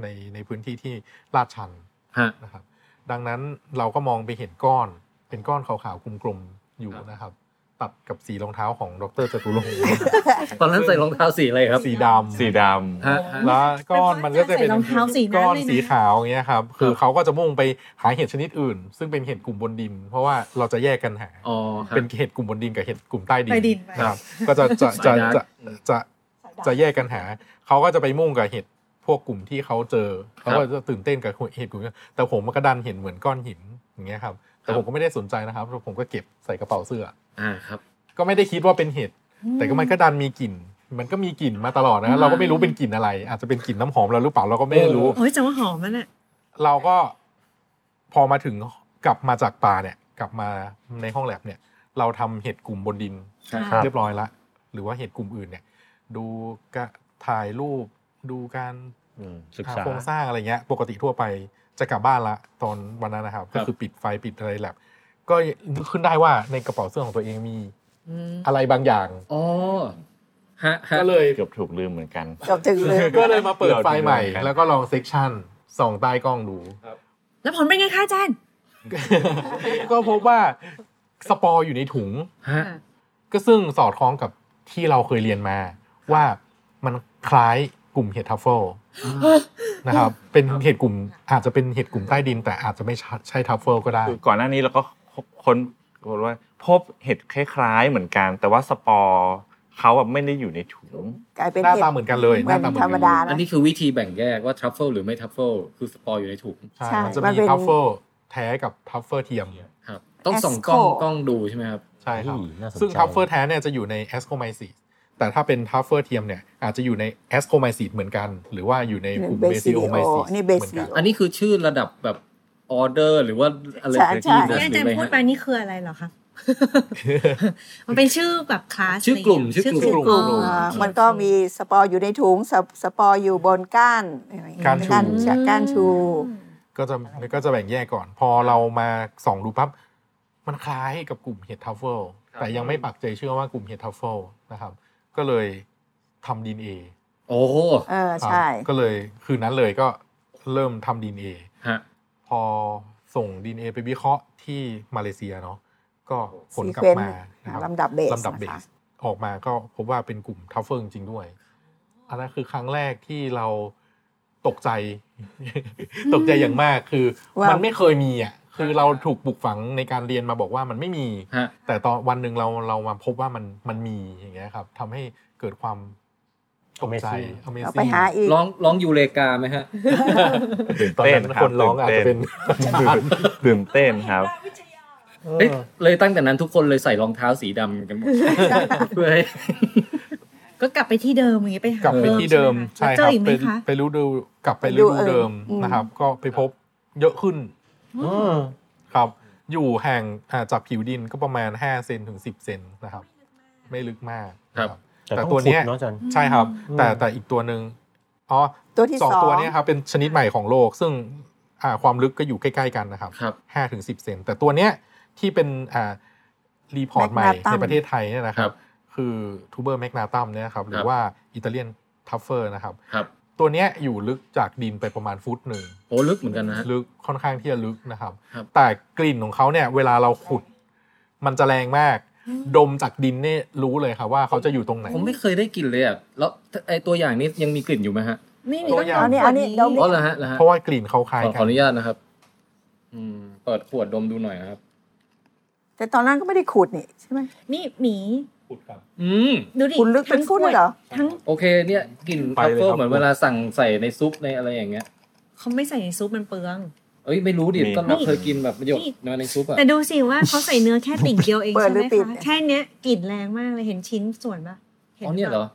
ในในพื้นที่ที่ลาดชัน
ฮะ
นะครับ ดังนั้นเราก็มองไปเห็นก้อน เป็นก้อนขาวๆกลมๆอยู่
ครับ
นะครับ ตัดกับสีรองเท้าของดรจตุรงค์
ตอนนั้นใส่รองเท้าสีอะไรครับ
สีดำ
สีด
ฮะ
ำ
ฮะ
แล้วก้อนมันก็จะเป็น
ใส่รองเท้าสีนั้นเลยนะ
ก้อนสีขาวอย่างเงี้ยครับคือ
ครับ
เขาก็จะมุ่งไปหาเห็ดชนิดอื่น ซึ่งเป็นเห็ดกลุ่มบนดิน เพราะว่าเราจะแยกกันหา
อ๋อครับ
เป็นเห็ดกลุ่มบนดินกับเห็ดกลุ่มใต้ดิน
ใต้ดิน
ครับ ก็จะจะ
สา
จะ
ยดาร์ก
จะจะจะแยกกันหา เขาก็จะไปมุ่งกับเห็ดพวกกลุ่มที่เขาเจอเขาก็จะตื่นเต้นกับเห็ดกลุ่มนี้แต่ผมมันก็ดันเห็นเหมือนก้อนหินอย่างเงี้ยครับ แต่ผมก็ไม่ได้สนใจนะครับผมก็เก็บใส่กระเป๋าเสื้อ
อ่าครับ
ก็ไม่ได้คิดว่าเป็นเห็ดแต่ก็มันก็ดันมีกลิ่น มันก็มีกลิ่นมาตลอดนะเราก็ไม่รู้เป็นกลิ่นอะไร อาจจะเป็นกลิ่นน้ำหอมเราหรือเปล่าเราก็ไม่รู้
โอ้ยจะว่าหอมมันอะ
เราก็พอมาถึงกลับมาจากป่าเนี่ย กลับมาในห้องแลบเนี่ย เราทำเห็ดกลุ่มบนดิน
ครับ
เรียบร้อยละหรือว่าเหตุกลุ่มอื่นเนี่ย ดูกะ ถ่ายรูปดูการ
อืมศึก
หา
ษา
โครงสร้างอะไรเงี้ย ปกติทั่วไปจะกลับบ้านละตอนวันนั้นนะครับ
ครับ
ก็คือปิดไฟปิดอะไรแลบก็นึกขึ้นได้ว่าในกระเป๋าเสื้อของตัวเองมี
อืม
อะไรบางอย่าง
อ๋อฮะฮะ
ก็เลย
เกือบถูกลืมเหมือนกัน
จบถึงเลย
ก็เลยมาเปิดไฟใหม่
เกือบ
แล้วก็ลองเซกชันส่องใต้กล้องดู
แล้วผลเป็นไงคะอาจารย์
ก็พบว่าสปอร์อยู่ในถุง
ฮะ
ก็ซึ่งสอดคล้องกับที่เราเคยเรียนมา ว่ามันคล้ายกลุ่มเห็ดทัฟเฟิลนะครับเป็นเห็ดกลุ่มอาจจะเป็นเห็ดกลุ่มใต้ดิน แต่อาจจะไม่ใช่ทัฟเฟิลก็ได้
คือก่อนหน้านี้เราก็ค้นว่าพบเห็ดคล้ายๆเหมือนกัน แต่ว่าสปอร์เขาแบบไม่ได้อยู่ในถุง
กลายเป็น
หน้า
ห็ด
ตาเหมือนกันเลยหน้าตาเหมือน
ธ
กั
รรม
นเลย
ดา
อั
นะ
นนี้คือวิธีแบ่งแยกว่าทรัฟเฟิลหรือไม่ทรัฟเฟิลคือสปอร์อยู่ในถุง
ใช่
ใช่
มันจะ
มัน
มี
เป็น
ทัฟเฟิลแท้กับทัฟเฟิลเทียม
ครับ ต้องส่องกล้อง
Asco
กล้องดูใช่ไหมครับ
ใช่ครับ
อุ้ยน่าสนใจ
ซึ่งทัฟเฟิลแท้เนี่ยจะอยู่ในแอสโคไมซีแต่ถ้าเป็นทัฟเฟิลเทียมเนี่ยอาจจะอยู่ในแอสโคไมซีเหมือนกัน หรือว่าอยู่ในกลุ่มเบซิโอไมซี
อันนี้
เหมือนกัน
Basilio
อันนี้คือชื่อระดับแบบออเดอร์หรือว่าอะไร
ใช่
เป็น
ใช่
ที่นะ
แล้ว
ที่
หรื
อาจา
ออะไร
รย์พูดไป
ฮะ
นี่คืออะไรเหรอ คะ มันเป็นชื่อแบบคลาส
ชื่อกลุ่ม
ะไร
ชื่อกลุ่ม
ย่างเงี้ย
ชื่อกลุ่ม
อ่ามันก็มีสปอร์อยู่ในถุงสปสปอร์อยู่บนก้านอะไรอย่งเงี้ย
ก้านชู
ก้านก้านชู
ก็จะก็จะแบ่งแยกก่อน พอเรามาส่องดูปั๊บมันคล้ายกับกลุ่มเห็ดทัฟเฟิลแต่ยังไม่ปักใจเชื่อว่ากลุ่มเห็ดทัฟเฟิลนะครับ ก็เลยทำดีเอ
โอ้โห
เออใช่
ก็เลยคืนนั้นเลยก็เริ่มทำดีเอ
ฮะ
พอส่งดีเอไปวิเคราะห์ที่มาเลเซียเนาะก็ผล
ซี
กลั
เคน
บมา
ต์
นะครับ
ลำดับเบส
ลำดับเบ
นะคะ
สออกมาก็พบว่าเป็นกลุ่มทัฟเฟิลจริงๆด้วย อันนั้นคือครั้งแรกที่เราตกใจ ตกใจอย่างมากคือ
ว่ามั
มันไม่เคยมีอ่ะคือเราถูกปลูกฝังในการเรียนมาบอกว่ามันไม่มี
ฮะ
แต่ตอนวันหนึ่งเราเรามาพบว่ามันมันมีอย่างเงี้ยครับทำให้เกิดความตกใจ
Amazing
เรา
Amazing
ไปหาอีก
ร้องร้องยูเลกาไหมฮะ
ตอนนั้นคนร้องอาจจะเป็น
ตื่นเต้นครับ
เอ้ยเลยตั้งแต่นั้นทุกคนเลยใส่รองเท้าสีดำกันหมด เพื่อให้
ก็กลับไปที่เดิมอย่างเงี้ยไปหาก
ลับไปที่เดิม
ใช่
ใช่
ไหมคะแล้วเจอบ
ครั
อีกไหม
ไป
คะ
ไปรู้ดูกลับไป
ดู
รู้ดู
เออ
เดิม
อืม
นะครับ ก็ไปพบเยอะขึ้นครับ อยู่ห่างอ่าจากผิวดินก็ประมาณ 5 เซนถึง 10 เซนนะครับ ไม่ลึกมาก
ครับ
นะ
แต่
แต่
ต้อง
ตัว
ขุ
เนี้
ด
ย
เนาะอาจารย์
ใช่ครับ
อืม
แต่แต่อีกตัวหนึ่งอ๋อ
ตัวที่
สอง
สอง
ตัวเนี้ยครับเป็นชนิดใหม่ของโลก ซึ่งอ่าความลึกก็อยู่ใกล้ ๆ กันนะครับ
ครับ
ห้าถึงสิบเซนแต่ตัวเนี้ยที่เป็นอ่ารีพอร์ตใหม่
Magnatum
ในประเทศไทยเนี่ยนะค
ครั
รับ
บ
คือทูเบอร์แมกนาตัมเนี่ยนะครับ หรื
ครั
อบ ว่าอิตาเลียนทัฟเฟอร์นะครับ
ครับ
ตัวเนี้ยอยู่ลึกจากดินไปประมาณฟุตหนึ่ง
โอ้ลึกเหมือนกันนะฮะ
ลึกค่อนข้างที่จะลึกนะครับ
ครับ
แต่กลิ่นของเขาเนี่ย เวลาเราขุด มันจะแรงมาก ดมจากดินเนี่ยรู้เลยครับว่าเขาจะอยู่ตรงไหน
ผมไม่เคยได้กลิ่นเลยอ่ะแล้วไอตัวอย่างนี้ยังมีกลิ่นอยู่ไหมฮะ
นี่
ตัว
นี่
อย่า
ต้อง ง
อันนี้อันนี้
ล
เรา
ง
ไม่
อ๋อเหรอฮะเหรอฮะ
เพราะว่ากลิ่นเขาคล้าย
ขอ
กั
ข
น
ออนุญาตนะครับ อืม เปิดขวดดมดูหน่อยนะครับ
แต่ตอนนั้นก็ไม่ได้ขุดนี่ใช่ไหม
นี่หมี
อืม
ดูดิ
ขุดลึกเป็นฟุตเลยเหรอ
ทั้ง
โอเคเนี่ยกลิ่น
ไป
ทัฟ
เลย
เฟิล
ครับ
เหมือนเวลาสั่งใส่ในซุปในอะไรอย่างเงี้ย
เขาไม่ใส่ในซุปมันเปลือง
เอ้ยไม่รู้ดิ
มี
ก็เราเคยกินแบบประโยชน์มาในซุปอ่ะ
แต่ดูสิว่าเขาใส่เนื้อแค่ติ่งเดียวเอง
เปิด
ใช่ไห
หรื
ม
อปิด
คะ
เนี่ย
แค่เนี้ยกลิ่นแรงมากเลยเห็นชิ้นส่วนปะห็
อ๋อเนี่ยเหรอ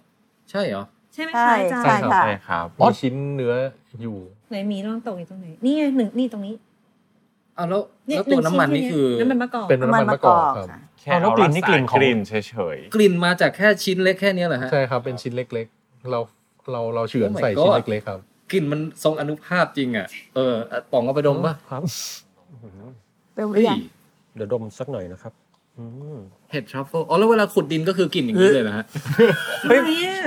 ใช่เหรอ
ใช่ไหม
ใช่
คะอาจาร
ใช่
ย์
ค่ะ
ใช่ครับ
มีชิ้นเนื้ออยู่
ไหนหมีลองตกอยู่ตรงไหนนี่ไงหนึ่งนี่ตรงนี้
อ้าวแล้ว
นี่
แล้วตัวน้ำมัน
หง
นี่
ชิ้
คือ
แน้ำมันมะกอก
เป็นน้ำมันมะกอกครับ
ค่ะ
แค่
เอาแล้ว
เอา
กลิ่
รัก
นนี่
ษาก
ลิ่นของ
กลิ่นเฉย
กลิ่นมาจากแค่ชิ้นเล็กแค่เนี้ยเหรอฮะ
ใช่ครับ เป็นชิ้นเล็กๆ เราเราเราเฉือน
Oh my
ใส่ชิ้น
God
เล็กๆครับ
กลิ่นมันทรงอนุภาพจริงอ่ะ เอออ่ะป๋องเอาไปดมป่ะ
ครับ
เริ่มหรื
เฮ้ย
อยัง
เดี๋ยวดมสักหน่อยนะครับอืม
เห็ดทรัฟเฟิลอ๋อแล้วเวลาขุดดินก็คือกลิ่นอย่างนี้เลยนะฮะ
เนี่ย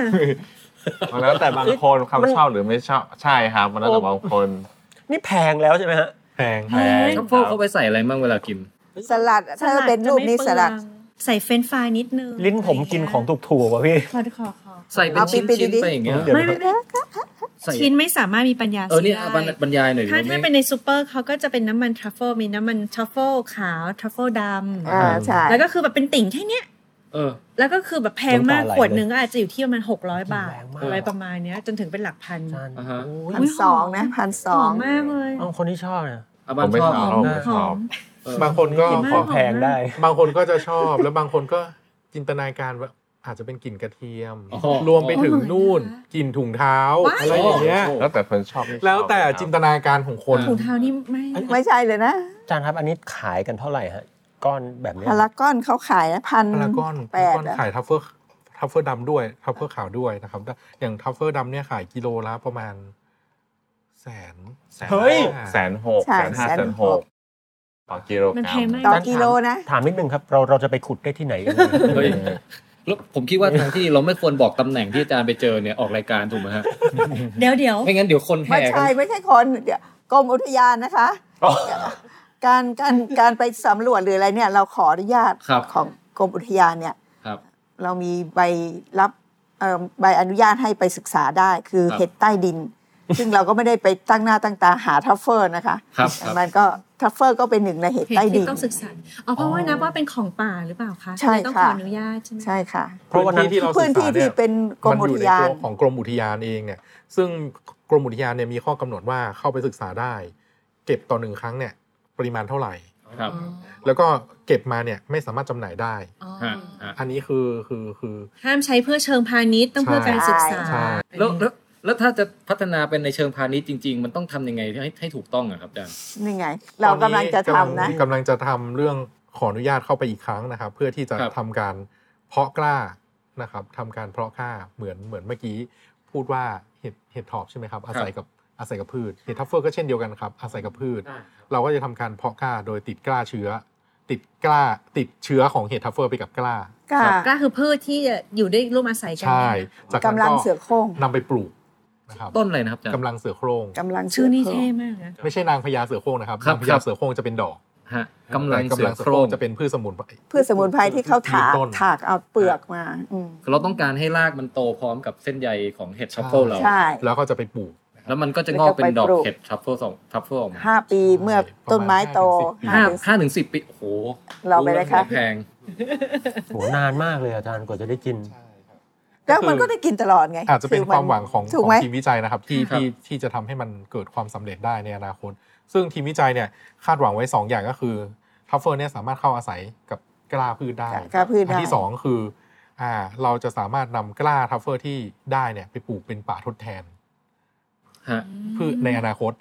ๆมันแล้วแต่บางคนความชอบหรือไม่ชอบใช่ครับ มันแล้วแต่บางคน
นี่แพงแล้วใช่ไหมฮะ
แพง
แพง
ทรัฟ
ค
เฟิล
รับ
เขาไปใส่อะไรบ้างเวลากิน
สลัดถ้าเป็นรูปนี้สลัด
ใส่เฟรนช์ฟรายนิดนึง
ลิ้นผมกินของถูกๆว่ะพี่
ขอขอขอ
ใส่เป็น
เอา
ชิ้น
ไป
ชิ้น
ดิ
ไปอย่างเงี้ย
เดี๋ยว
ไม่ไม่ไม่
ใส่
ชิ้นไม่สามารถมีปัญญา
เออเนี่ย
ซื้
บรร
ได้
บรรยายหน่อยดิ
ถ้า
ว่
ถ้าเป็นในซูเปอร์เขาก็จะเป็นน้ำมันทรัฟเฟิลมีน้ำมันทรัฟเฟิลขาวทรัฟเฟิลด
อ่าใช่
ำแล้วก็คือแบบเป็นติ่งแค่เนี้ย
เออ
แล้วก็คือแบบแพงมาก
น้ำตาไหล
ขวดหนึ่งก็อาจจะอยู่ที่ประมาณหกร้อยบาท
แรงมาก
อะไรประมาณเนี้ยจนถึงเป็นหลักพัน
อ่าฮะ
โอ้ย
พันสองนะพันส
ห
อ
อง มมากเลย
เอาคนที่ชอบเนี่ย
อา
ผ
บาน
มไม่
ชอบ
ชอบผมไม่ช
ห
อ
อบ ม
บางคนก็
กิน
พ
มาก
อ
แพงได้
บางคนก็จะชอบ แล้วบางคนก็จินตนาการว่าอาจจะเป็นกลิ่นกระเทียม
อ๋อ
รวมไปถึง
อ๋อเหรอ
นู่น
คะ
กลิ่นถุงเท้าอะไรอย่างเงี้ย
โอ้
แล้วแต่คนชอบไม่ชอบ
แล้วแต่จินตนาการของคน
ถุงเท้านี่ไม่
ไม่ใช่เลยนะ
อาจารย์ครับอันนี้ขายกันเท่าไหร่ฮะ ก้อนแบบเนี้ย
พารากอนเขาขายนะพัน
พารากอน
แปด
พารากอน
อะ
ขายทัฟเฟอร์ ทัฟเฟอร์ดำด้วยทัฟเฟอร์ขาวด้วยนะครับอย่างทัฟเฟอร์ดำเนี่ยขายกิโลละประมาณแสนแสน
เฮ้ย
ห้า
แสนหก
ใช่
แสนห้า
แส
แส
น
น
ห
ห
ก
กต่อกิโลก
มัน
รั
แพ
ม
งมาก
ต่อกิโลนะ
ถามนิดนึงครับ เราเราจะไปขุดได้ที่ไหนกันเนี่ย
เฮ้ย แล้วผมคิดว่าทางที่เราไม่ควรบอกตำแหน่งที่อาจารย์ไปเจอเนี่ยออกรายการถูกไหมฮะ
เดี๋ยวเดี๋ยว
ไม่งั้นเดี๋ยวคน
ไม่
แห่กัน
ใช่ไม่ใช่คนเดี๋ยวกรมอุทยานนะคะ การการการไปสำรวจหรืออะไรเนี่ย เราขออนุญาต
ครับ
ของกรมอุทยานเนี่ย
ครับ
เรามีใบรับเอ่อใบอนุญาตให้ไปศึกษาได้คือ
ครับ
เห็ดใต้ดิน ซึ่งเราก็ไม่ได้ไปตั้งหน้าตั้งตาหาทัฟเฟอร์นะคะ
ครับครับ
มันก็ทัฟเฟอร์ก็เป็นหนึ่งในเห็ด
เห็น
ใต้ดิ
ที่
น
ต้องศึกษา อ๋อ เพราะว่านับว่าเป็นของป่าหรือเปล่าคะ
ใช่
เลยต้องขอ
ค่ะ
อนุญาตใช่ไหม
ใช่ค่ะ
เพราะวันนั้น
ที่เรา
พื้นที่ที่เป็นกรมอุทยาน
มัอยู่ในตัวของกรมอุทยานเองเนี่ย ซึ่งกรมอุทยานเนี่ยมีข้อกำหนดว่าเข้าไปศึกษาได้ เก็บต่อหนึ่งครั้งเนี่ย ปริมาณเท่าไหร่
ครับ
อ๋อ
แล้วก็เก็บมาเนี่ยไม่สามารถจำหน่ายได้
อ๋อ
ฮะฮะ
อันนี้คือคือคือ
ห้ามใช้เพื่อเชิงพาณิชย์ต้องเพื่อการศึกษา
ใช่
แล้วแล้วแล้วถ้าจะพัฒนาเป็นในเชิงพาณิชย์จริง ๆ มันต้องทำยังไงให้ให้ถูกต้องอะครับอาจารย์
นี่ไง เรากำลังจะทำนะ
กำลังจะทำเรื่องขออนุญาตเข้าไปอีกครั้งนะครับ เพื่อที่จะ
ครับ
ทำการเพาะกล้านะครับทำการเพาะกล้าเหมือนเหมือนเมื่อกี้ พูดว่าเห็ดเห็ดทอบใช่ไหมครับ อาศัยกับอาศัยกับพืชเห็ดทัฟเฟอร์ก็เช่นเดียวกันครับอาศัยกับพืช เราก็จะทำการเพาะกล้าโดยติดกล้าเชื้อ ติดกล้าติดเชื้อของเห็ดทัฟเฟอร์ไปกับกล้า
กล้า
ก็คือพืชที่อยู่ด้วยร่วมอาศัยกั
ใช่
เนี่ย
จาก
กำลังเสือโคร่ง
นำไปปลูกนะครับ
ต้นอะไรนะครับอาจารย์
กำลังเสือโคร่ง
กำลัง
ชื่อนี่
เสืโคร่
เท่
ง
มากนะ
ไม่ใช่นางพญาเสือโคร่งนะครับ
ครับ
นางพญา
ครับ
เสือโคร่งจะเป็นดอก
ฮะกำลัง
แต่
เสื
กำ
อ
ลังเสือ
โคร
โคร่ง
ง
จะเป็นพืชสมุนไพร
พืชสมุนไพรที่เขาถาก
มีต้น
ถากเอาเปลือกมาอืม
เราต้องการให้รากมันโตพร้อมกับเส้นใยของเห็ดชัฟเฟิลเรา
ใช่
แล้วก็จะไปปลูก
แล้วมันก็จะงอกเป็นดอก
แล้วก็ไปปลูก
เห็ดชัฟเฟิลสองชัฟเฟิลออกมา
ห้าปีเมื่อต้นไม้โต
ประมณ
ห้า
ถึง
ห้าถึงสิบปีโอ้โห
เราไปเลยค่ะ
แพง
โหนานมากเลยอาจารย์กว่าจะได้กิน
แล้วมันก็ได้กินตลอดไง
อาจจะเป็น
น
ความหวังของ
ถูก
ของ
ไหม
ทีมวิจัยนะครับที่
ครับ
ที่ที่จะทำให้มันเกิดความสำเร็จได้ในอนาคต ซึ่งทีมวิจัยเนี่ยคาดหวังไว้ 2 อย่างก็คือทัฟเฟอร์เนี่ยสามารถเข้าอาศัยกับกล้าพืชได้
กับกล้าพืชได้
อันที่ 2 คืออ่าเราจะสามารถนำกล้าทัฟเฟอร์ที่ได้เนี่ยไปปลูกเป็นป่าทดแทน
ฮะ
พืชในอนาคต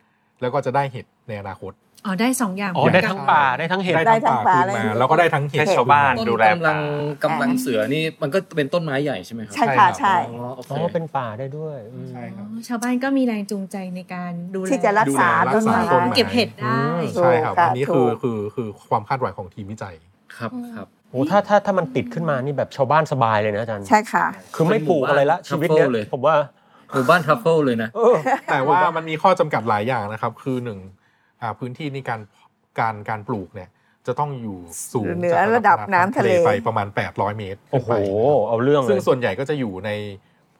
แล้วก็จะได้เห็ดในอนาคต
อ๋อ ได้สองอย่าง
อ๋อ ได้ทั้งป่าได้ทั้งเห็ด
ได้ทั้ง
ป่า
ป่า
ขึ้น
เลย
มาแล้วก็ได้ทั้งเห็ด
ให้ชาวบ้าน
ต้น
ดูแล
กำลัง
ป่าก
กำลังเสือนี่มันก็เป็นต้นไม้ใหญ่ใช่ไหมครั
ใช่ค่ะใช่
อ๋อโอเค
อ๋อ เป็นป่าได้ด้วยอืม
ใช่ครับ
อ๋อชาวบ้านก็มีแรงจูงใจในการดูแล
ที่จะรักษา
ดูแลรั
ต้น
กษา
ไม้
ต้นไม้
เก็บเห็ดได้
อืม
ใช่ครับ
ถูกค่ะ
อันนี้คือ
ถูก
คือคือความคาดหวังของทีมวิจัย
ครับครับ
โอ้ถ้าถ้าถ้ามันติดขึ้นมานี่แบบชาวบ้านสบายเลยนะอาจารย์
ใช่ค่ะ
คือไม่ปลูกอะไรละชีวิตเนี้ยผมว่า
หมู่บ้านทรัฟเฟิลเลยนะ
เออ
แต่ว่ามันมีข้อจำกัดหลายอย่างนะครับ คือหนึ่งอ่าพื้นที่ในการการการปลูกเนี่ย จะต้องอยู่สูง
เหนือ
จาก
ระดับน้ำทะเล
ไปประมาณ 800 เมตร
โอ้
ขึ้น
โห
ไป
เอาเรื่องเล
ซึ่ง
ย
ส่วนใหญ่ก็จะอยู่ใน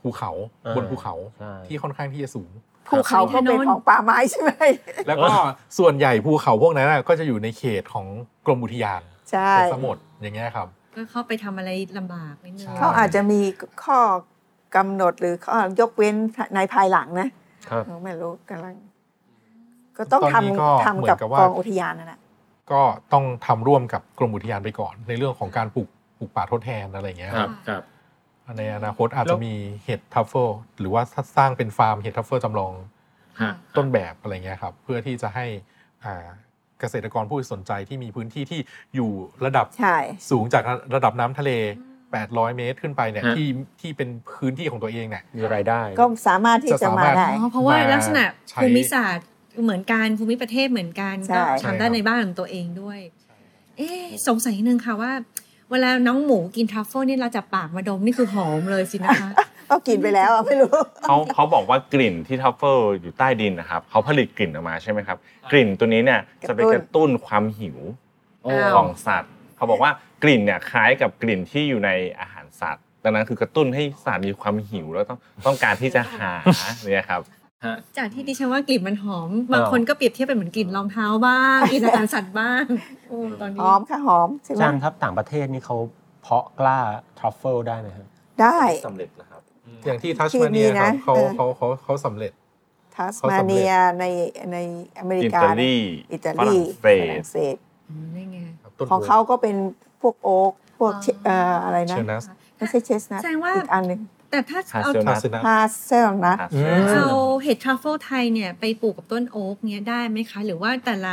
ภูเขา
เออบ
นภูเขา
ใช่
ที่ค่อนข้างที่จะสูง
ภูเขาก็เป็นของป่าไม้ใช่ไหม
แล้วก็ส่วนใหญ่ภูเขาพวกนั้นน่ะก็จะอยู่ในเขตของกรมอุทยาน
ใช่
เป็นสมุดอย่างเงี้ยครับ
ก็เข้าไปทำอะไรลำบากนิดนึง
ใช่
เขาอาจจะมีข้อกำหนดหรือข้อยกเว้นในภายหลังนะครับ ไม่รู้กำลัง ก็ต้อง
ตอนนี้ก็
ทำ
เหมื
ทำ
อ
กัน บ
กับ
ก
ว่า
องอุทยานนั่นแหละ
ก็ต้องทำร่วมกับกรมอุทยานไปก่อน ในเรื่องของการปลูกปลูกป่าทดแทนอะไรอย่างเงี้ย
ค
ค
รั
รั
บบ ครับ
ในอนาคตอาจจะมีเห็ดทัฟเฟิลหรือว่าสร้างเป็นฟาร์มเห็ดทัฟเฟิลจำลอง
ฮะ
ต้นแบบอะไรเงี้ยครับ เพื่อที่จะให้อ่าเกษตรกรผู้สนใจที่มีพื้นที่ที่อยู่ระดับ
ใช่
สูงจากระดับน้ำทะเล 800 เมตรขึ้นไปเนี่ย
ฮะ
ที่ที่เป็นพื้นที่ของตัวเองเนี่ย
มีรายได้
ก็สามารถที่
จะ
จะ
สามาม
าร
ถ
ได้
อ๋อเพราะว่าลักษณะ
ใช้
ภูมิศาสตร์เหมือนกันภูมิประเทศเหมือนกัน
ใช่
ก็ทำได้ในบ้านของตัวเองด้วย เอ๊ะสงสัยนิดนึงค่ะว่า เวลาน้องหมูกินทรัฟเฟิลเนี่ยเราจับปากมาดมนี่คือหอมเลยสินะคะ
ก็กินไปแล้วอะไม่รู้
เขาเขาบอกว่ากลิ่นที่ทัฟเฟิลอยู่ใต้ดินนะครับเขาผลิตกลิ่นออกมาใช่ไหมครับ กลิ่นตัวนี้เนี่ยจะไปกระตุ้นความหิว
โอ้
อ้าว
ของสัตว์ เขาบอกว่ากลิ่นเนี่ยคล้ายกับกลิ่นที่อยู่ในอาหารสัตว์ ดังนั้นคือกระตุ้นให้สัตว์มีความหิวแล้วต้องต้องการที่จะหาเนี่ยครับ
ฮะ
จากที่ดิฉันว่ากลิ่นมันหอม บางคนก็เปรียบเทียบเป็นเหมือนกลิ่นรองเท้าบ้างกลิ่นอาหารสัตว์บ้างโอ้ตอน
ห
นี้
อมค่ะหอมใช่ไห
อาม จารย์ครับต่างประเทศนี่เขาเพาะกล้าทรัฟเฟิลได้ไหมครับ
ได้
สำเร็จแล้วครับ
อย่างที่ทัชมาเนียครับเขาเขาเขาเขาสำเร็จ
ทัสมาเนียในในอเมริ
อิ
กา
ตาลี
อิตา
ฝ
ลี
รั่งเศ
ฝรั่งเศ
ส
ส
อืมนี่ไง
ครับต้น
ของเขาก็เป็นพวกโอ๊กพวก
อ๋อ
เชเอ่ออะไร
เช
นะ
อร์นัส
ไม่ใช่เชสนะ
แสดงว่า
อีกอันหนึ่ง
แต่ถ้าเอา
Hazelnut
ทัสนัส
ฮาเซลนะ
ครับ
เอาเห็ดทรัฟเฟิลไทยเนี่ยไปปลูกกับต้นโอ๊กเนี่ยได้ไหมคะ หรือว่าแต่ละ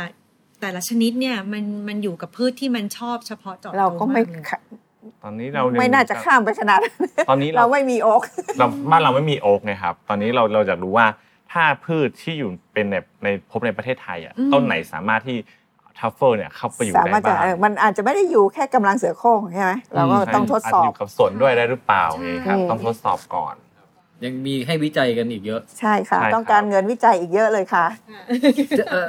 แต่ละชนิดเนี่ยมันมันอยู่กับพืชที่มันชอบเฉพาะเจาะจง
เราก็ไม่
เลย
ค่ะ
ตอนนี้เรา
ไม่น่าจะข้ามไปขนาดนั้น
ตอนนี้เรา
เราไม่มีโอ๊ก
เราบ้านเราไม่มีโอ๊กไงครับ ตอนนี้เราเราอยากรู้ว่าถ้าพืชที่อยู่เป็นในในพบในประเทศไทยอ่ะ
อืม
ต้นไหนสามารถที่ทัฟเฟอร์เนี่ยเข้าไปอยู่
สา
ได้
มารถจะ
บ้าง
เออมันอาจจะไม่ได้อยู่แค่กำลังเสือโคร่งใช่ไหมเราก็ต้องทดสอ
อาจจะอบ ยู่กับสวนด้วยได้หรือเปล่าอย่างงี้ครับ
ใช่
ต้องทดสอบก่อน
ยังมีให้วิจัยกันอีกเยอะ
ใช่ค่ะ
ใช่ครับ
ต้องการเงินวิจัยอีกเยอะเลยค่ะ
จะเอ่อ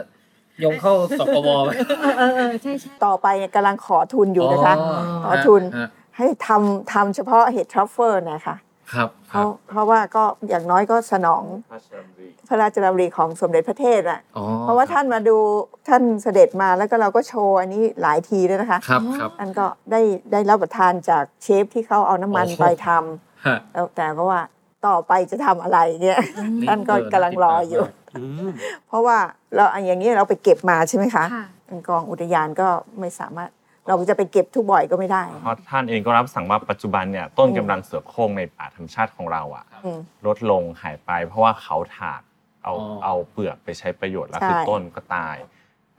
ยงเข้าสปวไหม
เออเออเออใช่ใช่
ต่อไปเนี่ยกำลังขอทุนอยู่นะคะ ขอทุน
ฮะ
ให้ทำทำเฉพาะเห็ดทรัฟเฟอร์นะคะ
ครับ
เพ
ครับ
ราะเพราะว่าก็อย่างน้อยก็สนองพระราชดำริของสมเด็จพระเทพน่ะ
อ๋อ
เพราะว่าท่านมาดูท่านเสด็จมาแล้วก็เราก็โชว์อันนี้หลายทีด้วยนะคะ
ครับครับ
อันก็ได้ได้รับประทานจากเชฟที่เขาเอาน้ำมัน
โอ้โห
ไปท
ฮะ
ำแล้วแต่ก็ว่าต่อไปจะทำอะไรเนี่ย ท่านก็กำลังรออยู่ เพราะว่าเราอย่างนี้เราไปเก็บมาใช่ไหมคะ
ค่ะ
กองอุทยานก็ไม่สามารถเราจะไปเก็บทุกบ่อยก็ไม่ได้
เพราะท่านเองก็รับสั่งว่าปัจจุบันเนี่ยต้นกำลังเสือโคร่งในป่าธรรมชาติของเราอ่ะ
อืม
ลดลงหายไป เพราะว่าเขาถากเอา
อ๋อ
เอาเปลือกไปใช้ประโยชน์แล้ว
ใช่
คือต้นก็ตาย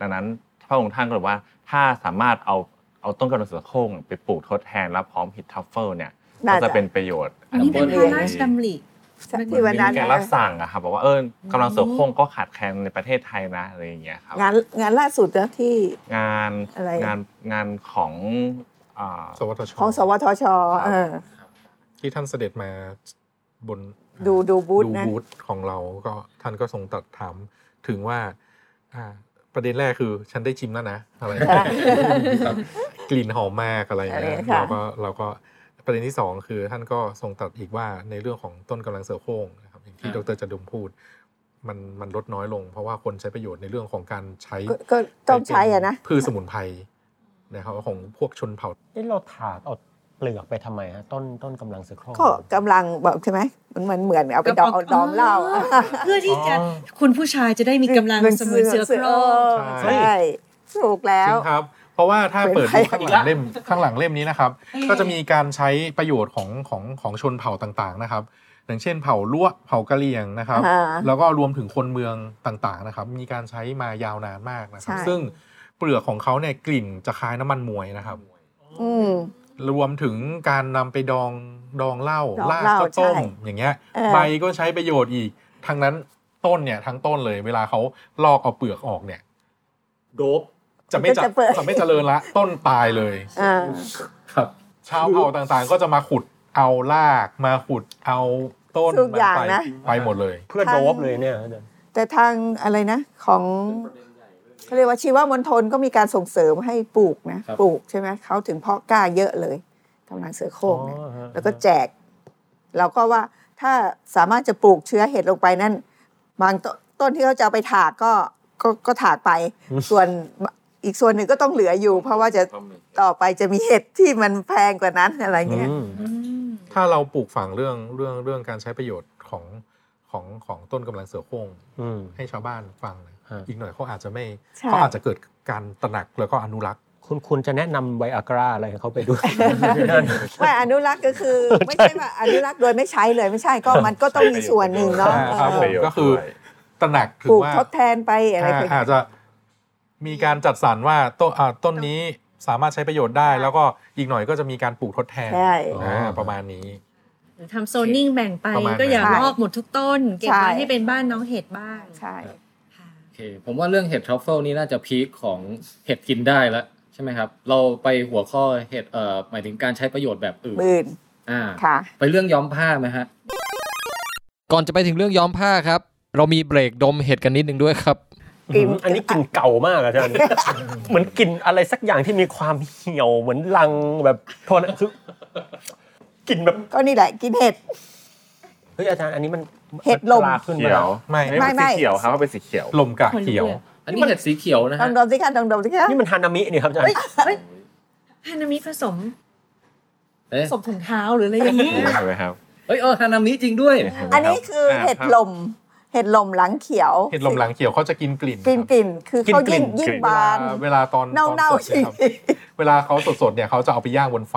ดังนั้นพระองค์ท่านก็เลยว่าถ้าสามารถเอาเอาต้นกำลังเสือโคร่งไปปลูกทดแทนและพร้อมฮิตทัฟเฟิลเนี่ยก็
น่า
จะ
จะ
เป็นประโยชน์
อันนี้เป็น
แอปเปิ้
พระ
ล
ราชดำริ
ที่วันนั้น
แก
นะ
รับสั่งอะครับบอกว่าเออกำลังเสือโคร่งก็ขาดแคลนในประเทศไทยนะอะไรอย่างเงี้ยครับ
งานงานล่าสุดนะที่
งาน
อะไร
งานงานของอ่า
สวทช
ของสวทชเออ
ที่ท่านเสด็จมาบน
ดูดูบูธ
ดู
นะ
บูธของเราก็ท่านก็ทรงตรัดถามถึงว่าอ่า ประเด็นแรกคือฉันได้ชิมแล้วนะอะไรอย่างเงี้ย กลิ่นหอมมากอะไรอย่างเงี้
อะไร
ย
ค่ะ
เราก็เราก็ประเด็นที่สองคือท่านก็ทรงตรัดอีกว่าในเรื่องของต้นกำลังเสือโคร่งนะครับอย่างที่
อ่า
ดรจดุมพูด มันมันลดน้อยลง เพราะว่าคนใช้ประโยชน์ในเรื่องของการใช้
ก็ก็ต้องใช้อ่ะนะ
พืชสมุนไพรนะครับของพวกชนเผ่า
เอ๊ะเราถากเอาเปลือกไปทำไมฮะต้นต้นกำลังเสือโคร่ง
ก็กำลังบอกใช่ไหมมันมันเหมือนเอาไปดอง
ก็ป
เอาด
ระกอบ
องเหล้า
เพื่อที่จะคุณผู้ชายจะได้มีกำลังเสมือนเสือโคร่ง
ใช่
ใช่ถูกแล้ว
จริงครับ เพราะว่าถ้าเปิด
เป็
ดู
นไง
ข้างหลังเล่มข้างหลังเล่มนี้นะครับ
เอ๊ะ
ก็จะมีการใช้ประโยชน์ของของของชนเผ่าต่างๆนะครับ อย่างเช่นเผ่าลวเผ่ากะเหรี่ยงนะครับ
อ่า
แล้วก็รวมถึงคนเมืองต่างๆนะครับ มีการใช้มายาวนานมากนะครับ
ใช่
ซึ่งเปลือกของเขาเนี่ยกลิ่นจะคล้ายน้ำมันมวยนะครับ
อืม
รวมถึงการนำไปดองดองเหล้า
ดอง
ลาก
เหล้า
ก็ต้ม
ใช่
อย่างเงี้ย
เออ
ใบก็ใช้ประโยชน์อีกทั้งนั้นต้นเนี่ยทั้งต้นเลยเวลาเขาลอกเอาเปลือกออกเนี่ย
โดบ
จะไม่จะ
จะเปิด
จะไม่เจริญละ ต้นตายเลย
อ่า
ครับ
ชาวเผ่าต่างๆ ก็จะมาขุดเอารากมาขุดเอาต้น
ทุกอย่างนะ
ไปหมดเลย
เพื่อโดบเลยเนี่ย
แต่ทางอะไรนะของเขาเรียกว่าชีวมณฑลก็มีการส่งเสริมให้ปลูกนะครับ ปลูกใช่ไหมเขาถึงเพาะกล้าเยอะเลยกำลังเสือโคร่งเนี่ย
อ๋อฮะ
แล้วก็แจก เราก็ว่าถ้าสามารถจะปลูกเชื้อเห็ดลงไปนั่น บางตต้นที่เขาจะเอาไปถากก็ก็ก็ถากไป ส่วนอีกส่วนหนึ่งก็ต้องเหลืออยู่ เพราะว่าจะต่อไปจะมีเห็ดที่มันแพงกว่านั้นอะไรเงี้ย
อืม
ถ้าเราปลูกฝังเรื่องเรื่องเรื่องการใช้ประโยชน์ของของของต้นกำลังเสือโคร่ง
อืม
ให้ชาวบ้านฟังนะ
ฮะ
อีกหน่อยเขาอาจจะไม่
ใช่
เขาอาจจะเกิดการตระหนักแล้วก็อนุรักษ์
คุณคุณจะแนะนำไวอากราอะไรให้เขาไป ด้วย
ไม่อนุรักษ์ก็คือ ไม่ใช่ว่าอนุรักษ์โดยไม่ใช้เลยไม่ใช่ก็มันก็ต้องมีส่วนหนึ่งเนาะ
ใช่ครับ
เอ
ผ
อ
ม ก็คือ ตระหนักถึ
ป
ง
ลูก
ว่า
ทดแทนไปอะไรไป
อ่าอาจจะมีการจัดสรรว่าต้นอ่าต้นนี้สามารถใช้ประโยชน์ได้ แล้วก็อีกหน่อยก็จะมีการปลูกทดแทน
ใช่
อ่าประมาณนี้
หรือทำโซนนิ่งแบ่งไป
ประมาณนั้น
ก็อย่า
ใช่
ลอกหมดทุกต้น เก็บไว้
ใช่
ให้เป็นบ้านน้องเห็ดบ้าง
ใช่
ค่ะ
โอเคผมว่าเรื่องเห็ดทรัฟเฟิลนี่น่าจะพีคของเห็ดกินได้แล้วใช่ไหมครับ เราไปหัวข้อเห็ดเอ่อหมายถึงการใช้ประโยชน์แบบอื่น
หมื่น
อ่า
ค่ะ
ไปเรื่องย้อมผ้าไหมฮะ
ก่อนจะไปถึงเรื่องย้อมผ้าครับ เรามีเบรกดมเห็ดกันนิดนึงด้วยครับ
กลิ่น
อันนี้กลิ่นเก่ามากอาจารย์ เหมือนกลิ่นอะไรสักอย่างที่มีความเหี่ยวเหมือนลังแบบโทษนะคือกลิ่นแบบ
ก็นี่แหละกินเห็ด
เฮ้ยอาจารย์อันนี้มัน
เห็ดลม
ปาขึ้นมา
เขียว
ไม่
ไม่ไม่
ไม่
เขียวครับเขาเป็นสีเขียว
ลมกะเขียว
อันนี้เห็ดสีเขียวนะ
ลอ
ฮะ
งดมสิคะลองดมสิคะ
นี่มันฮานามินี่ครับอาจารย์
เฮ้ยฮานามิผสม
เอ๊ะ
ผสมถุงเท้าหรืออะไรอย่างเงี้ย
ใช่ไหมครับ
เอ้ยเออฮานามิจริงด้วย
อันนี้คือเห็ดลม เห็ดลมหลังเขียว
เห็ดลมหลังเขียวเขาจะกินกลิ่น
กลิ่นกลิ่นคือเขายิ่ง
กลิ่น
ยิ่ง
เว
บา
ลาน เวลาตอน
เน่า
ตอน
เน่า
สดนะครับเวลาเขาสดๆเนี่ยเขาจะเอาไปย่างบนไฟ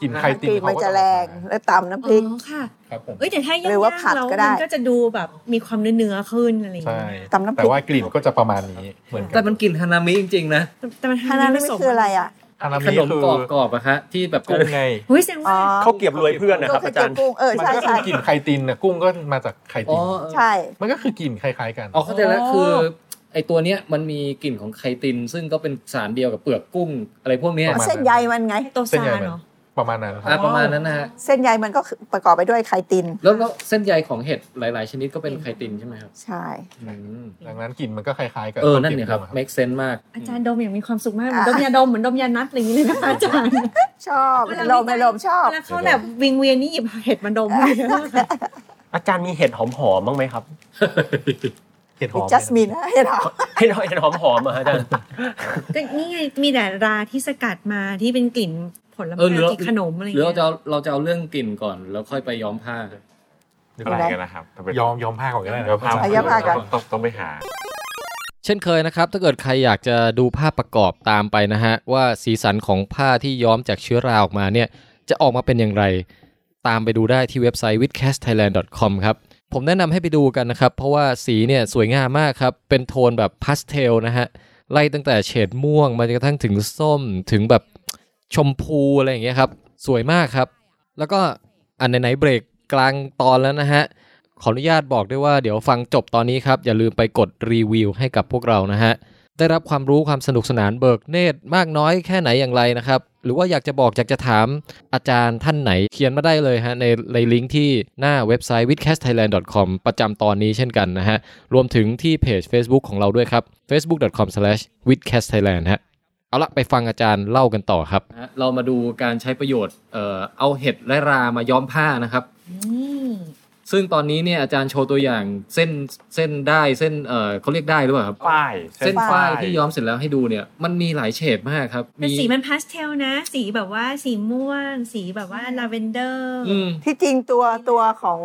กลิ่นไข่ติ
กลิ่น
เขา
มัน
ก็
จะ
ออกมา
แรงและตำน้ำพ
อ๋
ริก
อค่ะ
ครับผม
เอ้ยแต่ถ้าย่าง
หรือว่าผัด
ๆเรา
ก็ได้
มันก็จะดูแบบมีความเนื้อเนื้อๆขึ้นอะไรอย่าง
ใช่
เงี้ย
ตำน้ำพริก
แต่ว่ากลิ่นก็จะประมาณนี้เหมือนกั
แต่มันกลิ่นฮานามิจริงๆนะ
แต่มันฮา
ฮา
นา
นา
มิผ
มิ
สม
คืออะไรอ่ะ
ฮานามิ
ขนม
คือก
รอบๆอะฮะที่แบบ
กุ้งไง
หุ้ยเสียงว่า
เขาเก็บรวยเพื่อนนะค
ก็
รับ
คือ
อา
เจ
จา
อ
รย์
กุ้งเออ
มัน
ใช่
ก็คื
ใช่
อกลิ่นไคตินนะกุ้งก็มาจากไค
อ๋
ติ
อน เออ
ใช่
มันก็คือกลิ่นคล้ายๆกัน
อ๋อเข้าใจแล้ว
อ๋อ
คือไอตัวเนี้ยมันมีกลิ่นของไคติน ซึ่งก็เป็นสารเดียวกับเปลือกกุ้งอะไรพวกเนี้ย
ประมาณ
เส้นใยมันไง
โต
เส้น
ซา
ใยมัน
เนาะ
ประมาณนั้นค
อ่ะ
รับ
ประมาณนั้นนะฮะ
เส้นใยมันก็คือประกอบไปด้วยไคติน
แล้วแล้วเส้นใยของเห็ดหลาย ๆ ชนิดก็เป็นไคตินใช่ไหมครับ
ใช่
อืม
ดังนั้นกลิ่นมันก็คล้ายๆกับ
เออนั่นเนี่ยครับ make sense มาก
อาจารย์ดมอย่างมีความสุขมากเหมือน
อ่ะ
ดมยาดมเหมือนดมยานัดอะไรอย่างนี้เลยนะคะอาจารย์
ชอบลมลมชอบ
แล้วเขาแบบวิงเวียนนี่หยิบเห็ดมาดมเลยนะคะ
อาจารย์มีเห็ดหอมหอมๆบ้างไหมครับ
เห็ดหอม
จัสมินเห็นหรอ
เห็ดเห็ดหอมหอมๆอะอาจารย์
ก็นี่ไงมีแต่ราที่สกัดมาที่เป็นกลิ่นผลไม้
เออหรือเรา
กลิ่นขนมอะไรอ
ห
ย่าง
รือ
เงี้
เรา
ย
จะเอาเราจะเอาเรื่องกลิ่นก่อน แล้วค่อยไปย้อมผ้า
อะไรกันนะครับต้องไป
ยอมยอมผ้าก่อนก็ได้นะ
เดี๋ยวพา
ะย้อมผ้าก่อน
ต้องต้องไปหา
เช่นเคยนะครับ ถ้าเกิดใครอยากจะดูภาพประกอบตามไปนะฮะ ว่าสีสันของผ้าที่ย้อมจากเชื้อราออกมาเนี่ย จะออกมาเป็นอย่างไร ตามไปดูได้ที่เว็บไซต์ withcastthailand.com ครับ ผมแนะนำให้ไปดูกันนะครับ เพราะว่าสีเนี่ยสวยงามมากครับ เป็นโทนแบบพาสเทลนะฮะ ไล่ตั้งแต่เฉดม่วง มาจนกระทั่งถึงส้มถึงแบบชมพูอะไรอย่างเงี้ยครับ สวยมากครับ แล้วก็อันไหนๆเบรกกลางตอนแล้วนะฮะ ขออนุญาตบอกด้วยว่าเดี๋ยวฟังจบตอนนี้ครับ อย่าลืมไปกดรีวิวให้กับพวกเรานะฮะ ได้รับความรู้ความสนุกสนานเบิกเนตรมากน้อยแค่ไหนอย่างไรนะครับ หรือว่าอยากจะบอกอยากจะถามอาจารย์ท่านไหนเขียนมาได้เลยฮะ ในในลิงก์ที่หน้าเว็บไซต์ withcastthailand.com ประจำตอนนี้เช่นกันนะฮะ รวมถึงที่เพจ Facebook ของเราด้วยครับ facebook.com/withcastthailand ฮะเอาละไปฟังอาจารย์เล่ากันต่อครับ
นะฮะเรามาดูการใช้ประโยชน์เอ่อเอาเห็ดและรามาย้อมผ้านะครับ
อืม
ซึ่งตอนนี้เนี่ยอาจารย์โชว์ตัวอย่างเส้นเส้นได้เส้นเอ่อเขาเรียกได้หรือเปล่าครับ
ป้าย
เส้นฝ้าย
ป้
ที่ย้อมเสร็จแล้วให้ดูเนี่ยมันมีหลายเฉดมากครับ
แต่สีมันพาสเทลนะ สีแบบว่าสีม่วง สีแบบว่าลาเวนเดอร์
อืม
ที่จริงตัวตัวของ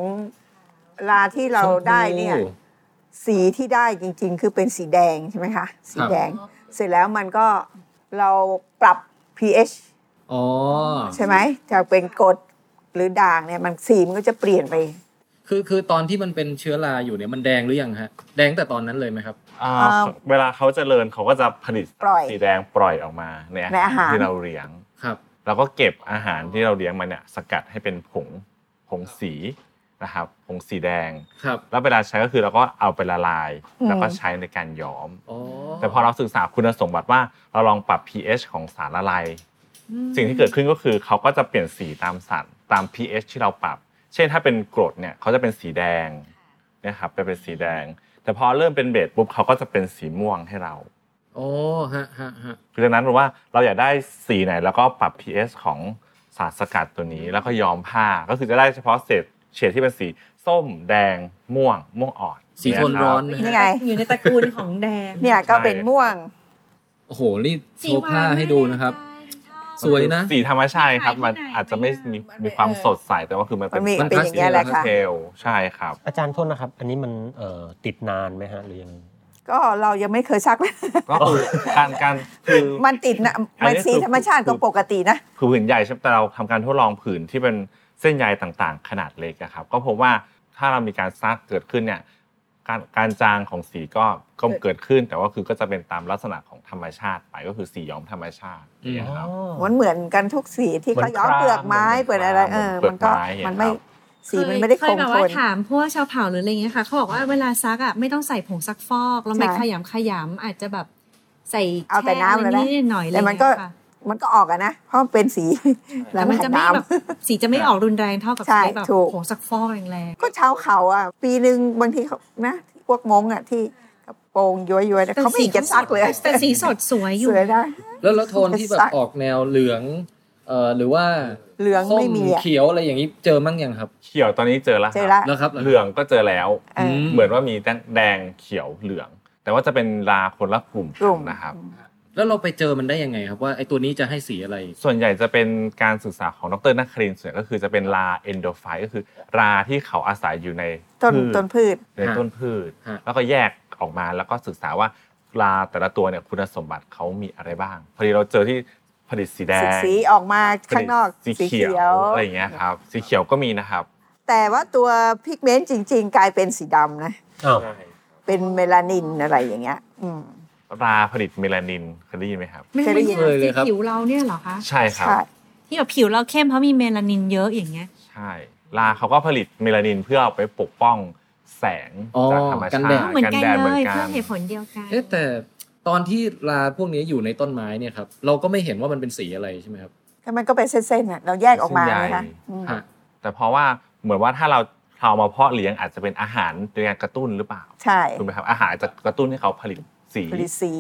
ลาที่เราได้เนี่ย
ชมพู
สีที่ได้จริง ๆ คือเป็นสีแดงใช่ไหมคะ สีแดง
ครับ
เสร็จแล้วมันก็เราปรับ pH
อ๋อ
ใช่ไหมจากเป็นกรดหรือด่างเนี่ยมันสีมันก็จะเปลี่ยนไป
คือคือตอนที่มันเป็นเชื้อราอยู่เนี่ยมันแดงหรือยังฮะ แดงแต่ตอนนั้นเลยไหมครับ
อ่า
อ่า
เวลาเขาเจริญเขาก็จะผลิต
ปล่อย
สีแดงปล่อยออกมาใน
ในอาหาร
ที่เราเลี้ยง
ครับ
เราก็เก็บอาหารที่เราเลี้ยงมาเนี่ยสกัดให้เป็นผงผงสีนะครับผงสีแดง
ครับ
แล้วเวลาใช้ก็คือเราก็เอาไปละลาย
อืม
แล้วก็ใช้ในการย้อม
อ๋อ
แต่พอเราศึกษาคุณสมบัติว่าเราลองปรับ pH ของสารละลาย
อืม
สิ่งที่เกิดขึ้นก็คือเขาก็จะเปลี่ยนสีตามสารตาม pH ที่เราปรับ เช่นถ้าเป็นกรดเนี่ยเขาจะเป็นสีแดงนะครับจะเป็นสีแดง แต่พอเริ่มเป็นเบสปุ๊บเขาก็จะเป็นสีม่วงให้เรา
อ๋อฮะฮะฮะ
คือดังนั้นแปลว่าเราอยากได้สีไหนแล้วก็ปรับ pH ของสารสกัดตัวนี้แล้วก็ย้อมผ้าก็คือจะได้เฉพาะเศษเฉดที่เป็นสีส้มแดงม่วง ม่วงอ่อน
สีโทนร้อนนะ
นี่
ฮะ
ไง
อยู่ในตระกูลของแดง
เนี่ยก็เป็นม่วง
โอ้โหนี่โชว์ผ้าให้ดูนะครับ ส
นะครับ
วยนะ
สีธรรมชาติครับมันอาจจะไม่มีมีความสดใสแต่ว่าคือมันเป็น
มันมีเป็นอย่างเงี้ยแหละค่ะ
เทลใช่ครับ
อาจารย์โทษนะครับ อันนี้มันเอ่อติดนานไหมฮะหรือยังไง
ก็เรายังไม่เคยซักเลย
ก็คือการการคือ
มันติดนะ
อันนี้
มันสี
คือ
ธรรมชาติก็ปกตินะ
คือผืนใหญ่ใช่ไหมแต่เราทำการทดลองผืนที่เป็นเส้นใยต่างๆ ขนาดเล็กอะครับ ก็พบว่าถ้าเรามีการซักเกิดขึ้นเนี่ยการการจางของสีก็ก็เกิดขึ้น แต่ว่าคือก็จะเป็นตามลักษณะของธรรมชาติไปก็คือสีย้อมธรรมชาติเนี่ยครับ
มันเหมือนกันทุกสีที่เขาย้อม
เหมือนคราม
เปลือกไม้
เห
เป
มื
ลือ
อ
น ก
คราม
อะไร เออ
เหมื
มั
อ
น
นเปลื
ก็
อกไม้อย่าง
มันไม่
ครับ
สีมันไม่ได้
เค
ค
ย
ง
แบบ
ท
ว่าน ถามพวกชาวเผ่าหรืออะไรเงี้ยค่ะเขาบอกว่าเวลาซักอ่ะไม่ต้องใส่ผงซักฟอกแล้วไม่
ใช่
ขยำขยำอาจจะแบบใส่
เอาแต่น้ำ
ค่
เลยนะ
นิดๆหน่อยๆอะไร
แต่มันก็
เงี้ยค่ะ
มันก็ออกอะนะ เพราะมันเป็นสีหลั
แต่
ง
มันจะไม่
น้
แบบสีจะไม่ออกรุนแรงเท่ากับ
ใช่
ใช้แบบ
ถูก
ผงซักฟอกแรง
ำก็ชาวเขาอ่ะ ปีหนึ่งบางทีเขานะพวกมงอ่ะที่กระโปรงย้อยๆนะ
ๆ
เขาไม่เห็นจะซักเลย
แต่สีสดสวยอยู่
สวยได้
แล้วแล้วโทนที่แบบออกแนวเหลืองเอ่อหรือว่า
เหลือง
ส้ม
ไม่มีอะ
เขียวอะไรอย่างนี้เจอมั่งยังครับ
เขียวตอนนี้เจอแล้ว
เจ
ค
อ
รั
ละ
บ
แล้วครับ
เหลืองก็เจอแล้ว
เออ
เหมือนว่ามีแดงแดงเขียวเหลือง แต่ว่าจะเป็นราคนละกลุ่ม
กลุ่ม
นะครับ
แล้วเราไปเจอมันได้ยังไงครับว่าไอตัวนี้จะให้สีอะไร
ส่วนใหญ่จะเป็นการศึกษาของดรนักครินทร์ส่วนใหญ่ก็คือจะเป็นราเอนโดไฟก็คือราที่เขาอาศัยอยู่ใน
ต้น
พืช
ต้นพืช
ในต้นพืช
ฮะ
แล้วก็แยกออกมาแล้วก็ศึกษาว่าปลาแต่ละตัวเนี่ยคุณสมบัติเขามีอะไรบ้าง พอดีเราเจอที่ผลิตสีแด
สี
ง
สีออกมาข้างนอก
ผลิตสีเขียวอะไรอย่างเงี้ยครับ สีเขียวก็มีนะครับ
แต่ว่าตัวพิกเมนต์จริง ๆ กลายเป็นสีดำนะ
อ้าว
เป็นเมลานินอะไรอย่างเงี้ย อืม
ก ราผลิตเมลานินเคยได้ยินไหมครับ
ไม่
เคยได้ยิน
เลยเลยครับ
ผิวเราเนี่ยเหรอคะ
ใช่ครับ
ใช่
ที่แบบผิวเราเข้มเพราะมีเมลานินเยอะอย่างเงี้ย
ใช่ ราเขาก็ผลิตเมลานินเพื่อเอาไปปกป้องแสง
อ๋อ
จากธรรม
กัน
ชา
แดด
ติ
เหมือนกัน
เห
เล
มือย นกั
เพื่อน เหตุผลเดียวกัน
เอ๊ะแต่ตอนที่ลาพวกนี้อยู่ในต้นไม้เนี่ยครับเราก็ไม่เห็นว่ามันเป็นสีอะไรใช่ไหมครับ
แต่มันก็เป็นเส้นๆน่ะเราแยกออกมานะคะ
เส้นใหญ่
อืม
ฮะ
แต่เพราะว่าเหมือนว่าถ้าเราเรามาเพาะเลี้ยงอาจจะเป็นอาหารในการกระตุ้นหรือเปล่า
ใช่
ถูกไหมครับอาหารจะกระตุ้นให้เขาผลิตสี
ผลิตสี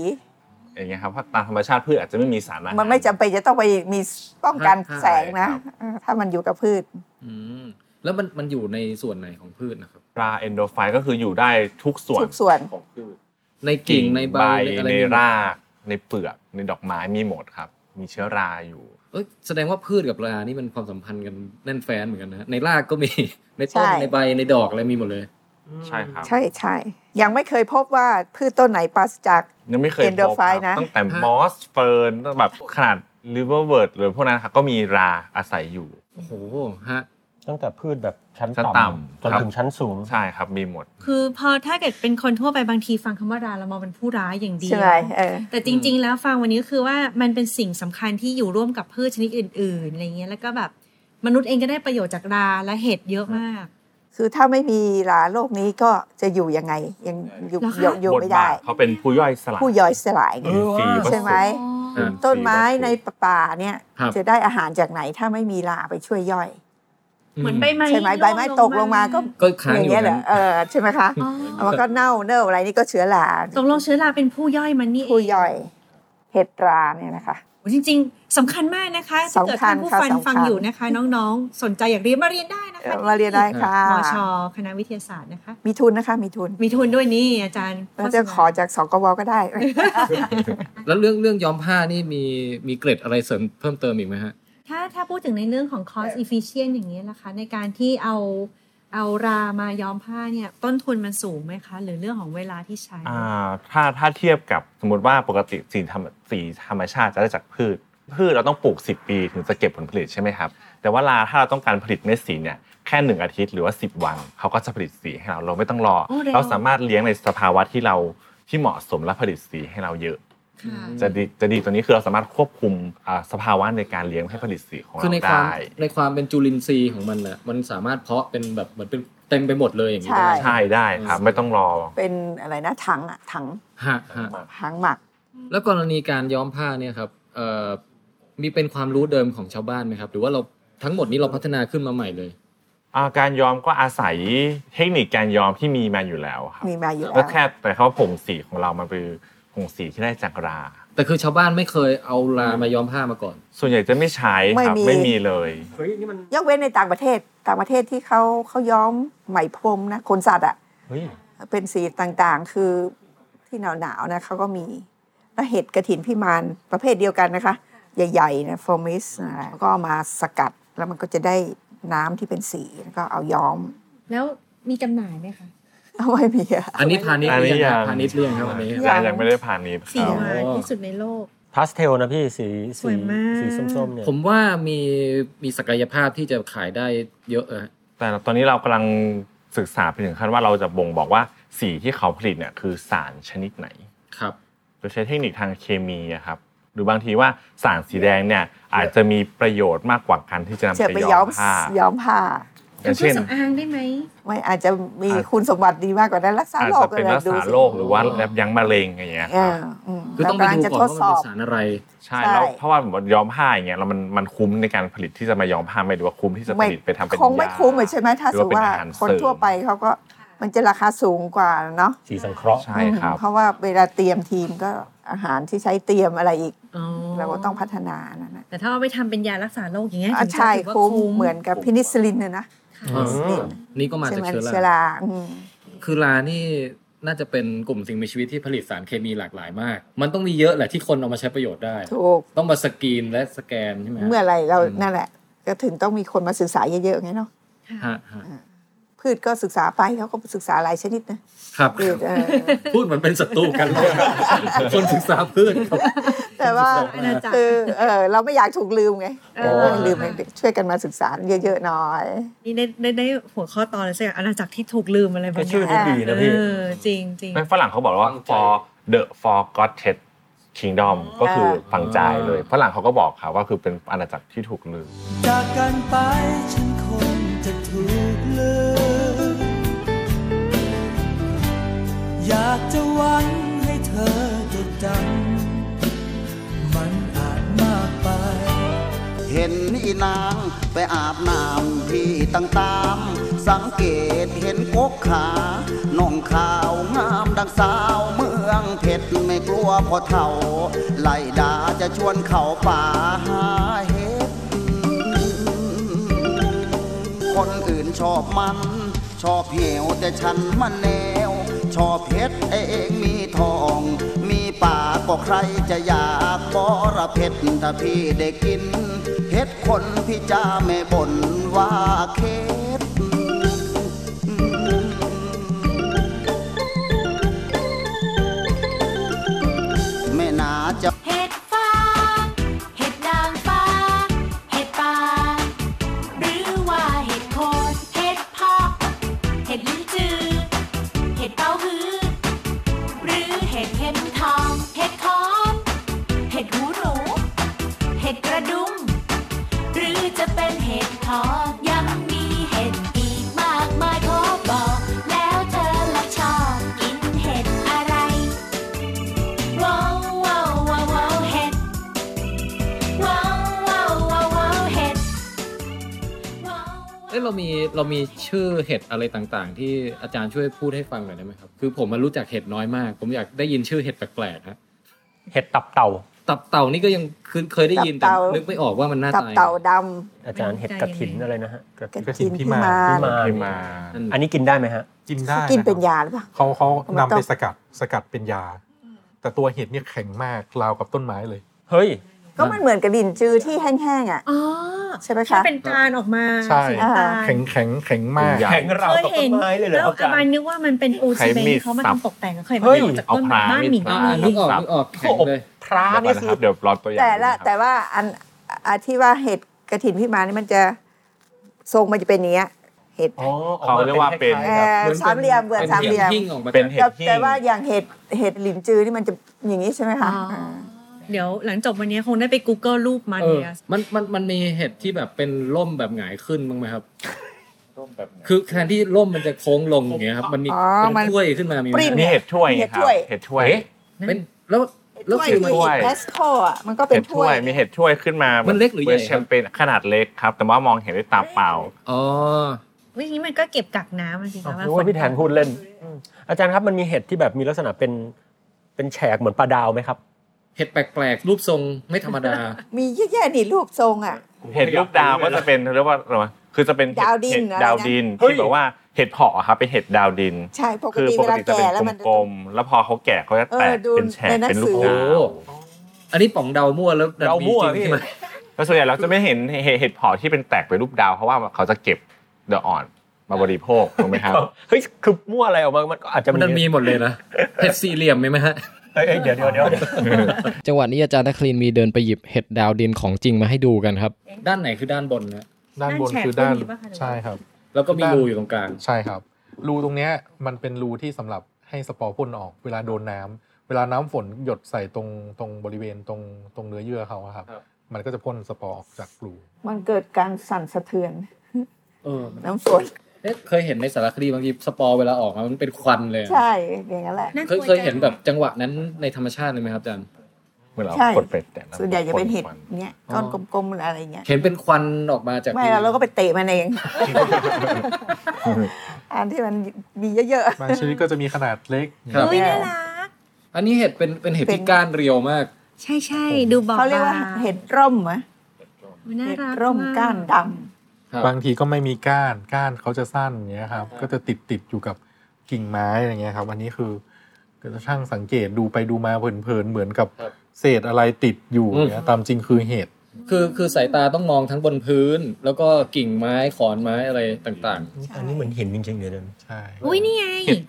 อย่างเงี้ยครับเพราะตามธรรมชาติพืชอาจจะไม่มีสารอาหาร
มันไม่จำเป็นจะต้องไปมีป้องกันแสงนะ
ใช่ครับ
เออถ้ามันอยู่กับพืช
อืมแล้วมันมันอยู่ในส่วนไหนของพืชนะครับ
ราเอนโดไฟก็คืออยู่ได้ทุกส่วน
ทุกส่วน
ของพืช
ในกิ่งในใบในอะไร
ใน
เนี่ย
ราก ในเปลือกในดอกไม้มีหมดครับ มีเชื้อราอยู่
เอ้ยแสดงว่าพืชกับรานี่มันความสัมพันธ์กันแน่นแฟนเหมือนกันนะในรากก็มี ในต้น
ใช่
ในใบในดอกอะไรมีหมดเลย
ใช่ครับ
ใช่ใช่ยังไม่เคยพบว่าพืชต้นไหนปราศจาก
ยังไม่เคย
เอ็นโด
พบ
ไฟน์
ครับ
นะ
ตั้งแต่มอสเฟิร์นแบบขนาดริเวอร์เวิร์ดหรือพวกนั้นครับก็มีราอาศัยอยู่
โอ้โหฮะ
ตั้งแต่พืชแบบชั้น
ชั้นต่ำ
จน
ครับ
ถึงชั้นสูง
ใช่ครับมีหมด
คือพอถ้าเกิดเป็นคนทั่วไปบางทีฟังคำว่าดาเรามองเป็นผู้ร้ายอย่างเดียว
ใช่ไหมเออ
แต่จริง ๆ แล้วฟังวันนี้ก็คือว่ามันเป็นสิ่งสำคัญที่อยู่ร่วมกับพืชชนิดอื่น ๆอะไรเงี้ยแล้วก็แบบมนุษย์เองก็ได้ประโยชน์จากราและเห็ดเยอะมาก
คือถ้าไม่มีหลาโลกนี้ก็จะอยู่ยังไงยังอยู่
เหรอคะ
อยู่อยู่
บท
ไม่
บา
ได้
ทเขาเป็นผู้ย่อยสลาย
ผู้ย่อยสลายไง
อินทรีย์วัสดุ
ใช่ไหม
อ๋อ
ต้นไม้ในป่าเนี่ย
ครับ
จะได้อาหารจากไหนถ้าไม่มีลาไปช่วยย่อย
เหมือนใบไม้
ใช่ไหมใบไม้ตกลงมาก็
ก็ค้าง
อย่าง
อยู่
เงี้ยเหร
นั้
อน เออใช่ไหมคะ
อ๋อ
เอามันก็เน่าเน่าอะไรนี่ก็เชื้อรา
ตกลงเชื้อราเป็นผู้ย่อยมันนี่เอง
ผู้ย่อยเห็ดราเนี่ยนะคะ
จริง ๆสำคัญมากนะคะถ้าเกิด
สำคั
ท่า
ญ
นผู้
ค่ะ
ฟัง
สำคั
ฟั
ญ
งอยู่นะคะ น้องๆ สนใจอยากเรียนมาเรียนได้นะ
เอ
คะ
อมาเรียนได้ค่ะ
มชคณะวิทยาศาสตร์นะคะ
มีทุนนะคะมีทุน
มีทุนด้วยนี่อาจารย์
เราจะขอจากสกวก็ได้
แล้วเรื่องเรื่องย้อมผ้านี่มีมีเกร็ดอะไรเสริมเพิ่มเติมอีกไหมฮะ
ถ้าถ้าพูดถึงในเรื่องของ cost efficient อย่างนี้ยนะคะ ในการที่เอาเอารามาย้อมผ้าเนี่ยต้นทุนมันสูงไหมคะ หรือเรื่องของเวลาที่ใช้
อ่าถ้าถ้าเทียบกับสมมติว่าปกติสีธรรมสีธรรมชาติจะได้จากพืช พืชเราต้องปลูก 10 ปีถึงจะเก็บผลผลิตใช่ไหมครับ แต่ว่าลาถ้าเราต้องการผลิตเม็ดสีเนี่ยแค่หนึ่งอาทิตย์หรือว่า 10 วันเขาก็จะผลิตสีให้เราเราไม่ต้องรอ
โอ้เร็ว
เราสามารถเลี้ยงในสภาวะที่เราที่เหมาะสมและผลิตสีให้เราเยอะ
ค่ะ
จะดีจะดีตัวนี้คือเราสามารถควบคุมอ่าสภาวะในการเลี้ยงให้ผลิตสีของ
คือ
เรา
ในความ
ได้
ในความเป็นจุลินทรีย์ของมันน่ะมันสามารถเพาะเป็นแบบเหมือนเป็นเต็มไปหมดเลยอย่างนี้
ใช่
ได้ไหม
ใช่ได้ครับไม่ต้องรอ
เป็นอะไรนะถังอะถัง
ฮะฮะ
ถังหมัก
แล้วกรณีการย้อมผ้าเนี่ยครับเอ่อมีเป็นความรู้เดิมของชาวบ้านไหมครับ หรือว่าเราทั้งหมดนี้เราพัฒนาขึ้นมาใหม่เลย
อ่าการย้อมก็อาศัยเทคนิคการย้อมที่มีมาอยู่แล้วครับ
มีมาอยู่
ก็
แล้ว
แค่แต่เขาผงสีของเรามันเป็นผงสีที่ได้จากรา
แต่คือชาวบ้านไม่เคยเอาลามาย้อมผ้ามาก่อน
ส่วนใหญ่จะไม่ใช้ครับ
ไม่มี
ไม่มีเลย
ยกเว้นในต่างประเทศต่างประเทศที่เขาเขาย้อมไหมพรมนะขนสัตว์อะ
เฮ้ย
เป็นสีต่างๆ คือที่หนาวๆนะเขาก็มีแล้วเห็ดกระถินพิมานประเภทเดียวกันนะคะ ใหญ่ๆนะโฟมิสก็เอามาสกัดแล้วมันก็จะได้น้ำที่เป็นสีแล้วก็เอาย้อม
แล้วมีจำหน่ายไหมคะ
เอาไว้เมีย
อันนี้พาณิชย์หรือยังครับพาณิชย์เรื่อยังครับอันนี้
ยั
ยังยังไม่ได้ผ่านนี้ค
สี
รับ
หวานที่สุดในโลก
พาสเทลนะพี่สี
สวยมาก
สีส้มๆเนี่ย
ผมว่ามีมีศักยภาพที่จะขายได้เยอะอะฮะ
แต่ตอนนี้เรากำลังศึกษาไปถึงขั้นว่าเราจะบ่งบอกว่าสีที่เขาผลิตเนี่ยคือสารชนิดไหน
ครับ
โดยใช้เทคนิคทางเคมีอะครับหรือบางทีว่าสารสีแดงเนี่ยอาจจะมีประโยชน์มากกว่าการที่จะนำ
จะ
ไป
ไป
ย้
ย้
อ
อ
ม
ม
ผ้า
ย้อมผ้า
อ
เป็
ย่าน ง
เครื่
เช่
อง
น
สำอางได้ไหม
ไม่อาจจะมี
อาจ
คุณสมบัติดีมากกว่านั้นรักษา
อาจ
โรค
จะเป็นรัก
ดู
ษา
สิ
โรคหรือว่าแบบยั้งมะเร็งอย่างเงี้ยค
เอ
รับ
ออืม
คือต้องไป
กำลั
ดู
จะ
ก่อน
ท
ว่ามันเป็
ดสอน บ
สารอะไร
ใช่
ใช่
แล้วเพราะว่าผมย้อมผ้าอย่างเงี้ยแล้วมันมันคุ้มในการผลิตที่จะมาย้อมผ้าไหมหรือว่าคุ้มที่จะผลิตไปทำเป็น
คงไม่
ยา
คุ้มเลยใช่ไหมถ้า
หรื
สมมติว่า
เป็อหร
คน
เสริม
ทั่วไปเขาก็มันจะราคาสูงกว่าเนาะ
สีสังเคราะห์
ใช่ครับ
อืมเพราะว่าเวลาเตรียมทีมก็อาหารที่ใช้เตรียมอะไรอีก
อ๋อ
เราก็ต้องพัฒนานั่นนะ
แต่ถ้าเอาไปทำเป็นยารักษาโรคอย่างเงี้ย
อ่ะ
ถึงจะ
ใช่
ถือว่า
คุ้ม
คุ้ม
เหมือนกับพินิซิลินนะนะ
ค่ะ
อ๋อ นี่ก็มาจาก
ไหม
เชื้อรา
เชื้อราอืม
คือลานี่น่าจะเป็นกลุ่มสิ่งมีชีวิตที่ผลิตสารเคมีหลากหลายมาก มันต้องมีเยอะแหละที่คนเอามาใช้ประโยชน์ได้
ถูก
ต้องมาสกรีนและสแกนใช่ไหมฮะ
เมื่อไหรเรานั่นแหละ ก็ถึงต้องมีคนมาศึกษาเยอะๆไงเนาะ
ฮะฮะ
พืชก็ศึกษาไปเขาก็ศึกษาหลายชนิดนะครับ พืชเออ
พูดเหมือนเป็นศัตรูกัน เลยคนศึกษาพืชครับ
แต่ว่า
อาณาจักร
คือเออเราไม่อยากถูกลืมไง
เอ
โ
อ
เออลืมไปช่วยกันมาศึกษาเยอะๆหน่อย
นี่ได้ได้ได้หัวข้อตอนเลยสักอย่างอาณาจักรที่ถูกลืมอะไรบางอย่าง
ชื่อนี้ดีนะพี่
เออจริงจริง
ในฝรั่งเขาบอกว่า for The Forgotten Kingdom ก็คือฝังใจเลยฝรั่งเขาก็บอกครับว่าคือเป็นอาณาจักรที่ถูกลืม
จากกันไปฉันคงจะถูกลืมอยากจะหวังให้เธอจดจำมันอาจมากไป
เห็นอีนางไปอาบน้ำที่ต่างๆ สังเกตเห็นกกขาน่องขาวงามดังสาวเมืองเพชรไม่กลัวพอเท่า ไล่ดาจะชวนเข้าป่าหาเห็ด คนอื่นชอบมัน ชอบเหวแต่ฉันมันแนว ชอบเพชรเองมีทอง มีป่าก็ใครจะอยากบอระเพ็ดถ้าพี่ได้กินเพชรคนพี่จะไม่บ่นว่าเค็ด แม่นาจะ
เห็ดฟางเห็ดนางฟ้า เห็ดป่า หรือว่าเห็ดโคนเห็ดเพาะเห็ดลิ้นจือ เห็ดเต้าหือ หรือเห็ดเข็มทอง เห็ดคอน เห็ดหูหนู เห็ดกระดุม หรือจะเป็นเห็ดทอดยังมีเห็ดอีกมากมายขอบอก แล้วเธอละชอบกินเห็ดอะไร ว้าวว้าวว้าวว้าวเห็ดว้าวว้าวว้าวว้าวเห็ดว้าว
เอ้ยเรามีเรามีชื่อเห็ดอะไรต่างๆ ที่อาจารย์ช่วยพูดให้ฟังหน่อยได้ไหมครับ คือผมมารู้จักเห็ดน้อยมาก ผมอยากได้ยินชื่อเห็ดแปลกๆฮะ
เห็ดตับเต่า
ตับเต่านี่ก็ยังคือเคยได้ยินแต่
ตับเต่านึ
นึกไม่ออกว่ามันหน้า
ตับ
ตาย
เต่าด
อาจารย์เห็ดกระถินอะไรนะฮะกระ
ำก
ถิน
ระถิน
กระถิ่นพิ
พิ
มาม
าน น
พิมาน
พิมา
นั่น
อันนี้กินได้ไหมฮะ
กินได้
กินเป็นะ
ครั
ยาหรือเปล่า
บเขาเขานำ
มันต้
ไป
อง
สกัดสกัดเป็นยา แต่ตัวเห็ดเนี่ยแข็งมากราวกับต้นไม้เลย
เฮ้ย
ก็มันเหมือนกระดินจือที่แห้งๆอ่ะ
อ๋อ
ใช่ไหม
ที่
คะ
เป็นการออกมา
ใช่
สีน้ำตาล
แข็งแข็งแข็งมาก
ใหญ่
แข็งราว
เคย
กับต้
เห็น
นไม้เลยเหรอ
แล้ว
อาจา
อารบาน
ย์
นึกว่ามันเป็นอู
ใคร
ซีเมน
มีด
ต์เขามา
สับ
ทำตกแต่งอะเคย
เฮ้
มาย จากต้นแบบบ้านหมิง
เอา
อ่า
พระ
นึกออกนึกออก
เขา
แข็ง
อบ
เลย
พระ
เดี๋ยวก่อ
นี่คื
นนะ
อ
ครับเดี๋ยวรอตัวอย่าง
แต่ละ
นะครับ
แต่ว่าอันอ่าที่ว่าเห็ดกระถินพิมานนี่มันจะทรงมันจะเป็นอย่างเนี้ยเห็ด
อ๋อออ
เขาเรียกว่าเป็น
ค
เอ
ล้ย
อสามเหลี่ยมเหมือนสามเหลี่ยม
ป็นหิ่งออกมา
เป็นเห็ด
แต่
ที่
แต่ว่าอย่างเห็ดเห็ดหลินจือนี่มันจะอย่างนี้ใช่ไหม
อ๋
คะ
อ
อ่า
เดี๋ยวหลังจบวันนี้คงได้ไป Google รูปมัน
เออ
เนี่ย
มันมันมันมีเห็ดที่แบบเป็นร่มแบบหงายขึ้นบ้างไหมครับ คือแทนที่ร่มมันจะโค้งลงอย่างเงี้ยครับ มันมี
อ๋อ
เป็น
มัน
ถ้วยขึ้นมามีไหม
ปริ่ม
นี่เห็ดถ้วย
เห็ด
ครั
ถ้
บ
วย
เห็ดถ้วย
เป็นแล้วแล้ว
ถ้วย
คือมัน
คือเห็ดแพสโคอ่ะมันก็เป็น
เห็ด
ถ้
ถ้
ว
วย
ย
มีเห็ดถ้วยขึ้นมา
มันเล็กหรือใหญ่
วแชมเปญขนาดเล็กครับ แต่ว่ามองเห็นด้วยตาเปล่า
อ๋อ
วิธีมันก็เก็บกักน้ำอะสิ
อ๋อ
คะ
นึกว่าพี่แทนพูดเล่นอืมอาจารย์ครับมันมีเห็ดที่แบบมีลักษณะเป็นเป็นแฉกเหมือนปลาดาวไหมครับ
เห็ดแปลกๆ รูปทรงไม่ธรรมดา
มีเยอะแยะนี่รูปทรงอ่ะ
เห็ดลูกดาวก็จะเป็นเรียกว่าอะไรวะคือจะเป็นเห็
ดาวดินอะไร
เห็
นะ
ดาวดิน
เฮ้ย
ที่บอกว่าเห็ดเผาะครับเป็นเห็ดดาวดิน
ใช่ปก
คือ
ติ
ป
เว
ก
ลา
ติจะ
แก่
เป็น
แล้วมัน
กลมๆแล้วพอเขาแก่เขาจะแตก
เออดู
เป็นแฉก
ในหนัง
เป็นลู
สื
ก
อ
ดา
โอ้
ว
อันนี้ป๋องเดามั่วแล้วน
เดามั่ว
จริง
พี่
ใช่ไหม
แล้วส่วนใหญ่เราจะไม่เห็นเห็ดเห็ดเผาะที่เป็นแตกเป็นรูปดาวเพราะว่าเขาจะเก็บเดอะอ่อนมาบริโภคถูกไหมครับ
เฮ้ยคือมั่วอะไรออกมามันก็อาจจะ
มันมีหมดเลยนะ เห็ดสี่เหลี่ยมมีไหมฮะ
เอ้ยเอ้ยเดี๋ยวเดี๋ยวเดี๋ยว
จังหวะนี้อาจารย์นครินทร์มีเดินไปหยิบเห็ดดาวดินของจริงมาให้ดูกันครับ
ด้านไหนคือด้านบนนะ
ด้านบนคือด้าน
แฉกพวกป่ะคะหรือว่า
ใช่ครับ
แล้วก็มีรูอยู่ตรงกลาง
ใช่ครับ รูตรงเนี้ยมันเป็นรูที่สำหรับให้สปอร์พ่นออก เวลาโดนน้ำเวลาน้ำฝนหยดใส่ตรงตรงบริเวณตรงตรงเนื้อเยื่อเขาอะครับ
ครับ
มันก็จะพ่นสปอร์ออกจากรู
มันเกิดการสั่นสะเทือน
เออ
น้ำฝน
เอ๊ะเคยเห็นในสารคดีบางทีสปอร์เวลาออกมามันเป็นควันเลยอะ
ใช่อย่างนั้นแหละ
น่าก
เคย
ลัว
เคยเห็นแบบจังหวะนั้นในธรรมชาติเลยไหมครับอาจารย์
เมื่อเรา
ใช่
กดเป็ดแต่ล
ส่วนใหญ่จะเป็นเห็ด
ควั
เนี้ย
อ๋
ก้
อ
อนกลมๆอะไรอย่างเงี้ย
เห็นเป็นควันออกมาจาก
ไม่แล้วเราก็ไปเตะมันเอง อันที่มันมีเยอะ
บางชนิดก็จะมีขนาดเล็ก
ครับ
เฮ้ยน่ารัก
อันนี้เห็ดเป็นเป็นเห็ดที่ก้านเรียวมาก
ใช่ใช่ๆดูบ
ๆ
อก
เขาเรียกว่าเห็ดร่มเหรอ
น่า
เห็ด
รัก
ร่มก้านดำ
ครับ
บางทีก็ไม่มีก้าน ก้านเขาจะสั้นอย่างเงี้ยครับ ก็จะติดติดอยู่กับกิ่งไม้อะไรเงี้ยครับ อันนี้คือก็จะช่างสังเกตดูไปดูมาเพลินๆเหมือนกับ
ครับ
เศษอะไรติดอยู่
อืม
เนี่ยตามจริงคือเห็ด
คือคือสายตาต้องมองทั้งบนพื้น แล้วก็กิ่งไม้ขอนไม้อะไรต่าง
อันนี้เหมือนหินจริงๆเลยนะ
ใช่
อุ้ยนี่ไง
เห็ด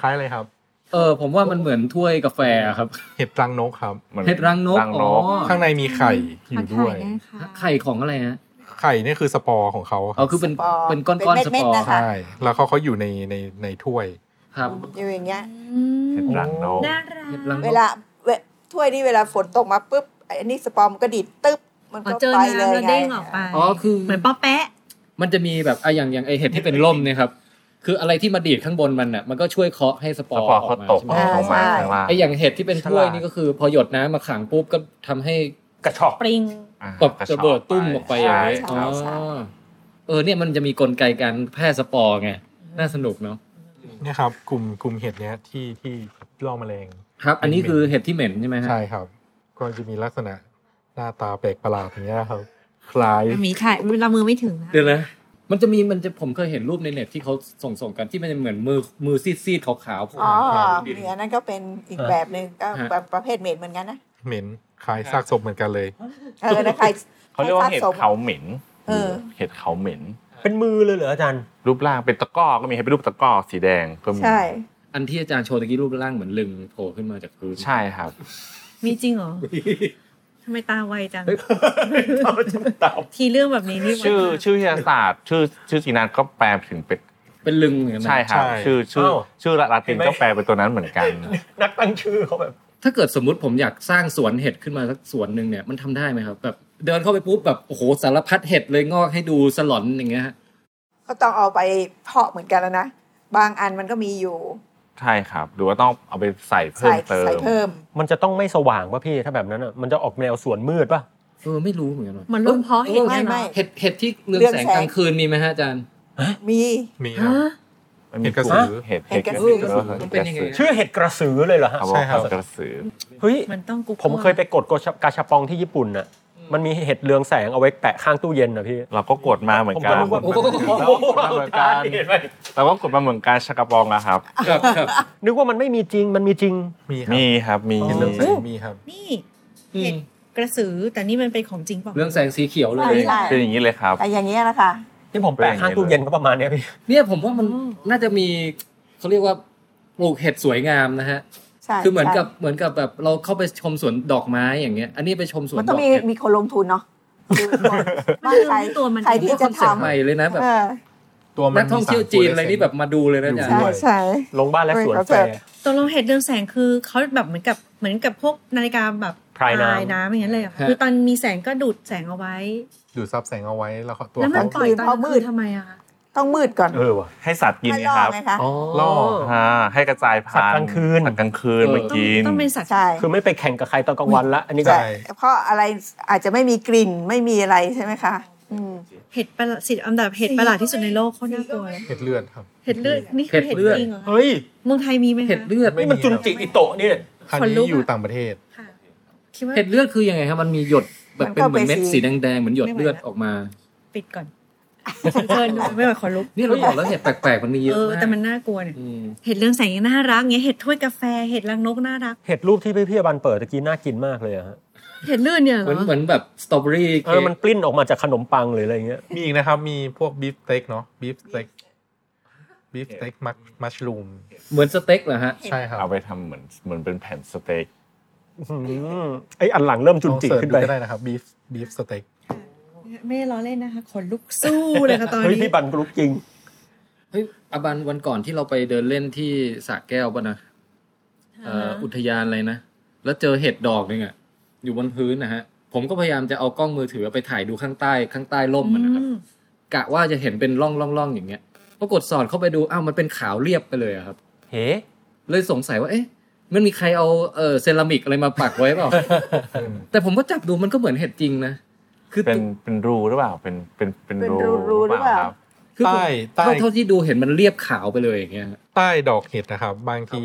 คล้ายอะไรครับ
ๆ เออ ผมว่ามันเหมือนถ้วยกาแฟครับ
เห็ดรังนกครับ
มัน
เห็ดรังนก
รังนก
อ๋อ
ข้างในมีไข่อยู่ด้วย
ไข่ของอะไรฮะ
ไข่เนี่ยคือสปอร์ของเขาค
อ๋อ
รับ
คือเป็น
ป
เป็นก้อนๆส
เม็ด
ปอ
ๆ
ร์
นะคะ
ใช่ แล้วเขาเขาอยู่ในในในถ้วย
ครับ
อยู่อย่างเงี้ย
เห็ดรังนก
น่ารัก
เห็ดรังนก
เวลาเวถ้วยนี่เวลาฝนตกมาปุ๊บไอันนี้สปอร์มก็ดีดตึ๊บ มัน
อ๋
ก็
อเจอ
ไป
น้ำ
เล
แล้
ยว ไง
เด้งออกไป
อ๋อคือ
เหมือนป๊อปแปะ
มันจะมีแบบไอะอย่างอย่างไอเห็ดที่เป็นร่มเนี่ยครับ คืออะไรที่มาดีดข้างบนมันอ่ะมันก็ช่วยเคาะให้สปอ
ส
ร์
ปอร์
อ
เขา
อกมา
ตก
ใช่ไหม
ลงมาข้างล่าง
ไออย่างเห็ดที่เป็นถ้วยนี่ก็คือ พอหยดน้ำมาขังปุ๊บก็ทำให้
กระชอก
ปริง
อ่า
ตกระเบิดตุ้มออกไปอย่างนี้อ๋
ใช่
อ
ใช่
เออเนี่ยมันจะมีกลไกการแพร่สปอร์ไงน่าสนุกเนาะ
เนี่ยครับกลุ่มกลุ่มเห็ดเนี้ยที่ที่ล่อแมลง
ครับ อันนี้คือเห็ดที่เหม็นใช่ไหมฮะ
ใช่ครับ ก็จะมีลักษณะหน้าตาแปลกประหลาดอย่างเงี้ยครับ คล้าย
มีถ่ายเรามือไม่ถึงนะ
เดี๋ยวนะมันจะมีมันจะผมเคยเห็นรูปในเน็ตที่เขาส่งส่งๆกันที่มันเหมือนมือมือซีดๆขาวๆโผล่
อ๋อ
มาครับ
เหนือนั่นก็เป็นอีกแบบหนึ่งก็
ฮะ
แบบประเภทเม็ดเหมือนกันนะ
เหม็นคล้ายซากศพเหมือนกันเลย
เอ อนะใคร
เขาเรียกว่าเห็ด
ใคสะสม
เขาเหม็น
เออ
เห็ดเขาเหม็น
เป็นมือเลยเหรออาจารย์
รูปร่างเป็นตะกร้อก็มีให้เป็นรูปตะกร้อสีแดงก็มี
ใช่
อันที่อาจารย์โชว์ตะกี้รูปร่างเหมือนลึงโผล่ขึ้นมาจากพื้น
ใช่ครับ
มีจริงเหรอทำไมตาไวจัง
เอา จารย์ตาม
ทีเรื่องแบบนี้นี่
ชื่อ
ไวมาก
ชื่อวิทยาศาสตร์ชื่อชื่อจีนันก็แปลถึงเป็น
เป็นลึงเหมือนกันนะ
ใช่ครับ
ใช่
ชื่อชื่อชื่อละตินก็แปลเป็นตัวนั้นเหมือนกัน
นักตั้งชื่อเขาแบบ
ถ้าเกิดสมมติผมอยากสร้างสวนเห็ดขึ้นมาสักสวนหนึ่งเนี่ยมันทำได้ไหมครับ แบบเดินเข้าไปปุ๊บแบบโอ้โหสารพัดเห็ดเลยงอกให้ดูสลอนอย่างเงี้ยฮะ
ก็ต้องเอาไปเพาะเหมือนกันแล้วนะ บางอันมันก็มีอยู่
ใช่ครับ หรือว่าต้องเอาไปใส่เพิ่
ใส่
มเติม
ใส่เพิ่ม
มันจะต้องไม่สว่างป่ะพี่ถ้าแบบนั้นอ่ะมันจะออกแนวสวนมืดป่ะ
เออไม่รู้เหมือนกันว่ะ
เหมันรุ่นเพาะเห็น
ไม่ไม่
เห็ดเห็ดที่เรืองแสงกลางคืนมีไหมฮะอาจารย์
มี
มี
ฮะ
มันมี
เห็ดกระสือ
เห็ด
เห็
เห็
ด
ด
ก
ก
ระ
ระ
สื
สื
อ
อ
มันเป็นยังไง
ชื่อเห็ดกระสือเลยเหรอฮะ
ครับ
ใช่ครับ
เห็ดกระสือ
เฮ้ย
มันต้องกุ๊ก
ผมเคยไปกดกดกาชาปองที่ญี่ปุ่นน่ะ มันมีเห็ดเรืองแสงเอาไว้แปะข้างตู้เย็นนะพี่
เราก็กดมาเหมือนกั
ผมก็
น
นึกว่า
โอ้โห
เราก็กดมาเหมือนกันเราก็กดมาเหมือนกันชากระบองนะครับ
ครับครับ
นึกว่ามันไม่มีจริงมันมีจริง
มีครับ
มีครับมี
เห็ดเรื่องแสงมีครับ
นี่
อื
เห็
ม
ดกระสือแต่นี่มันเป็นของจริงเปล่า
เรืองแสงสีเขียวเลย
ใช่
เป็นอย่างนี้เลยครับ
แต่อย่างเงี้ยนะคะ
ที่ผมแปะข้างตู้เย็นก็ประมาณเนี้ยพี่
เนี่ยผมว่ามันน่าจะมีเขาเรียกว่าปลูกเห็ดสวยงามนะฮะ
ใช่
คือเหมือนกับ
ใ
เหมือนกับแบบเราเข้าไปชมสวนดอกไม้อย่างเงี้ย อันนี้ไปชมส
ช่
วน
มัน
ด
ต้อ
อ
ง
ก
มี
เห็ด
มีคนลงทุนเนาะคือคน
ไม่รู้
ว่าใคร
ด้วยตัวมัน
ใครที่จะ
เสร็จใหม่
ทำ
เลยนะแบบ
เออ
ตัวมั
นั
น
ก
มี
ท่องเที่ยว
สาร
จีนอะไรนี่แบบมาดูเลยนะอาจารย์
ใช่ใช่
ลงบ้านและสวนแฟร์
ตกลงเห็ดเรืองแสงคือเขาแบบเหมือนกับเหมือนกับพวกนาฬิกาแบบ
พรายน้ำ
น้ำอย่างนั้นเลยเหรอ
ฮะ
คือตอนมีแสงก็ดูดแสงเอาไว้
ดูดซับแสงเอาไว้แล้วก็ตัว
แล้วมันป
เขา
ล่อยตอนกลางคืนทำไมอะคะ
ต้องมืดก่อน
เออว่ะ
ให้สัตว์กิน
ให้
นะ
ล่อ
ครับ
ไงคะ
อ๋อ
ล่อ
อ่าให้กระจายพันธุ์
สัตว์กลางคืน
สัตว์กลางคืน
เออ
มา
ต้อง
กิน
ต้องเป็นสัตว์
ใช่
คือไม่ไปแข่งกับใครตอนกลางวันละอันนี้ก็
แต่
ใช่
เพราะอะไรอาจจะไม่มีกลิ่นไม่มีอะไรใช่ไหมคะอืม
เห็ดประหลาดสิอันดับเห็ดประหลาดที่สุดในโลกเขาน่ากลัวเลย
เห็ดเลือดครับ
เห็ดเลือดนี่คือ
เห็
เห็
ด
ด
เลือด
จริงเหรอคะ
เฮ้ย
เมืองไทยมีไหมคะ
เห็ดเลือด
นี่มันจุนจิอิโตะเนี่ย
อัน
ขนลุกอะ
นี้อยู่ต่างประเทศ
ค่ะคิดว่า
เห็ดเลือดคือยังไงครับ มันมีหยดแบบ
มัน
เป็น
ก็
เหมือนเม็ด
ไปสี
สีแดงๆเหมือนหยด
ไม่ไหว
เลือด
แล้ว
ออกมา
ปิดก่อนเกินดูไม่ไหวขอลุก
นี่เราบอกแล้วเห็ดแปลกๆมันมีเยอะ
เออ
มาก
แต่มันน่ากลัวเนี่ย
อืม
เห็ดเรื่องแสงยังน่ารักเงี้ยเห็ดถ้วยกาแฟเห็ดรังนกน่ารัก
เห็ดรูปที่พี่พี่บันเปิดตะกี้น่ากินมากเลยอะฮะ
เห็ดเลื่อนเนี่ยเห
เห
ร
มือน
อ
เหมือนแบบสตรอเบอรี่
เออมันปลิ้นออกมาจากขนมปังหรืออะไรเงี้ย
มีอีกนะครับ มีพวกบีฟสเต็กเนาะบีฟสเต็กบีฟสเต็กมัชมัชรูม
เหมือนสเต็กเหรอฮะ
ใช่ครับ
เอาไปทำเหมือนเหมือนเป็นแผ่นสเต็ก
อืมไอยอันหลังเริ่มจุน
ลอง
จิ
เสิร์ช
ขึ้น
ดู
ไป
ก็ได้นะครับบีฟบีฟสเต็ก
ไม่ได้ล้อเล่นนะคะขนลุกสู้เลยค่ะตอน
เฮ้ย
นี้
พี่บันรู้จริง
เฮ้ยอาบันวันก่อนที่เราไปเดินเล่นที่สระแก้วป่ะนะเอ่ออุทยานอะไรนะ แล้วเจอเห็ดดอกหนึงอะอยู่บนพื้นนะฮะ ผมก็พยายามจะเอากล้องมือถือไปถ่ายดูข้างใต้ข้างใต้ร่มมันนะครับ
อืม
กะว่าจะเห็นเป็นร่องร่องร่องอย่างเงี้ย ปรากฏสอดเข้าไปดู อ้าว มันเป็นขาวเรียบไปเลยอะครับ
เฮ้
เลยสงสัยว่า เอ๊ะ มันมีใครเอาเออเซรามิกอะไรมาปักไว้เปล่า แต่ผมก็จับดูมันก็เหมือนเห็ดจริงนะ คือ
เป็นเป็นรูหรือเปล่าเป็นเป็นเป็น
เป็น
รู
รูรูหรือเปล่า
ครับ
คือผม
ใต้ใต้
เท่าเท่าที่ดูเห็นมันเรียบขาวไปเลยอย่างเงี้ยฮะ
ใต้ดอกเห็ดนะครับ บางที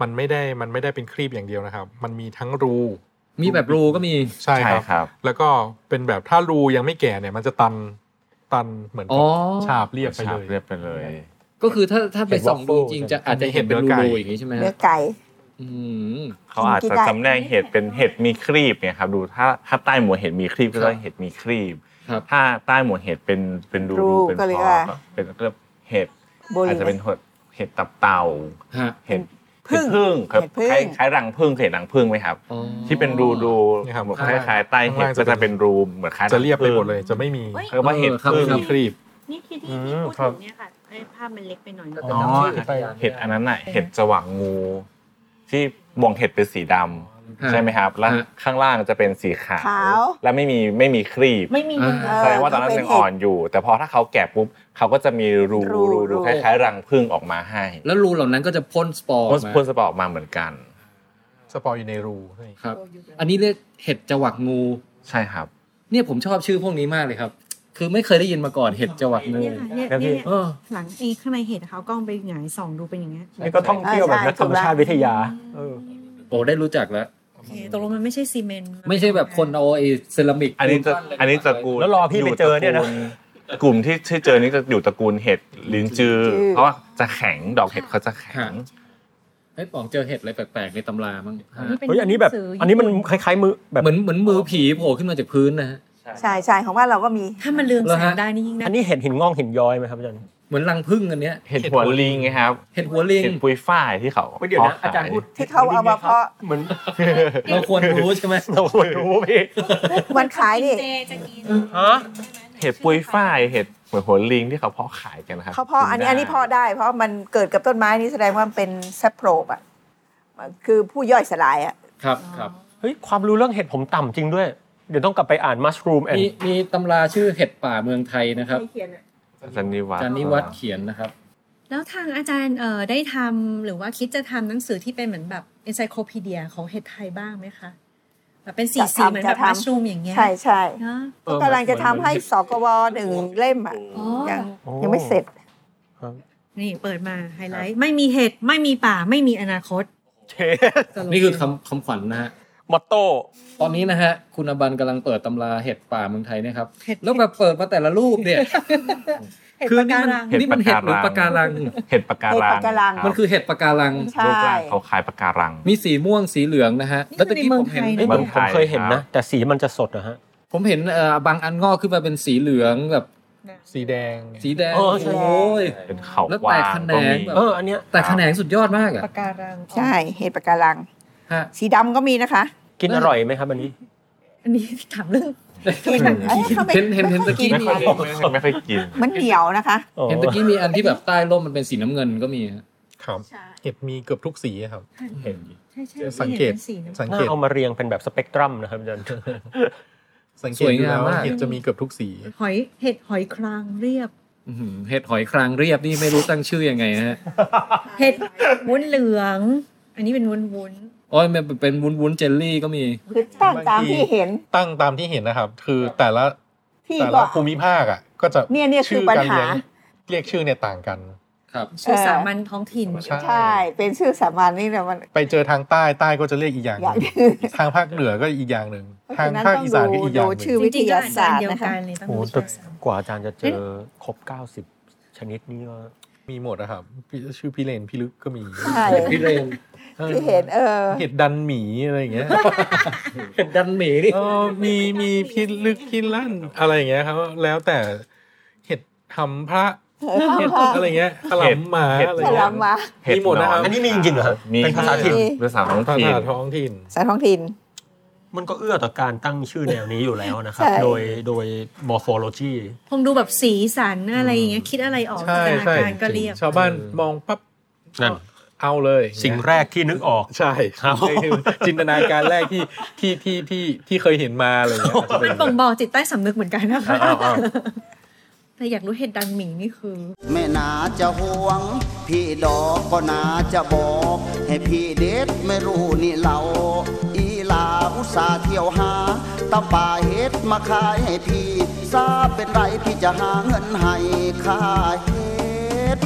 มันไม่ได้มันไม่ได้เป็นครีบอย่างเดียวนะครับ มันมีทั้งรู
มีแบบรูก็มี
ใช่
ใช่
ครับ
ครับ
แล้วก็เป็นแบบถ้ารูยังไม่แก่เนี่ย มันจะตันตันเหมือนกับ
อ๋อ
ฉาบเรียบไปเลย
เรียบไปเลย
ก็คือถ้าถ้าไปส่องดูจริงจะอาจจะเห็นเป็นรู
เห็
ๆอ
ดเนื้อไก่
ย่างงี้ใช่ไหม
เนื้
ฮะ
อไก่
อืม
เขาอาจจะจำแนก เห็ดเป็นเห็ดมีครีบเนี่ยครับดูถ้าถ้าใต้หมวดเห็ดมีครีบก็เรียกว่าเห็ดมีครีบ
ครับ
ถ้าใต้หมวดเห็ดเป็นเป็นรู
รู
เป็น
ก็เรียก
พอ
ว่า
ก็เป็นก็เรียกเห็ด
โบลิ
อาจจะเป็นเห็ดเห็ดตับเต่า
ฮะ
เห็ด
พึ่ง
เห็ดพึ่งครับ
เห็ดพึ่ง
คล้ายคล้ายรังพึ่งเคยเห็นรังพึ่งไหมครับ
อ๋อ
ที่เป็นรูดู
เนี่ยครับ
คล้ายๆใต้เห็ด
ข้างล่าง
ก็
จะเป็
จะ
น
เป็นรูเหมือนคล้าย
จะเรียบไป
รังผึ้ง
หมดเลยจะไม่มี
เขาเรียกว่าเห็ด
เออครับ
พึ่ง
ครับ
ครีบ
นี่คือที่
อื
ที่
ม
พูด
ครับ
ถึงเนี่ยค่ะ ไอ้ภาพมันเล็กไปหน่อย
อ๋อเห็ดอันนั้นน่ะเห็ดสว่างงู ที่บ่งเห็ดเป็นสีดำใช่ไหมครับ แล้ว
ฮะ
ข้างล่างจะเป็นสีขาว
ขาว
และไม่มีไม่มีครีบ
ไม่มี
อ่า
เออ
แสดงว่าตอนนั้น
เขาเป็
ยั
น
ง
เห็ด
อ่อนอยู่ แต่พอถ้าเขาแก่ปุ๊บเขาก็จะมีรู
รู
รู
รู
รูคล้ายๆรังผึ้งออกมาให้
แล้วรูเหล่านั้นก็จะพ่นสปอร์ออ
พ่น
กมา
พ่นสปอร์ออกมาเหมือนกัน
สปอร์อยู่ในรูนี่
ครับ อันนี้เรียกเห็ดจวักงู
ใช่ครับ
เนี่ยผมชอบชื่อพวกนี้มากเลยครับ คือไม่เคยได้ยินมาก่อนเห็ดจวักงู
เนี่ยค่ะเนี่ย
แล้วพี่
เนี่ยเนี่ย
เออ
หลังไอ้ข้างในเห็ดเขากล้องไปหงายส่องดูเป็นอย่างเงี้ย
นี่ก็ท่องเที่ยวแบบนักธรรมชาติวิทยาเออ
โอ้ได้รู้จักแล้ว
โอเคตกลงมันไม่ใช่ซีเมนต์
ไม่ใช่แบบคนเอาไอ้เซรามิก
อันนี้จะอันนี้จะกูล
แล้วรอพี่ไปเจอเนี่ยนะ
ตรกูลกลุ่มที่ที่เจอนี่จะอยู่ตระกูลเห็ดลิ้นจือ
จือ
เพราะว่าจะแข็งดอกเห็ดเขาจะแข็ง
เฮ้ยป๋องเจอเห็ดอะไรแปลกๆในตำรามั้ง
เป็
เฮ้ยอันนี้แบบ
หงสื
อันนี้มัน
ญี่
คล้ายๆมือแบบ
เหมือนเหมือนมือผีโผล่ขึ้นมาจากพื้นนะฮะ
ใช่ใช่ของว่านเราก็มี
ปุ่นถ้ามันเลือง
เหรอ
แส
ฮะ
งได้นี่ยิ่งน่า
อันนี้เห็นหินงอกหินย้อยไหมครับอาจารย์
เหมือนรังผึ้งอันเนี้ย
เห็ดหัวลิงไงครับ
เห็ดหัวลิง
เห็ดปุยฝ้ายที่เขา
เดี๋ยวนะ
พข
อาจารย์พูด
ที่เขาเอามาเพาะ
เหมือน
เราควรรู้ใช่ไหม
เราควรรู้พี่
มันขายนี่
เจจะกิน
เห็ดปุยฝ้ายเห็ดเหมือนหัวลิงที่เขาเพาะขายกันนะครับ
เขาเพาะอันนี้อันนี้เพาะได้ เพราะมันเกิดกับต้นไม้นี่แสดงว่ามันเป็นแซปโพรบอ่ะมันคือผู้ย่อยสลายอ่ะ
ครับครับ
เฮ้ยความรู้เรื่องเห็ดผมต่ำจริงด้วย เดี๋ยวต้องกลับไปอ่าน mushroom and
มีมีตำราชื่อเห็ดป่าเมืองไทยนะครับ
อาจารย์นิวัฒ
อาจารย์นิวัฒน์เขียนนะครับ
แล้วทางอาจารย์เอ่อได้ทำหรือว่าคิดจะทำหนังสือที่เป็นเหมือนแบบ e n c y c l o p e d i a ของเห็ดไทยบ้างไหมคะแบบเป็นสี
จะ
สี
ทำ
เหมือนแบบ
จะทำ
มัชรูมอย่างเงี้ย
ใช่ใช่
เนอะ
เออ
กำลังจะทำให้สกวหนึ่งเล่มอ่ะ
อ๋อ
ยัง
โอ้
ยังไม่เสร็จ
นี่เปิดมาไฮไลท์ไม่มีเห็ดไม่มีป่าไม่มีอนาคต
เช
สโลแก
นี่คือคำคำขวัญนะฮะ
มอตโต้
ตอนนี้นะฮะ คุณอบันกำลังเปิดตำราเห็ดป่าเมืองไทยเนะครับ
เห็ด
แล้วแบบเปิดมาแต่ละรูปเนี่ย
เห็ด
คือ
ปะ
นี่
กา
มัน
รัง
นี่มันเห็ดหรือปะการัง
เห็ดปะการัง
เห็ดปะการัง
ครับ
มันคือเห็ดปะการัง
ใช่
รูปร่างเขาคล้ายปะการัง
มีสีม่วงสีเหลืองนะฮะ
นี่คือ
แล้วตะกี้ผมเห็น
ในเมืองไทยนะ
เอ้ยผมผมเคยเห็น
ครั
นะ
บ
แต่สีมันจะสดนะฮะ
ผมเห็นเอ่อบางอันงอกขึ้นมาเป็นสีเหลืองแบบ
สีแดง
สีแดง
เอ
โอ
อใช่
้ย
เป็นเขา
แล้ว
ก
แต
วาก ง
แขนง
ก็มี
แบบ
เอออันเนี้ย
แต่แขนงสุดยอดมากอะ
ปะการัง
ใช่เห็ดปะการัง
ฮะ
สีดำก็มีนะคะ
กินอร่อยไหมครับอันนี้
อันนี้ถามเรื่อง
กินเอ้ยขาไม่
เห็นเห็นเห็น
ไม่ค่อย
ตะกี้
กินอะไร
ไม่ค่อยไม่ค่อยกิน
มันเหนียวนะคะ
เห็นตะกี้มีอันที่แบบใต้ร่มมันเป็นสีน้ำเงินก็มีฮะ
ครับ
ใช่
เห็ดมีเกือบทุกสีครับ
เห็น
ใช่ใช่
สังเกต
ห็นป็นสีน้ำ
สัง
น่า
เกต
เอามาเรียงเป็นแบบสเปกตรัมนะครับอาจารย์
สังเกตดูแล้วเห็ดจะมีเกือบทุกสี
หอยเห็ดหอยครางเรียบ
อื้อหือเห็ดหอยครางเรียบนี่ไม่รู้ตั้งชื่อยังไงนะฮะ
เห็ดวุ้นเหลือง อันนี้เป็นวุ้นวุ้น
โอ้ยมันเป็นวุ้นวุ้นๆเจลลี่ก็มี
คือตั้งตามที่เห็น
ตั้งตามที่เห็นนะครับ คือแต่ละ
ที่
แต่
ก็
ละภูมิภาคอ่ะ ก็จะ
เนี่ยเนี่ยคือ
ชื่
ปัญ
การ
หา
เลี้ยงเรียกชื่อเนี่ยต่างกัน
ครับ
ๆชื่อ
เออ
สามัญท้องถิ่น
ใช่เป็นชื่อสามัญนี่แหละมัน
ไปเจอทางใต้ใต้ก็จะเรียกอีกอย่างหนึ่ง
อย่างหนึ่ง
ทางภาคเหนือก็อีกอย่างหนึ่ง
เพระ
ทาง
ฉะนั้น
ภาค
ต้
อีสานก็
ดู
อีกอย่างห
ดู
นึ่ง
ชื่อวิทยาศาสตร์
เดียว
นะคะ
กันเลยต้อง
โอ้โห
ดูวิท
แต่
ยาศาสตร์
กว่าอาจารย์จะเจอครบ 90 ชนิดนี้ก็
มีหมดนะครับพี่ชื่อพี่เลนพี่ลึกก็มี
ใช่
พี่เลน
ออ
ที่เห็นเออ
เห็ดดันหมีอะไรอย่างเงี้ย
เห็ดดันหมีนี่
เออมีมีพี่ลึกพี่ลั่นอะไรอย่างเงี้ยครับ แล้วแต่เห็ดทำพระเห็ดอะไรเงี้ยขลำหมา
เห็ด
อะไร
ฉ
เงี้
ลาย มมา
เห็ด
มีหมดนะครับ
อันนี้มีจริงๆเหรอฮะ
มี
เป็นภาษาถิ่น
มี
ภาษาท้อง
ภา
ถิ่น
ษาท้องถิ่น
สายท้องถิ่น
มันก็เอื้อต่อการตั้งชื่อแนวนี้อยู่แล้วนะครับ
ใช่
โดยโดย morphology
คงดูแบบสีสันอะไรอย่างเงี้ยคิดอะไรออก
ใช่
จินตนา
ใช่
การก็เรียบ
ชาวบ้านมองปั๊บ
นั่น
เอาเลย
สิ่งแรกที่นึกออก
ใช่
ครับ
จินตนาการแรกที่ที่ที่ที่ที่เคยเห็นมาอะไรอย่างเงี้ยอาจจะเป็
มัน นบ่งบอกจิตใต้สำนึกเหมือนกันนะคะ
อ้าวอ้าว
แต่อยากรู้เห็ดดันหมีนี่คือ
แม่นาจะห่วง พี่ดอกก็นาจะบอก ให้พี่เด็ดไม่รู้นี่เรา อีลาอุตสาห์เที่ยวหาตะป่าเฮ็ดมาขายให้พี่ทราบเป็นไรพี่จะหาเงินให้ค่าเฮ็ด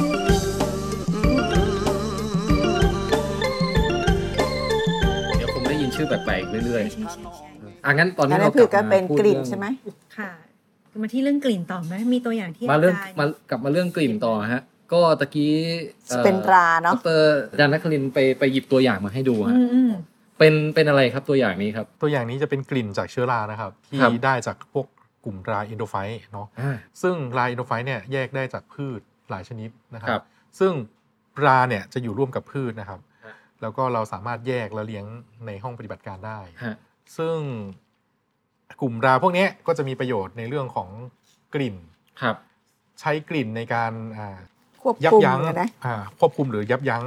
เดี๋ยวผมได้ยินชื่อแปลกๆเรื่อยๆอ่ะงั้นตอน
อั
นี้
นนั้
เรา
นคือก็
ลับมา
เป็น
พูด
กลิ่น
เอง
ใช่ไหม
ค่ะ มาที่เรื่องกลิ่นต่อไหมมีตัวอย่างที่
มาเรื่อง
จย์
มากลับมาเรื่องกลิ่นต่อฮะ ก็ตะกี้อ่อ
เป็นตราเนอะ
ดรอาจารย์นครินทร์ไปไปหยิบตัวอย่างมาให้ดูฮะ
อืมอืม
เป็นเป็นอะไรครับตัวอย่างนี้ครับ
ตัวอย่างนี้จะเป็นกลิ่นจากเชื้อรานะครับ ที่
ครับ
ได้จากพวกกลุ่มราเอนโดไฟต์เนาะ
อ่า
ซึ่งราเอนโดไฟต์เนี่ยแยกได้จากพืชหลายชนิดนะค
ครั
รับ
บ
ซึ่งราเนี่ยจะอยู่ร่วมกับพืชนะครับ
ฮะ
แล้วก็เราสามารถแยกและเลี้ยงในห้องปฏิบัติการได้
ฮะ
ซึ่งกลุ่มราพวกเนี้ยก็จะมีประโยชน์ในเรื่องของกลิ่น
ครับ
ใช้กลิ่นในการอ่า
ควบ
ยับ
คุม
ยั้ง
นะ
อ่าควบคุมหรือยับยั้ง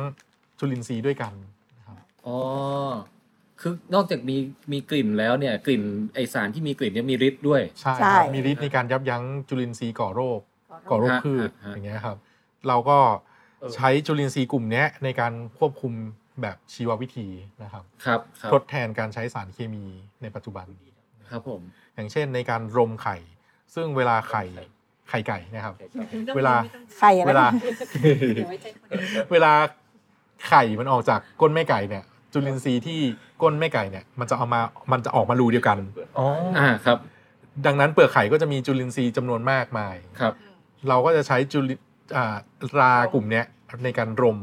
จุลินทรีย์ด้วยกันนะครับ
อ๋อ คือนอกจากมีมีกลิ่นแล้วเนี่ย กลิ่นไอสารที่มีกลิ่นเนี่ยมีฤทธิ์ด้วย
ใช่
ใช่
ครับมีฤทธิ์ในการยับยั้งจุลินทรีย์ก่อโรค ก่อโรคพืช
ฮะฮะ
อย่างเงี้ยครับ เราก็
เออ
ใช้จุลินทรีย์กลุ่มเนี้ยในการควบคุมแบบชีววิธีนะครับ
ครับครับ
ทดแทนการใช้สารเคมีในปัจจุบัน
ครับผม
อย่างเช่นในการรมไข่ ซึ่งเวลาไข่ไข่ไก่นะครับ เวลา
ใครอะ
เว
ไร
ลา
อย่าไว้ใจคนอื่น
เวลาไข่มันออกจากก้นแม่ไก่เนี่ย จุลินทรีย์ที่ก้นแม่ไก่เนี่ย มันจะเอามามันจะออกมารูเดียวกัน
อ๋อ
อ่าครับ
ดังนั้นเปลือกไข่ก็จะมีจุลินทรีย์จำนวนมากมาย
ครับ
เราก็จะใช้จุลินอ่ารากลุ่มเนี้ยในการรม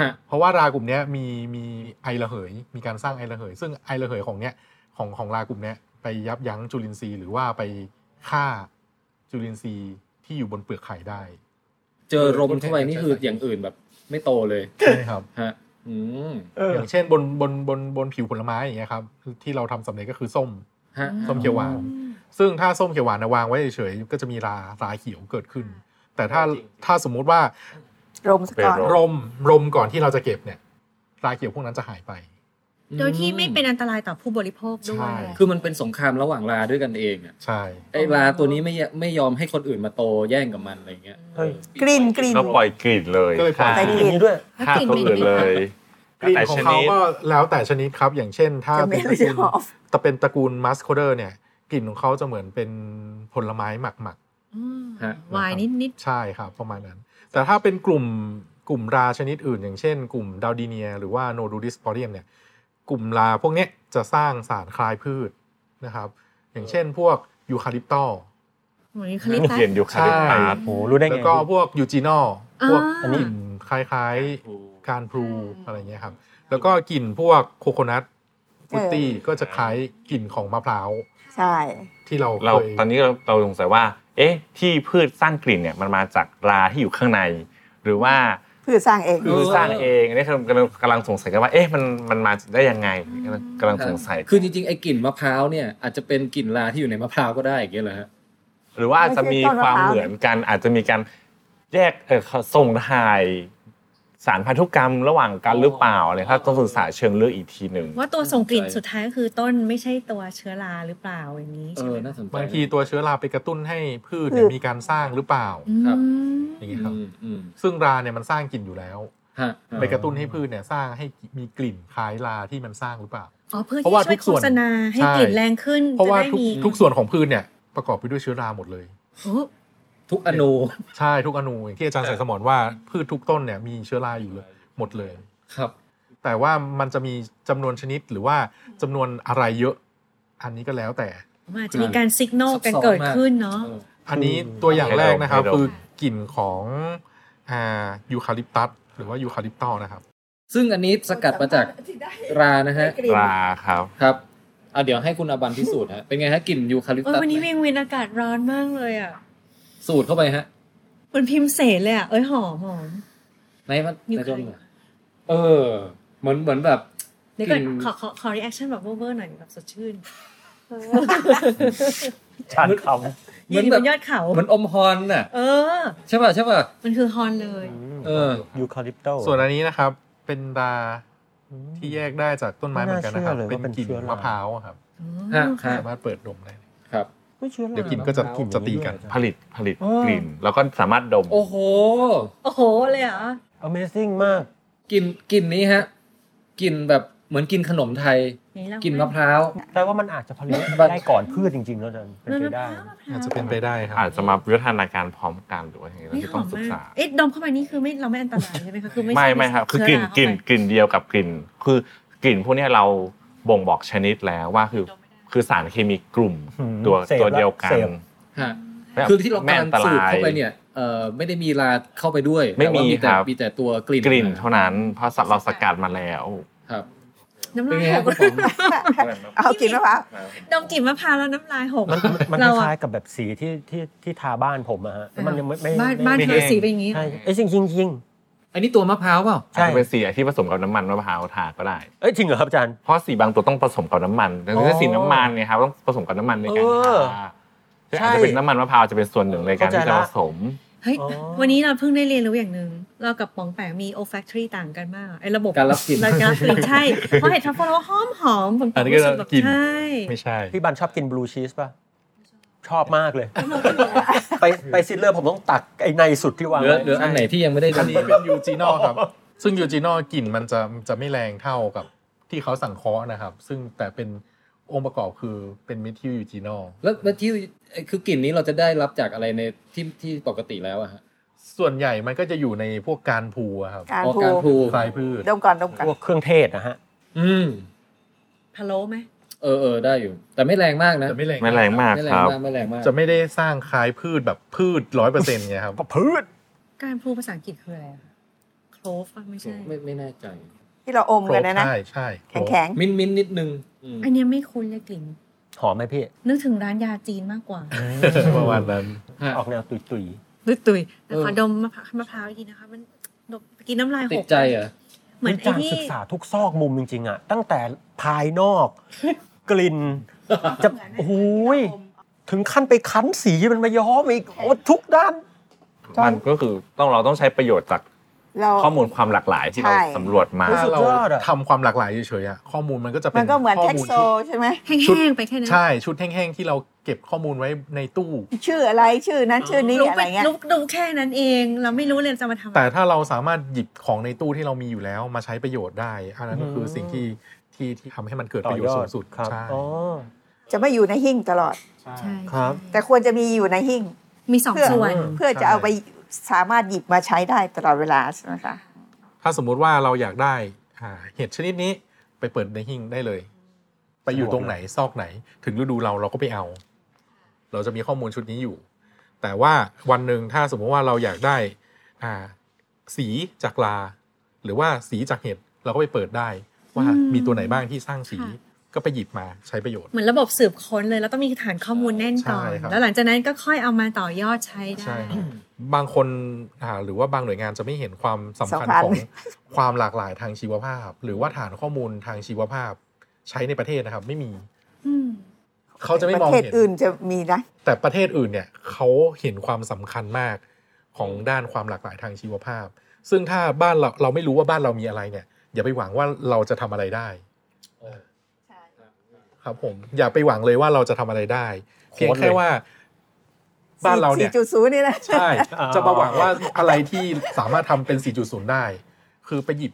ฮะ
เพราะว่ารากลุ่มเนี้ยมีมีไอระเหย มีการสร้างไอระเหย ซึ่งไอระเหยของเนี้ยของของรากลุ่มเนี้ยไปยับยั้งจุลินทรีย์หรือว่าไปฆ่าจุลินทรีย์ที่อยู่บนเปลือกไข่ได้
เจอรมเข้าไปนี่คืออย่างอื่นแบบ ไม่โตเลย
ใช่ครับ
ฮะอืม
เออ
อย่างเช่นบนบนบนบนผิวผลไม้อย่างเงี้ยครับที่เราทำสำเร็จก็คือส้ม
ฮะ
ส้มเขียวหวาน ซึ่งถ้าส้มเขียวหวานนะวางไว้เฉยๆก็จะมีราราเขียวเกิดขึ้น แต่ถ้าถ้าสมมุติว่าร
มสก่อน
รมรมก่อนที่เราจะเก็บเนี่ยราเขียวพวกนั้นจะหายไป
โดยที่ไม่เป็นอันตรายต่อผู้บริโภคด้ว
ใช่
ย
คือมันเป็นสงครามระหว่างลาด้วยกันเองอ่ะ
ใช่
ไอลาตัวนี้ไม่ยไม่ยอมให้คนอื่นมาโตแย่งกับมันอะไรเงี้ย
เฮ้ย
กลิ่นกลิ่น
ก็ปล่อยกลิ่นเลย
ก็เลยปล่อย
กลิ่
อย่างนี้ด้วย
ฆ่าคนอื่นเลย
กลิ่นของเขาก็แล้วแต่ชนิดครับ อย่างเช่น ถ้า
จะ
เป็
ไม่
นต
รู้
ระ
จะ
กูล
หอม
แต่เป็นตระกูลมัสโคเดอร์เนี่ยกลิ่นของเขาจะเหมือนเป็นผลไม้หมักหมัก
วายนิดนิด
ๆใช่ครับ ประมาณนั้น แต่ถ้าเป็นกลุ่มกลุ่มราชนิดอื่น อย่างเช่น กลุ่มดาวดีเนีย หรือว่าโนดูดิสปอเรียมเนี่ยกลุ่มราพวกเนี้ยจะสร้างสารคลายพืชนะครับ อย่างเช่นพวกยูคาลิปตอล
เหมือนคลิป
เขียนอยู่คาลิปตัส
โหรู้ได้
แล้
ไง
วก็พวกยูจีนอล
อ่า
พวกกลิ่นคล้ายๆการพลูอะไรเงี้ยครับ แล้วก็กลิ่นพวกโคโคนัทฟุตตี้ก็จะคล้ายกลิ่นของมะพร้าว
ใช่
ที่เรา
เรา
เคย
ตอนนี้เราเราสงสัยว่า เอ๊ะ ที่พืชสร้างกลิ่นเนี่ยมันมาจากราที่อยู่ข้างใน หรือว่า
เพื่อสร้างเอง
พืชสร้างเองอันนี้คือกำลังกำลังสงสัยกันว่าเอ๊ะมันมันมาได้ยังไงกำลังกำลังสงสัย
คือจริงๆไอกลิ่นมะพร้าวเนี่ยอาจจะเป็นกลิ่นลาที่อยู่ในมะพร้าวก็ได้อย่างเงี้ยเหรอฮะ
หรือว่าอาจจะมีความเหมือนกัน อาจจะมีการแยกเอ่อส่งถ่ายสารพันธุกรรมระหว่างกันหรือเปล่าอะไรถ้าต้องศึกษาเชิงลึกอีกทีหนึ่ง
ว่าตัวส่งกลิ่นสุดท้ายก็คือต้นไม่ใช่ตัวเชื้อราหรือเปล่าอย่างนี้
เอ
ใช่ไห
อ
ม
น่าสนใจ
บางทีตัวเชื้อราไปกระตุ้นให้พืชเนี่ย
พืช
มีการสร้างหรือเปล่า
ครับ
อย่างเงี้ยครับ
อืมอืม
ซึ่งราเนี่ยมันสร้างกลิ่นอยู่แล้ว
ฮะ
ไปกระตุ้นให้พืชเนี่ยสร้างให้มีกลิ่นคล้ายราที่มันสร้างหรือเปล่า
อ๋อเพื่อ
เพ
ที่
ราะว่า
ช่วย
ทุก
โฆ
ส่วน
ษณาให้
ใช่
กลิ่นแรงขึ้น
เพราะ
จะ
ว่า
ได้
ทุก
มี
ทุกส่วนของพืชเนี่ยประกอบไปด้วยเชื้อราหมดเลย
โอ้
ทุกอนู
ใช่ทุกอนูอย่างที่อาจารย์สายสมรว่าพืชทุกต้นเนี่ยมีเชื้อราอยู่เลยหมดเลย
ครับ
แต่ว่ามันจะมีจำนวนชนิดหรือว่าจำนวนอะไรเยอะ อันนี้ก็แล้วแต่
มันอาจจะมีการสิกโนกันเกิดขึ้นเนาะ
เออ
อันนี้ตัวอย่างแรกนะครับคือกลิ่นของอ่ายูคาลิปตัสหรือว่ายูคาลิปตอลนะครับ
ซึ่งอันนี้สกัดมาจากรานะฮะ
กลิ่น
ราครับ
ครับเอาเดี๋ยวให้คุณอาบันพิสูจน์ฮะ เป็นไงฮะกลิ่นยูคาลิป
โอ้ย
ตัส
วันนี้เวียงเวียนอากาศร้อนมากเลยอ่ะ
สูตรเข้าไปฮะ
เหมันพิมพ์เสนเลยอ่ะ เอ้ยหอมหอม
ในมัน
ยู
ใน
คาลิป
จนเออ เหมือนเหมือนแบบ
เดี๋ยวก่อน
กลิ่น
ขอขอขอรีแอคชั่นแบบเวอร์ๆหน่อยแบบสดชื่น
ชานค
เห
ยื
มือน
นอยู่
แบบ บ
นยอดเขา
เหมือนอมฮอนน่ะ
เออ
ใช่ป่ะใช่ป่ะ
มันคือฮอนเลย
เออ
ำยูคาลิปตัส
ส่วนอันนี้นะครับเป็นดาที่แยกได้จากต้นไม้เหมือนกันนะครับ
ไม่น่าเชื่อเลยว่า
เป็น
เป็น
กลิ่น
เชื้อราม
มะพร้าวอะครับ
อ๋
ฮะ
อ
ฮะ
สามารถเปิดดมได้
ครับ
ไม่เชื่อรา
เดี๋ยวกลิ่นก็จะ
มพร้าว
จะตีกัน
ผลิตผลิต
เออ
กลิ่น แล้วก็สามารถดม
โอ้โห
โอ้โหเลยเหรอ
Amazing มาก
กลิ่นกลิ่นนี้ฮะกลิ่นแบบเหมือนกินขนมไทย
ไหลอง
กลิ่นมะพร้าว
แปลว่ามันอาจจะผลิตได้ก่อนพืชจริงๆแล้วเดินเป็น
มัน
ไป
มะพ
ได้
ร้าวมะพร้าว
อาจจะเป็นไปได้ครับ
อาจจะมาวิวัฒนาการพร้อมกันหรือว่าอย่างไร
นี่
ที่
ห
ต้
อ
อ
ม
งศึก
มาก
ษา
เอ๊ะดมเข้าไปนี่คือไม่เราไม่อันตรายใช่ไหมคะคือไม่
ไม่
ใช่
ไม่ครับ คือกลิ่นก
เชื้
ลิ่น
ราเข้าไป
กลิ่นเดียวกับกลิ่น คือกลิ่นพวกเนี้ยเราบ่งบอกชนิดแล้วว่าคือคือสารเคมีกลุ่มตัว
สพ
ตัวเดียวกั
สพ
น
ฮะ
ไม่
คือที่เรา
ไม่
กำลั
อั
ง
นต
สูบ
ราย
เข้าไปเนี่ยเอ่อไม่ได้มีลาเข้าไปด้วย
ไม่
แต่ว่า
มี
มีแต่
ครับ
มีแต่ตัวกลิ่น
กลิ่นเท่านั้น เพราะเราสกัดมาแล้ว
ครับ
น้ำ
เป็น
ลาย
ไง
ห
ฮะ
ก
คุณผม
เอากลิ่นมะพร้าว
ดมกลิ่นมะพร้าวแล้วน้ำลายหก
มันมันมันค
เราอะ
ล้ายๆกับแบบสีที่ที่ที่ทาบ้านผมอะฮะแล้วมันยังไม่ไม่
บ้าน
ไม่
บ้าน
ไม่
เธ
แห้
อง สีเป็นอย่างนี้
ใช่เอ้ยจริงจริงจริง
อันนี้ตัวมะพร้าวเปล่า
ใช่
อาจจะเป็นสีที่ผสมกับน้ำมันมะพร้าวทาก็ได้
เอ้ยจริงเหรอครับอาจารย์
เพราะสีบางตัวต้องผสมกับน้ำมันแต่
อ๋อ
ถ้าสีน้ำมันเนี่ยครับต้องผสมกับน้ำมันในการ
เออ
ทาซึ่งอาจจะเป็นน้ำมันมะพร้าวจะเป็นส่วนหนึ่งในการ
เข้าใจ
ที่จะ
ละ
ผสม
เฮ้ย
อ๋อ
วันนี้เราเพิ่งได้เรียนรู้อย่างหนึ่งเรากับป๋องแปงมี olfactory ต่างกันมากไอ้ระบบ
การรับกลิ่น
ระการรับกลิ่นใช่เพราะเห็ดทรัฟเฟิลเราหอมหอมๆผม
อันนี้ก็
รู้สึกแบบ
กลิ่น
ใช่
ไม่ใช่
พี่บันชอบกินบลูชีสป่ะ ชอบมากเลย
แล้วเราก็แบบว่า
ไปไปซิดเลอร์ผมต้องตักไอ้ในสุดที่วาง
เหลือ
ไว้
เหลืออันไหนที่ยังไม่ได้
อัน
ดำ
นี้เป็นยูจีนอครับ ซึ่งยูจีนอกลิ่นมันจะจะไม่แรงเท่ากับที่เขาสั่งเคาะนะครับ ซึ่งแต่เป็นองค์ประกอบคือเป็นเมทิลยูจีนอ
แล้วแล้วที่คือกลิ่นนี้เราจะได้รับจากอะไรในที่ที่ปกติแล้วอะฮะ
ส่วนใหญ่มันก็จะอยู่ในพวกการพูอะครับ
การ
อ๋อ
พู
การพู
สายพืช
ดมก่อนดมก่อน
พวกเครื่องเทศนะฮะ
อืม
พะโล้ไหม
เออเออได้อยู่ แต่ไม่แรงมากนะ
แต่ไม่แรง
ไม่แรงมาก
ไม่แรง
ครับ
มากไม่แรงมาก
จะไม่ได้สร้างคล้ายพืชแบบพืชร้อยเปอร์เซ็นต์ไงครับ
ก็พืช
การพูภาษาอังกฤษคืออะไรอะโคลฟไม่ใช่
ไม่ไม่แน่ใจ
ที่เราอมกันนะนะ
ใช่ใช่
แข็ง
มิ้นท์มิ้นท์นิดนึงอืม
อันเนี้ยไม่คุ้นเลยกลิ่น
หอมไหมพี่
นึกถึงร้านยาจีนมากกว่า
ประมาณนั้น
ฮะ
ออกแนวตุยตุย
นึกตุยแต่
เออ
ขอดมมะพร้าวมะพร้าวอีกทีนะคะ มันดมกินน้ำลายหก
ติดใจเหรอ่ะ
ๆ
เหมือนไอ้
วิจารณ์
ที่
ศึกษาทุกซอกมุมจริง ๆ อ่ะ ตั้งแต่ภายนอก กลิ่น จะโอ้โหยถึงขั้นไปคั้นสีมันมาย้อมอีกโอ้ทุกด้าน
มันก็คือต้องเราต้องใช้ประโยชน์จาก
เรา
ข้อมูลความหลากหลายที่เรา
ใช่
สำรวจมา
รู้สึ
ถ้าก
สุ
เรา
ยอดอะ
ทำความหลากหลายเฉยๆอะข้อมูลมันก็จะเป็
มัน
น
ก็เหมือน
ข้
แท็
อก มูล
โซ
ชุด
ใช่ไหม
แห้งๆไปแค่นั้น
ใช่ชุดแห้งๆที่เราเก็บข้อมูลไว้ในตู้
ชื่ออะไรชื่อนั้นชื่อนี้
รู้
อะไร
ไป
เงี้ย
รู้ดูแค่นั้นเองเราไม่รู้เลยจะมาทำอะไร
แต่ถ้าเราสามารถหยิบของในตู้ที่เรามีอยู่แล้วมาใช้ประโยชน์ได้ อันนั้นก็คือสิ่งที่ที่ที่ทำให้มันเกิดประโยชน์สูงสุด
ครับ
ใช่
อ๋อ
จะไม่อยู่ในหิ้งตลอด
ใช่
ครับ
แต่ควรจะมีอยู่ในหิ้ง
มีสอง
เพื่อ
ส่วน
เพื่อจะเอาไปสามารถหยิบมาใช้ได้ตลอดเวลาใช่ไหมคะ
ถ้าสมมุติว่าเราอยากได้อ่าเห็ดชนิดนี้ไปเปิดในหิ้งได้เลย ไปอยู่ตรงไหนซอกไหน ถึงฤดูเราเราก็ไปเอา เราจะมีข้อมูลชุดนี้อยู่ แต่ว่าวันหนึ่งถ้าสมมุติว่าเราอยากได้อ่าสีจากลา หรือว่าสีจากเห็ดเราก็ไปเปิดได้ ว่ามีตัวไหนบ้างที่สร้างสีก็ไปหยิบมาใช้ประโยชน์
เหมือนระบบสืบค้นเลยแล้วต้องมีฐานข้อมูลแน่นก่อน
ใช่ครับ
แล้วหลังจากนั้นก็ค่อยเอามาต่อยอดใช้ได้
ใช่ครับบางคนอ่าหรือว่าบางหน่วยงานจะไม่เห็นความสำคัญ
สำคัญ
ของ ความหลากหลายทางชีวภาพ หรือว่าฐานข้อมูลทางชีวภาพใช้ในประเทศนะครับ ไม่มี
อืม
เขาจะไม่
ป
มอง
ระเทศ
เห็น
อื่นจะมีนะ
แต่ประเทศอื่นเนี่ยเขาเห็นความสำคัญมากของด้านความหลากหลายทางชีวภาพ ซึ่งถ้าบ้านเราเราไม่รู้ว่าบ้านเรามีอะไรเนี่ย อย่าไปหวังว่าเราจะทำอะไรได้ครับผมอย่าไปหวังเลยว่าเราจะทำอะไรได้ เพียงแค่ว่า บ้านเราเนี่ย
4.0 นี่นะ
ใช่
อ๋อ
จะมาหวังว่าอะไรที่สามารถทำเป็น 4.0 ได้ คือไปหยิบ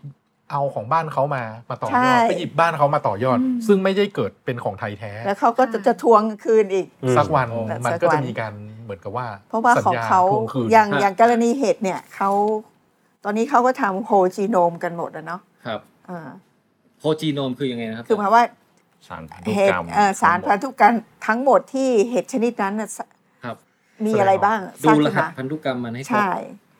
เอาของบ้านเขามามาต่อยอด
ใช่
ไปหยิบบ้านเขามาต่อยอด ซึ่งไม่ได้เกิดเป็นของไทยแท้
แล้วเขาก็จะจะทวงคืนอีก
สักวัน
สักวัน
มันก็จะมีการเหมือนกับว่า
เพราะว่า
สัญ
ของ
ญา
เขา
ทวงคืน
อย่าง
ฮะ
อย่างกรณีเห็ดเนี่ยเขาตอนนี้เขาก็ทำโฮจีโนมกันหมดอะเนาะ
ครับ
อ่า
โคจีโนมคือยังไงนะครับ
คือหมายว่า
สารพันธุ
เห็
ก
ด
รรม
เอ่อสารพันธุกรรมทั้งหมดที่เห็ดชนิดนั้นน่ะสะ
ครับ
มีอะไรบ้างส
ดู
ร้าง
ร
ขึ้น
หัส
มา
พันธุกรรมมันให้ครบ
ใช่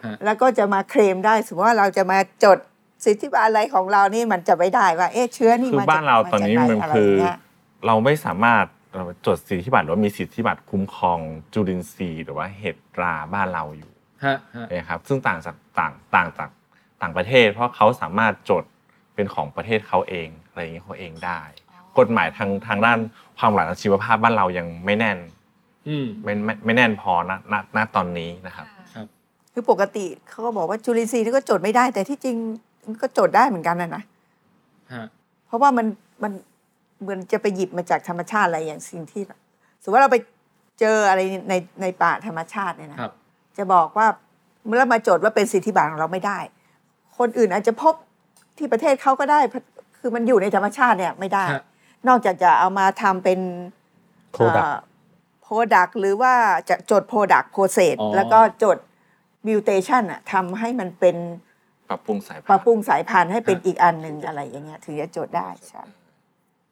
ฮะ
แล้วก็จะมาเคลมได้สมมติว่าเราจะมาจดสิทธิบัตรอะไรของเรานี่มันจะไม่ได้ว่า เอ๊ะเชื้อนี่
คือ
มาจก
บ้านเราตอนนี้
จา
มัน
กไหะไร
คืออย่าง
เงี้ย
เราไม่สามารถเอ่อจดสิทธิบัตรหรือว่ามีสิทธิบัตรคุ้มครองจุลินทรีย์หรือว่าเห็ดราบ้านเราอยู่
ฮะฮะ
นะครับซึ่งต่างจากต่างต่างจากต่างประเทศ เพราะเขาสามารถจดเป็นของประเทศเขาเองอะไรอย่างเงี้ยเขาเองได้ กฎหมายทางทางด้านความหลากหลายชีวภาพบ้านเรายังไม่แน่น
อืม
ไม่ไม่ไม่แน่นพอนะณณตอนนี้นะครับ
คือปกติเขาก็บอกว่าจุลินทรีย์นี่ก็จดไม่ได้ แต่ที่จริงมันก็จดได้เหมือนกันนะนะ
ฮะ
เพราะว่ามันมันเหมือนจะไปหยิบมาจากธรรมชาติอะไรอย่างสิ่งที่สมมติว่าเราไปเจออะไรในในป่าธรรมชาติเนี่ยนะครับ จะบอกว่าเมื่อเรามาจดว่าเป็นสิทธิบัตรของเราไม่ได้ คนอื่นอาจจะพบที่ประเทศเขาก็ได้ คือมันอยู่ในธรรมชาติเนี่ยไม่ได้
ฮะ
นอกจากจะเอามาทำเป็น
โปรดักต์
โปรดักหรือว่าจะจดโปรดักโปรเซส
อ๋อ
แล้วก็จดมิวเทชันอะทำให้มันเป็น
ปรับปรุงสาย
ป
พั
รับ
น
ปรุ
ธุ์
งสายพันธุ์ให้เป็นอีกอันหนึ่งอะไรอย่างเงี้ยถึงจะจดได้ใช่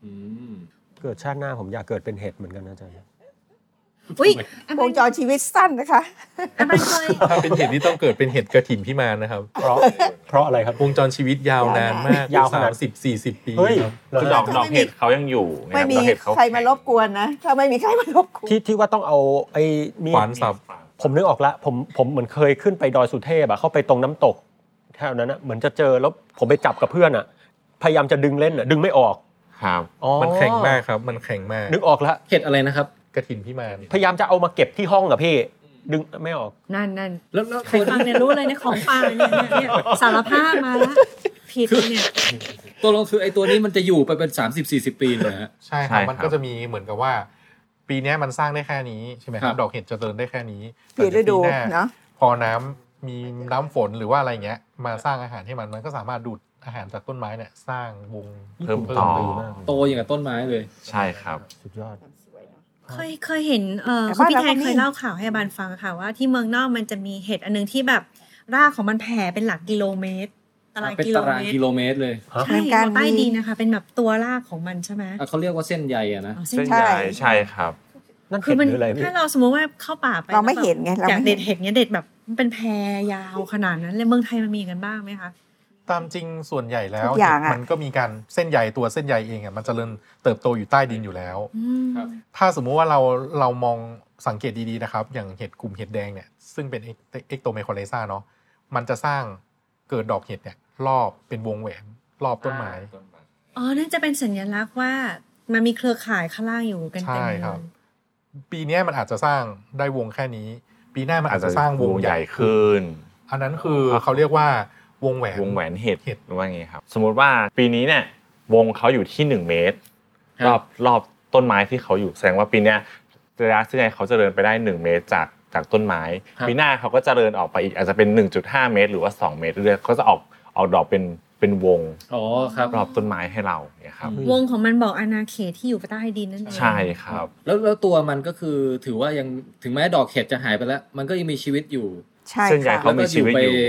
อืม
เกิดชาติหน้าผมอยากเกิดเป็นเห็ดเหมือนกันนะอาจารย์
อุ้ยว
งจรชีวิตสั้นนะคะ
อันนั้นเคย
ถ้าเป็นเห็ดที่ต้องเกิดเป็นเห็ดกระถิ่นพิมานนะครับ
เพราะเพราะอะไรครับ
วงจรชีวิตยาวนานมาก
ยาวขนาด
สิบสี่สิบปี
เฮ้ย
ครับ
เหรอ
คือ
ฮะ
ดอกดอกเห็ดเขายังอยู่นะ
ไม่
บ
มี
ดอกเห็ดเข
ใครมารบกวนนะ ถ้าไม่มีใครมารบกวน
ที่ที่ว่าต้องเอาไอ้มี
ขวาน
ด
สับ
ผมนึกออกละผมผมเหมือนเคยขึ้นไปดอยสุเทพอะเข้าไปตรงน้ำตกแถวนั้นอะเหมือนจะเจอแล้วผมไปจับกับเพื่อนอะพยายามจะดึงเล่นอะดึงไม่ออก
ครับ
อ๋อ
มันแข็งมากครับ มันแข็งมาก
นึกออกละ
เห็ดอะไรนะครับ
กระถิ่นพิมาน
พยายามจะเอามาเก็บที่ห้องอะพี่ ดึงไม่ออก
นั่นนั่น
แล้วแล้ว
ใครฟังเนี่ยรู้เลยเนี่ยของป่าเนี่ยเนี่ยเนี่ยสารภาพมาแล้วผิดเนี่ย
ตัวลงคือไอ้ตัวนี้มันจะอยู่ไปเป็นสามสิบสี่สิบปีเลยฮะ
ใช่ครับ
ใช่ครับ
มันก็จะมีเหมือนกับว่า ปีเนี้ยมันสร้างได้แค่นี้ใช่ไหมค
ครั
รับ
บ
ดอกเห็ดจะเจริญได้แค่นี้
เปลี่ยนฤดู
แต่ปีห
เนาะ
พอน้ำมีน้ำฝนหรือว่าอะไรเงี้ย มาสร้างอาหารให้มันมันก็สามารถดูดอาหารจากต้นไม้เนี่ยสร้างวง
เพิ่มต่อ
ไปเรื่ย
โตอย่างกับต้นไม้เลย
ใช่ครับ
สุดยอด
เคยเคยเห็นเออ
แต่
คุณ
บ้าน
พี่แทนเค
เราก็มี
ยเล่าข่าวให้อาบานฟังค่ะว่าที่เมืองนอกมันจะมีเห็ดอันหนึงที่แบบรากของมันแผ่เป็นหลักกิโลเมตรตาราง
เป็น
กิโล
ตาราง
เมตร
กิโลเมตรเลย
ใช่
เหมือนกัน
ใต้ดินนะคะ เป็นแบบตัวรากของมันใช่ไหม
อ่ะเขาเรียกว่าเส้นใยอะนะ
อ๋อเส้น
เส้น
ใย
ใหญ่ใช่ครับ
นั่น
คื
เห็
อนมัน
หรืออะไรพี่
ถ้าเราสมมติว่าเข้าป่าไป
เราไม่
แล้วแบบ
เห็นไงเรา
อยาก
ไม่
เด็
เห็
ด
น
เห็ดเนี้ยเด็ดแบบมันเป็นแพรยาวขนาดนั้นเลยเมืองไทยมันมีกันบ้างไหมคะ
ตามจริงส่วนใหญ่แล้
ทุ
ว
กอย่างอะ
มันก็มีการเส้นใยตัวเส้นใยเองอ่ะมันจเจริญเติบโตอยู่ใต้ดินอยู่แล้ว
อืม
ครับ
ถ้าสมมุติว่าเราเรามองสังเกตดีๆนะครับ อย่างเห็ดกลุ่มเห็ดแดงเนี่ยซึ่งเป็นเอ็กโตเมคอเลซ่าเนาะมันจะสร้างเกิดดอกเห็ดเนี่ยรอบเป็นวงแหวนรอบต้นไม้
อ๋อนั่นจะเป็นสัญลักษณ์ว่ามันมีเครือข่ายข้างล่างอยู่กันเต็ม
ใช่
เลย
ครับ ปีเนี้ยมันอาจจะสร้างได้วงแค่นี้ ปีหน้ามันอาจจะสร้างวงใหญ่ขึ้น
ขึ้น
อันนั้นคือเขาเรียกว่าวงแหวน
วงแหวนเห็ด
เห็ด
หรือว่าไงครับ สมมติว่าปีนี้เนี่ยวงเขาอยู่ที่ 1 เมตร
ครับ
รอบรอบต้นไม้ที่เขาอยู่แสดงว่าปีเนี้ยระยะเส้นใยเขาจะเดินไปได้ 1 เมตรจากจากต้นไม้
ครับ
ปีหน้าเขาก็จะเดินออกไปอีกอาจจะเป็น 1.5 เมตร หรือว่า 2 เมตรเรื่อยๆก็จะออกออกดอกเป็นเป็นวง
อ๋อครับ
รอบต้นไม้ให้เราเนี่ยครับ
วงของมันบอกอาณาเขตที่อยู่ใต้ดินนั่นเอง
ใช่ครับ
แล้วแล้วตัวมันก็คือถือว่ายังถึงแม้ดอกเห็ดจะหายไปแล้ว มันก็ยังมีชีวิตอยู่
ใช่
เส้นใย
ค่ะ
เขามี
แล้วก็อยู่
ชีวิต
ไป
อยู่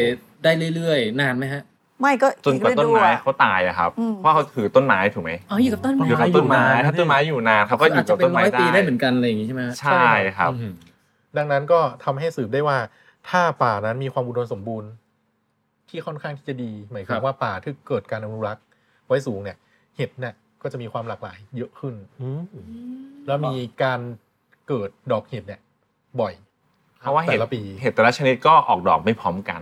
ได้เรื่อยๆ นานไหมฮะ
ไม่ก็
จนกว่าต้นไม้เขาตายอะครับ
อืม
เพราะเขาถือต้นไม้ถูกไหม
อ๋ออยู่กับต้นไม้
อยู่กับต้นไม้ถ้าต้นไม้อยู่นานเขาก็อยู่
จ
กั
จะ
บ
เป็
ต้
น
น
ร้
ไม้
อยปี
ได้
ได้เหมือนกันอะไรอย่างงี้ใช่ไหมฮะ
ใช่ครับ
อืม
ดังนั้นก็ทำให้สืบได้ว่าถ้าป่านั้นมีความอุดมสมบูรณ์ ที่ค่อนข้างที่จะดีหมายความว่าป่าที่เกิดการอนุรักษ์ไว้สูงเนี่ยเห็ดเนี่ยก็จะมีความหลากหลายเยอะขึ้น
อืม
แล้วมีการเกิดดอกเห็ดเนี่ยบ่อย
เพราะว่าเห็ด
แต่ละปี
เห็ดแต่ละชนิดก็ออกดอกไม่พร้อมกัน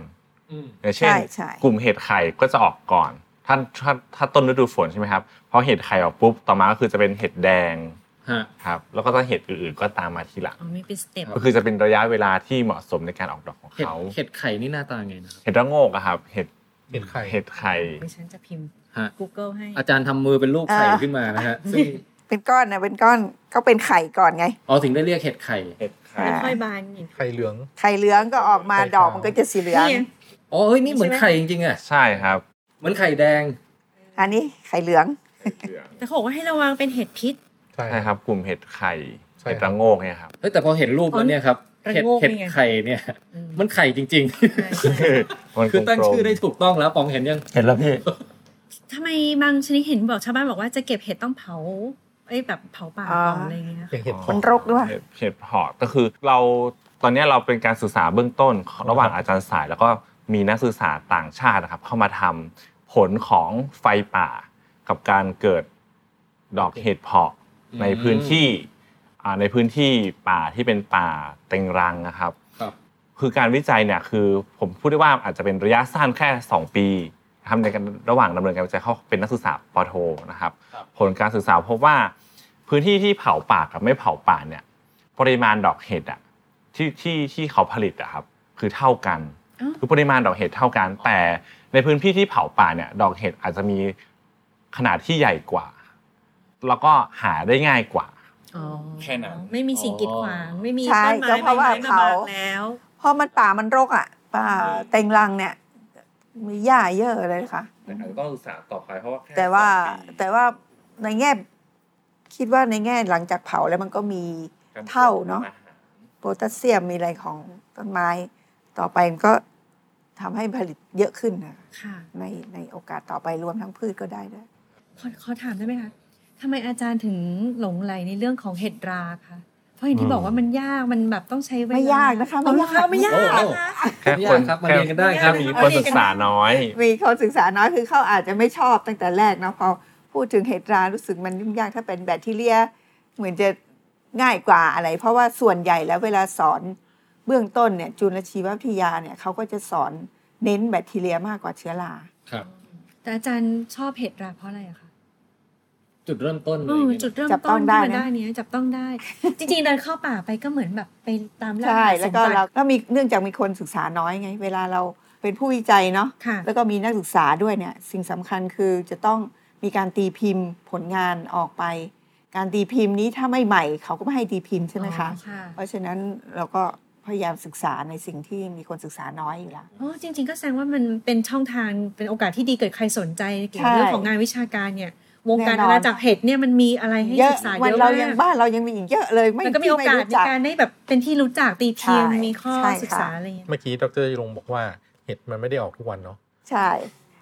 อืม
อย่างเช่น
ใช่ใช่
กลุ่มเห็ดไข่ก็จะออกก่อน ถ้าถ้าถ้าต้นฤดูฝนใช่ไหมครับพอเห็ดไข่ออกปุ๊บต่อมาก็คือจะเป็นเห็ดแดง
ฮะ
ครับแล้วก็จะเห็ดอื่นๆก็ตามมาทีหลัง
อ๋อไม่เป็นสเต็ป
ก็คือจะเป็นระยะเวลาที่เหมาะสมในการออกดอกของ
เห็ด
เขา
เห็ดไข่นี่หน้าตาไงนะครับ
เห็ดระโงกอะครับเห็ด
เห็ดไข่
เห็ดไข่
ดิฉันจะพิมพ์
ฮะ
Google ให้
อาจารย์ทำมือเป็นรูปไข่
อ่า
ขึ้นมานะฮะซึ่ง
เป็นก้อนนะเป็นก้อนก็เป็นไข่ก่อนไง
อ๋อถึงได้เรียกเห็ดไข่
เห็ดไข่
อ่า
ค่อยบานอย่าง
ไข่เหลือง
ไข่เหลืองก็ออกมา
ไข่ขาว
ดอกมันก็จะสีเหลือง
นี่
อ๋อเฮ้ยนี่เหมือน
ใช่ไหม
ไข่จริงๆอ่ะ
ใช่ครับ
เหมือนไข่แดง
อันนี้ไข่เหลือง
แต่เขาบอกว่าให้ระวังเป็นเห็ด พิษ
ใช่
ใช่ครับกลุ่มเห็ดไข่
ใช่
เห็ดระโงกเนี่ยครับ
เฮ้ยแต่พอเห็นรูปแล้วเนี่ยครับ
อ๋อ
เห็ด
ระโงก
เห็ด
นี่ไง
ไข่เนี่ย มันไข่จริง
ใช่
มัน
ๆ คือตั้ง
กลมๆ
ชื่อได้ถูกต้องแล้วปองเห็นยัง
เห็นแล้วพี่
ทำไมบางชนิดเห็นบอกชาวบ้านบอกว่าจะเก็บเห็ดต้องเผาไอ้ยแบบเผาป่า
อ๋อ
ก่อนอะไรอย่างเงี้ย
อย่างเห็ด
อ๋อ
เพาะ
มันรกด้วย
เห็เห็ดเพาะก็คือเราตอนเนี้ยเราเป็นการศึกษาเบื้องต้นระหว่างอาจารย์สายแล้วก็มีนักศึกษาต่างชาตินะครับ เข้ามาทำผลของไฟป่ากับการเกิดดอกเห็ดเพาะ
อืม
ในพื้นที่อ่าในพื้นที่ป่าที่เป็นป่าเต็งรังนะครับ
ครับ
คือการวิจัยเนี่ยคือผมพูดได้ว่าอาจจะเป็นระยะสั้นแค่ 2 ปีทำในการระหว่างดำเนินการวิจัยเขาเป็นนักศึกษาปอโทนะครับ ผลการศึกษาพบว่าพื้นที่ที่เผาป่ากับไม่เผาป่าเนี่ย ปริมาณดอกเห็ดอะที่ที่ที่เขาผลิตอะครับ คือเท่ากัน คือปริมาณดอกเห็ดเท่ากัน แต่ในพื้นที่ที่เผาป่าเนี่ย ดอกเห็ดอาจจะมีขนาดที่ใหญ่กว่า แล้วก็หาได้ง่ายกว่า
อ๋อ
แค่นั้น
ไม่มีสิ่งกีดขวางไม่มี
ใช่
ต้นไม้
ก็เพราะว่า
ใบไม้ม
เขา
บังแล้ว
เพราะมันป่ามันรกอ่ะ ป่าเต็งรังเนี่ย มีหญ้าเยอะเลยนะคะ
แต่อาจจะต้องศึกษาต่อไปเพราะว่า
แต่ว่าแต่ว่าในแง่ คิดว่าในแง่หลังจากเผาแล้วมันก็มีเท่าเนาะโพแทสเซียมมีอะไรของต้นไม้ ต่อไปมันก็ทำให้ผลิตเยอะขึ้นนะ
ค่ะ
ในในโอกาสต่อไปรวมทั้งพืชก็ได้ด้วย
ขอขอถามได้ไหมคะทำไมอาจารย์ถึงหลงไหลในเรื่องของเห็ดราคะเพราะเห็นที่บอกว่ามันยากมันแบบต้องใช้เวลา
ไม่ยากนะคะ
อ๋อเหรอคะไม่ยาก
โอ้
นะคะ
แค่
ไม่
ค
ยาก
น
ครับมา
แค่
เรียนกันได้ครับ
มีคนศึกษาน้อย
มีคนศึกษาน้อยคือเขาอาจจะไม่ชอบตั้งแต่แรกเนาะพอพูดถึงเห็ดรารู้สึกมันยุ่งยากถ้าเป็นแบคทีเรีย เหมือนจะง่ายกว่าอะไร เพราะว่าส่วนใหญ่แล้วเวลาสอนเบื้องต้นเนี่ยจุลชีววิทยาเนี่ยเขาก็จะสอนเน้นแบคทีเรียมากกว่าเชื้อรา
ครับ
แต่อาจารย์ชอบเห็ดราเพราะอะไรอะคะ
จุดเริ่มต้นอะไร
อื
อ
ม
ย่างเงี้ย
จุดเริ่ม
จับต้
ต้
อน ง
ที่
ได้
มัน
นะ
ได้เนี้ยจับต้องได้ จริงๆเดินเข้าป่าไปก็เหมือนแบบไปตามล่า
ใช่
หาส
แล้ว
ม
ก็เรา
บัติ
แล้วมีเนื่องจากมีคนศึกษาน้อยไง เวลาเราเป็นผู้วิจัยเนาะ
ค่ะ
แล้วก็มีนักศึกษาด้วยเนี่ยสิ่งสำคัญคือจะต้องมีการตีพิมพ์ผลงานออกไป การตีพิมพ์นี้ถ้าไม่ใหม่เขาก็ไม่ให้ตีพิมพ์ใช่ไหมคะ
อ๋อค่ะ
เพราะฉะนั้นเราก็พยายามศึกษาในสิ่งที่มีคนศึกษาน้อยอยู่แล้ว
โอ้จริง ๆ ก็แสดงว่ามันเป็นช่องทางเป็นโอกาสที่ดีเกิดใครสนใจเกี่ยวกับ
ใช่
เรื่องของงานวิชาการเนี่ยวงการ
แน่
อา
นอน
ณาจักรเห็ดเนี่ยมันมีอะไรให้
เยอะ
ศึกษา
วัน
เยอะ
เรา
มาก
ยังบ้านเรายังมีอีกเยอะเลยไม่
มันก็มีโอ
ที่
กาส
รู้
ใน
จั
การได้แบบเป็นที่รู้จักตีพิมพ์
ใช่
มีข้อ
ใช่
ศึก
ค่ะ
ษาอะไรอย่างเงี้ย
เมื่อกี้ดรยงบอกว่าเห็ดมันไม่ได้ออกทุกวันเนาะ
ใช่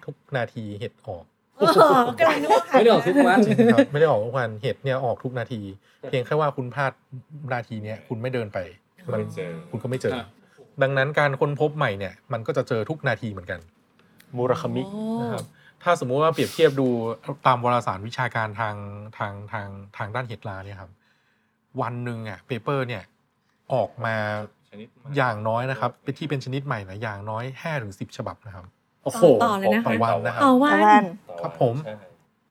ทุกนาทีเห็ดออก
โอ้โหก็เลยนึกว่า
ไม่ได้ออกทุกวัน
ครับ ไม่ได้ออกทุกวันเห็ดเนี่ยออกทุกนาที เพียงแค่ว่าคุณพลาดนาทีเนี้ยคุณไม่เดินไปมันคุณก็ไม่เจอ
ครับ
ดังนั้นการค้นพบใหม่เนี่ยมันก็จะเจอทุกนาทีเหมือนกัน
มูราคามิ
โอ้
นะครับถ้าสมมุติว่าเปรียบเทียบดูตามวารสารวิชาการทางทางทางทางด้านเห็ดลาเนี่ยครับวันหนึ่งอ่ะเปเปอร์เนี่ยออกมาอย่างน้อยนะครับเป็นที่เป็นชนิดใหม่นะอย่างน้อย5้าถึงสิฉบับนะครับ
โอ้โห
ต่อเลยนะ
ต่อวันนะครับ
ต่อวั
แต่ว่าน
ครับผม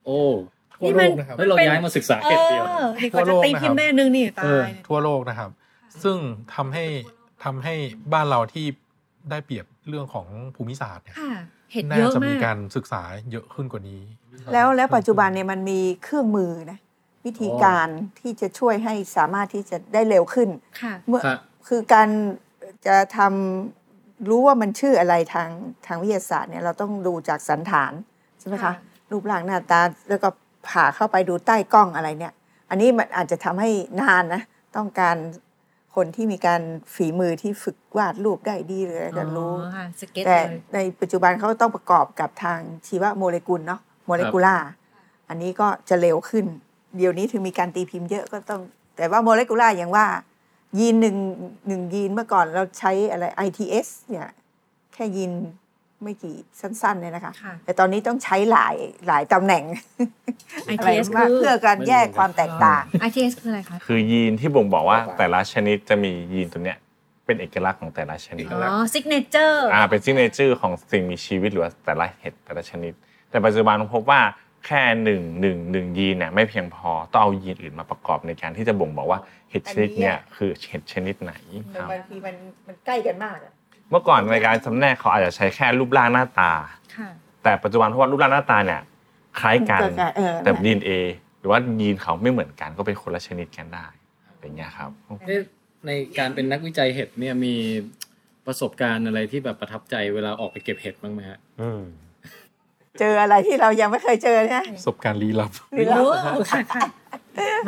โอ้
นี่มัน
ทั่วโลกนะครับ
เฮ้ยเราย้ายมาศึกษา
เอ
เก็ดเดียว
อเด็กกว่าจะตีพิมพ์ได้อันนึงนี่ตาย
เออทั่วโลกนะครับ ซึ่งทำให้ทำให้บ้านเราที่ได้เปรียบเรื่องของภูมิศาสตร์เนี่ย
ค่ะ เห็ดเย
น่า
อะ
จะ
มา
มี
ก
การศึกษาเยอะขึ้นกว่านี้
แล้วแล้วปัจจุบันเนี่ยมันมีเครื่องมือนะวิธีการที่จะช่วยให้สามารถที่จะได้เร็วขึ้น
ค่ะ
เมื่อ
ฮะ
คือการจะทำรู้ว่ามันชื่ออะไรทางทางวิทยาศาสตร์เนี่ยเราต้องดูจากสันฐานใช่ไหมคะ
ค่ะ
รูปร่างหน้าตาแล้วก็ผ่าเข้าไปดูใต้กล้องอะไรเนี่ย อันนี้มันอาจจะทำให้นานนะ ต้องการคนที่มีการฝีมือที่ฝึกวาดรูปได้ดีเลยจะรู้
อ๋อค่ะสเก็ต
แต่
เลย
ในปัจจุบันเขาต้องประกอบกับทางชีวโมเลกุลเนาะโมเลกุล่าอันนี้ก็จะเร็วขึ้น เดี๋ยวนี้ถึงมีการตีพิมพ์เยอะก็ต้อง แต่ว่าโมเลกุล่าอย่างว่า ยีนหนึ่งหนึ่งยีนเมื่อก่อนเราใช้อะไร ITS เนี่ยแค่ยีนไม่กี่สั้นๆเนี่ยนะคะ
ค่ะ
แต่ตอนนี้ต้องใช้หลายหลายตำแหน่งอะไร
ITS
มาก
คือ
เพื่อการแยกความแตกต่าง
ITS คืออะไรคะ
คือยีนที่บ่งบอกว่าแต่ละชนิดจะมียีนตัวเนี้ยเป็นเอกลักษณ์ของแต่ละชนิด
อ๋อ signature
อ่าเป็นซิกเนเจอร์ของสิ่งมีชีวิตหรือว่าแต่ละเห็ดแต่ละชนิด แต่ปัจจุบันพบว่าแค่หนึ่งหนึ่งหนึ่งยีนเนี่ยไม่เพียงพอต้องเอายีนอื่นมาประกอบในการที่จะบ่งบอกว่าเห็ดชนิดเนี่ยคือเห็ดชนิดไหนครับ
บางทีมันมันใกล้กันมากอะ
เมื่อก่อนในการจำแนกเขาอาจจะใช้แค่รูปร่างหน้าตา
ค่ะ
แต่ปัจจุบันเพราะว่ารูปร่างหน้าตาเนี่ยคล้ายกัน
เออ
แต่ดีเอ็นเอหรือว่ายีนเขาไม่เหมือนกันก็เป็นคนละชนิดกันได้อย่างเงี้ยครับ
เอ๊ะในการเป็นนักวิจัยเห็ดเนี่ยมีประสบการณ์อะไรที่แบบประทับใจเวลาออกไปเก็บเห็ดบ้างไหมฮะ
อืม
เจออะไรที่เรายังไม่เคยเจอนะ
ประสบการณ์ลี้ลับ
โอ้ค่ะค่ะ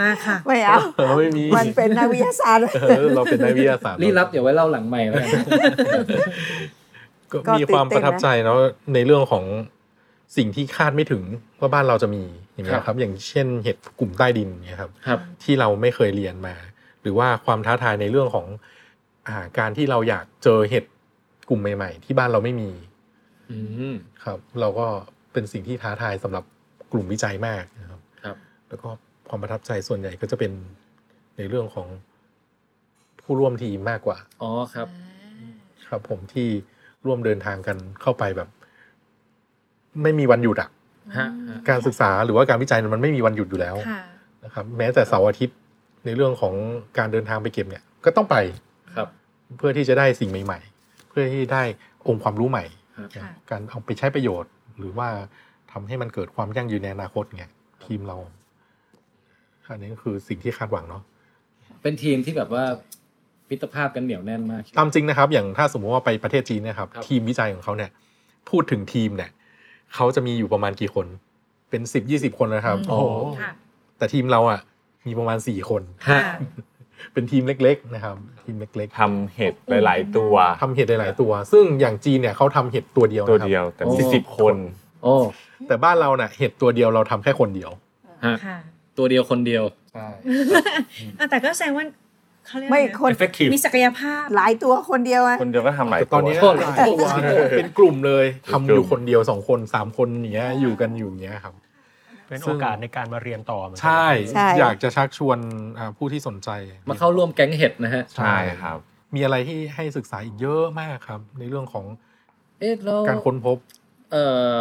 มาค่ะ
ไม่เอา
เออไม่มี
มันเป็นนักวิทยาศาสตร์
เออเราเป็นนักวิทยาศาสตร์
รีรับเดี๋ยวไว้เล่าหลังใหม่แล้วกัน
ก็มีความประทับใจเนาะในเรื่องของสิ่งที่คาดไม่ถึงว่าบ้านเราจะมีอย่างเงี้
ค
ยค
รั
รับ บ อย่างเช่นเห็ดกลุ่มใต้ดินเนี่ยครับ
ครับ
ที่เราไม่เคยเรียนมา หรือว่าความท้าทายในเรื่องของอาการที่เราอยากเจอเห็ดกลุ่มใหม่ ๆ ที่บ้านเราไม่มี
อืม
ครับ เราก็เป็นสิ่งที่ท้าทายสำหรับกลุ่มวิจัยมากนะครับ
ครับ
แล้วก็ความประทับใจส่วนใหญ่ก็จะเป็นในเรื่องของผู้ร่วมทีมมากกว่า
อ๋อครับ
ครับ ผมที่ร่วมเดินทางกันเข้าไปแบบ ไม่มีวันหยุดอะ
ฮะฮะ
การศึกษาหรือว่าการวิจัยมันไม่มีวันหยุดอยู่แล้ว
ค่ะ
นะครับแม้แต่เสาร์อาทิตย์ในเรื่องของการเดินทางไปเก็บเนี่ยก็ต้องไป
ครับ
เพื่อที่จะได้สิ่งใหม่ ๆ เพื่อที่ได้องค์ความรู้ใหม่
ค่ะ
การเอาไปใช้ประโยชน์ หรือว่าทำให้มันเกิดความยั่งยืนในอนาคตเนี่ยทีมเราอันนี้ก็คือสิ่งที่คาดหวังเนาะ
เป็นทีมที่แบบว่าพิตรภาพกันเหนียวแน่นมาก
ตามจริงนะครับ อย่างถ้าสมมติว่าไปประเทศจีนเนะครับ
ครับ
ทีมวิจัยของเขาเนี่ย พูดถึงทีมเนี่ยเขาจะมีอยู่ประมาณกี่คน เป็นสิบยี่สิบคนนะครับ
โอ้ ค่ะ
แต่ทีมเราอ่ะมีประมาณสี่คน
ฮะ
เป็นทีมเล็ก ๆ นะครับ ทีมเล็ก
ทำเห็ดหลาย ๆ ตัว
ๆทำเห็ดหลายๆตัว ซึ่งอย่างจีนเนี่ยเขาทำเห็ดตัวเดียว
ตัว
นะครับ
เดียวแต่
โอ้
สี่สิบคน
โอ้
แต่บ้านเราน่ะเห็ดตัวเดียวเราทำแค่คนเดียว
ฮะ
ค่ะ
ตัวเดียวคนเดียว
ใช่
อ่ะแต่ก็แสดงว่าเขาเรียกอะ
ไม่
รนะ
คน
effective
มีศักยภาพ
หลายตัวคนเดียวอะ
คนเดียวก็ทำหลาย
แต่ต
ตัว
อนเนี้ย
ตัวหลายตัว
เป็นกลุ่มเลยทำอยู่
เป็นกลุ่ม
คนเดียวสองคนสามคนอย่างเงี้ยอยู่กันอยู่อย่างเงี้ยครับ
เป็นโอกาสในการมาเรียนต่อเหมือนกัน
ใช่อยากจะชักชวนอ่าผู้ที่สนใจ
มาเข้าร่วมแก๊งเห็ดนะฮะ
ใช่ครับ
มีอะไรที่ให้ศึกษาอีกเยอะมากครับ ในเรื่องของ
เอ๊ะแล้ว
การค้นพบ
เอ่อ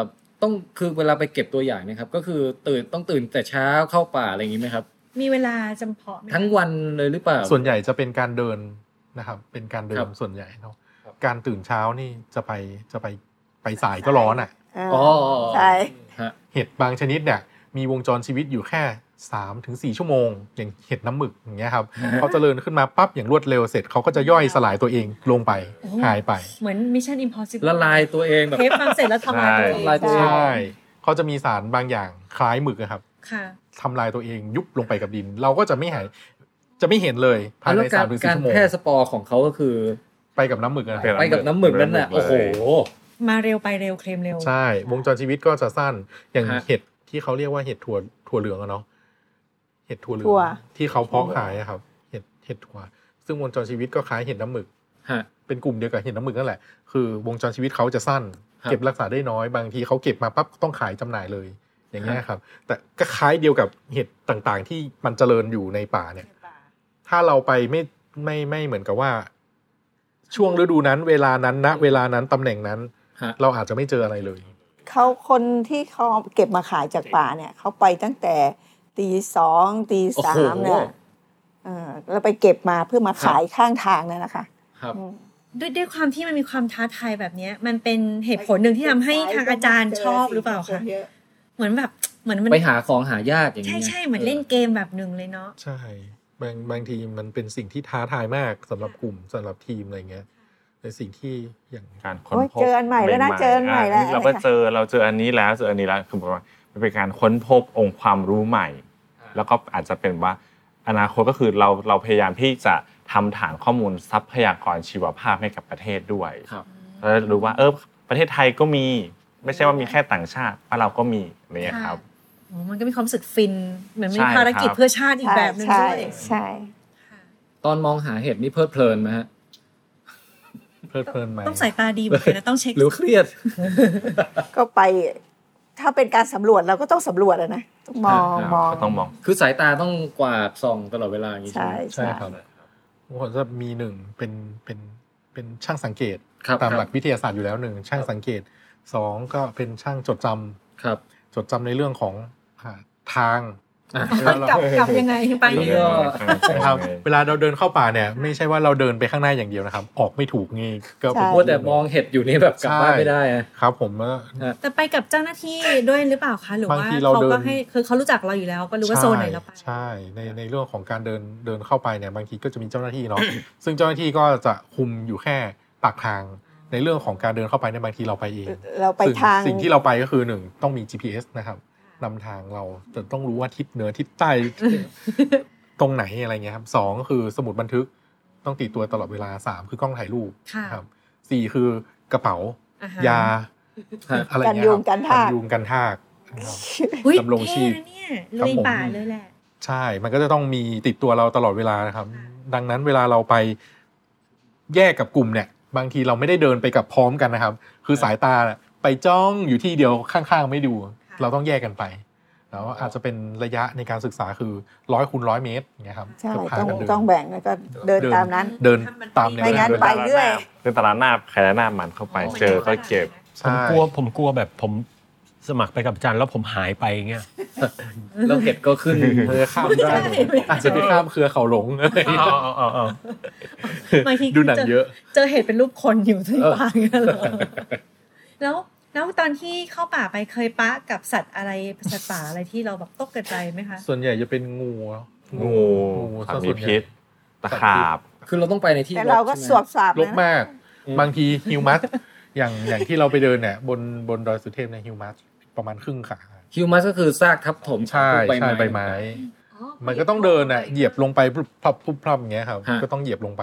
ต้องคือเวลาไปเก็บตัวอย่างเนะครับ ก็คือตื่นต้องตื่นแต่เช้าเข้าป่าอะไรอย่างนี้ไหมครับ
มีเวลาจำเพาะไหม
ทั้งวันเลยหรือเปล่า
ส่วนใหญ่จะเป็นการเดินนะครับ เป็นการเดิ
ครั
น
บ
ส่วนใหญ่เนาะการตื่นเช้านี่จะไปจะไปไปสายก็ร้อนอ่ะ
เอออ
อ๋อ
ใช่
ฮะ
เห็ดบางชนิดเนี่ยมีวงจรชีวิตอยู่แค่3ถึง4ชั่วโมง อย่างเห็ดน้ำหมึกอย่างเงี้ย ครับเขาเจริญขึ้นมาปั๊บอย่างรวดเร็วเสร็จเขาก็จะย่อยสลายตัวเองลงไปหายไป
เหมือน Mission Impossible
ละลายตัวเองแบบ
เทปฟังเสร็จแล้วทำลายตัวเอง
ละลายตัวเอง
ใช่ เขาจะมีสารบางอย่างคล้ายหมึกอะครับ
ค่ะ
ทำลายตัวเองยุบลงไปกับดิน เราก็จะไม่หายจะไม่เห็นเลยภาย
แล้
ใน
วกา
สาร มถึง
กา
สี่
ร
ชั่วโมง
แพร่สปอร์ของเขาก็คือ
ไปกับน้ำหมึกอะ
ไป
ไปกับน้ำหมึกนั้นน่ะ
เลย
โอ้โห
มาเร็วไปเร็วเคลมเร็ว
ใช่ วงจรชีวิตก็จะสั้นอย่าง
ฮะ
เห็ดที่เขาเรียกว่าเห็ดถั่วถั่วเหลืองอะเนาะเห็ดถั่วเหลือง
ทัว
ที่เขาเพาะขายอะครับเห็ดเห็ดถั่วซึ่งวงจรชีวิตก็คล้ายเห็ดน้ำหมึก
ฮะ
เป็นกลุ่มเดียวกับเห็ดน้ำหมึกนั่นแหละ คือวงจรชีวิตเขาจะสั้น
ครับ
เก็บรักษาได้น้อย บางทีเขาเก็บมาปั๊บต้องขายจำหน่ายเลย อย่างเงี้
ค
ย
รับ
ครับ แต่ก็คล้ายเดียวกับเห็ดต่างๆ ที่มันเจริญอยู่ในป่าเนี่ย ถ้าเราไปไม่ไม่ไม่เหมือนกับว่า ช่วงฤดูนั้น เวลานั้นณเวลานั้นตำแหน่งนั้น
ฮะ
เราอาจจะไม่เจออะไรเลย
เขาคนที่เขาเก็บมาขายจากป่าเนี่ยเขาไปตั้งแต่ตีสองตีสาม
โอ้โห
เนี่ยเออแล้วไปเก็บมาเพื่อมาขายข้างทางนั่นนะคะ
ครับ
ด้วยด้วยความที่มันมีความท้าทายแบบเนี้ยมันเป็นเหตุผลหนึ่งที่ทำให้ทางอาจารย์ชอบหรือเปล่าคะเหมือนแบบเหมือนมัน
ไปหาของหายากอย่างนี้
ใช่
ย
ใช่เหมือนเล่นเกมแบบหนึ่งเลยเนาะ
ใช่ บางบางทีมันเป็นสิ่งที่ท้าทายมากสำหรับกลุ่มสำหรับทีมอะไรเงี้ยในสิ่งที่อย่าง
การค้น
โอ้ย
พบ
เจออันใหม่แล้วนะ
ๆ
เจออันใหม่แล้ว
ะเราก็
อะไรคะ
เจอเราเจออันนี้แล้วเจออันนี้แล้วคือประมาณมันเป็นการค้นพบองค์ความรู้ใหม่ แล้วก็อาจจะเป็นว่าอนาคตก็คือเราเราพยายามที่จะทำฐานข้อมูลทรัพยากรชีวภาพให้กับประเทศด้วย
ครับ
แล้วรู้ว่าเออประเทศไทยก็มีไม่ใช่ว่ามีแค่ต่างชาติบ้านเราก็มีอะไรอย่างเงี้ยครับ
โอ้มันก็มีความรู้สึกฟิน เหมือนมี
ใช่ครับ
ภารกิจเพื่อชาติอีก
ใช่
แบบหนึ่ง
ใช่
ด้วย
ใช่
ค่ะ
ตอนมองหาเห็ดนี่เพลิดเพลินไหมฮะ
เพลิดเพลินไหม
ต้องใส่ตาดีเหมือนกันนะต้องเช็ค
หรือเครียด
ก็ไป ถ้าเป็นการสำรวจเราก็ต้องสำรวจอะนะต้องมองมอง
ก็ต้องมอง
คือสายตาต้องกวาดส่องตลอดเวลาอย่างนี้ใช่
ใช่
ไหม
ใช่
ใช่
ครับผมก็จะมีหนึ่งเป็นเป็นเป็นช่างสังเกต
ครับ
ตามหลักวิทยาศาสตร์อยู่แล้วหนึ่งช่างสังเกตสองก็เป็นช่างจดจำ
ครับ
จดจำในเรื่องของอ่าทาง
อ่ะ
เวลาเรา
กลับกลับยังไงไป
นี่ก็
ครับเวลาเราเดินเข้าป่าเนี่ย ไม่ใช่ว่าเราเดินไปข้างหน้าอย่างเดียวนะครับ ออกไม่ถูกนี่ก็เป็น
ใช่
ว่าแต่มองเห็ดอยู่นี่แบบกลับบ้านไม่ได้อะ
ครับ ผมแล้ว
แต่ไปกับเจ้าหน้าที่ด้วยหรือเปล่าคะหรือ
าง
ว่า
ทีเรา
เขา
เดิ
ก็
น
ให้คือเขารู้จักเราอยู่แล้ว ก็รู้ว่าโซนไหนเราไป
ใช่ ในในเรื่องของการเดินเดินเข้าไปเนี่ยบางทีก็จะมีเจ้าหน้าที่เนาะ ซึ่งเจ้าหน้าที่ก็จะคุมอยู่แค่ปากทาง ในเรื่องของการเดินเข้าไปในยบางทีเราไปเอง
เราไป
ซึ่ง
ทาง
สิ่งที่เราไปก็คือหนึ่งต้องมี GPS นะครับนำทางเราจะต้องรู้ว่าทิศเหนือทิศใต้ ตรงไหนอะไรเงี้ยครับสองก็คือสมุดบันทึกต้องติดตัวตลอดเวลาสามคือกล้องถ่ายรูป
ค่ะ
ครับสี่คือกระเป๋า
อ่ฮะ
ยา
ฮะ
อะไรเงี้ยค
กัน
รับ
ยุงกันทาก
นยุงกันทากนะครับ
อุ๊ย
ดำรงชีพ
เท่นะเนี่ย
ครั
ลุ
บ
ย
ผม
ป่าเลยแหละ
ใช่ มันก็จะต้องมีติดตัวเราตลอดเวลานะครับ ดังนั้นเวลาเราไปแยกกับกลุ่มเนี่ย บางทีเราไม่ได้เดินไปกับพร้อมกันนะครับ คือสายตาน่ะไปจ้องอยู่ที่เดียวข้างๆ ไม่ดู
ค่ะ
เราต้องแยกกันไป แล้วอาจจะเป็นระยะในการศึกษาคือร้อยคูณร้อยเมตรอย่างเงี้ยครับ
ใช่
ก็พา
ต้อง
กันเดิน
ต้องแบ่งแล้วก็เดิน
เดิน
ตามนั้น
เดินตามแนว
ไม่งั้น ไปเรื่อย
เป็นตลาดหน้าใครหน้ามันเข้าไป เจอก็เก็บ
ใช่
กลัวผมกลัวแบบผมสมัครไปกับอาจารย์แล้วผมหายไปเงี้ย
แล้วเห็ดก็ ขึ้น
เครือข้ามได้
ไม่ใช่ไม่ใช่
อาจจะไปข้ามเครือเขาหลงอะไรอย่างเงี้ย
บางที
ดูหนังเยอะ
เจอเห็ดเป็นรูปคนอยู่ที่
เออ
ป่าอย่างเงี้ยเหรอแล้วแล้วตอนที่เข้าป่าไปเคยปะกับสัตว์อะไรสัตว์ป่าอะไรที่เราแบบตกกระใจไหมคะ
ส่วนใหญ่จะเป็นงูเนอะ
งู
ซะ
สัตว์
ส่
มี
วนใหญ่
พิษตะขาบ
คือเราต้องไปในที่
แต่เราก็
ใช่ไห
ส
ม
วบสาบ
ลก
นะ
มาก
อืม
บางทีฮิวมัสอย่างอย่างที่เราไปเดินเนี่ยบนบนดอยสุเทพเนี่ยฮิวมัสประมาณครึ่งขา
ฮิวมัสก็คือซากทับถม
ใช่
พวก
ใช่ใบไม้ มันก็ต้องเดินอ่ะเหยียบลงไปพรุ่บพรับพรุ่บพรับอย่างเงี้ยครับ
ฮะ
ก็ต้องเหยียบลงไป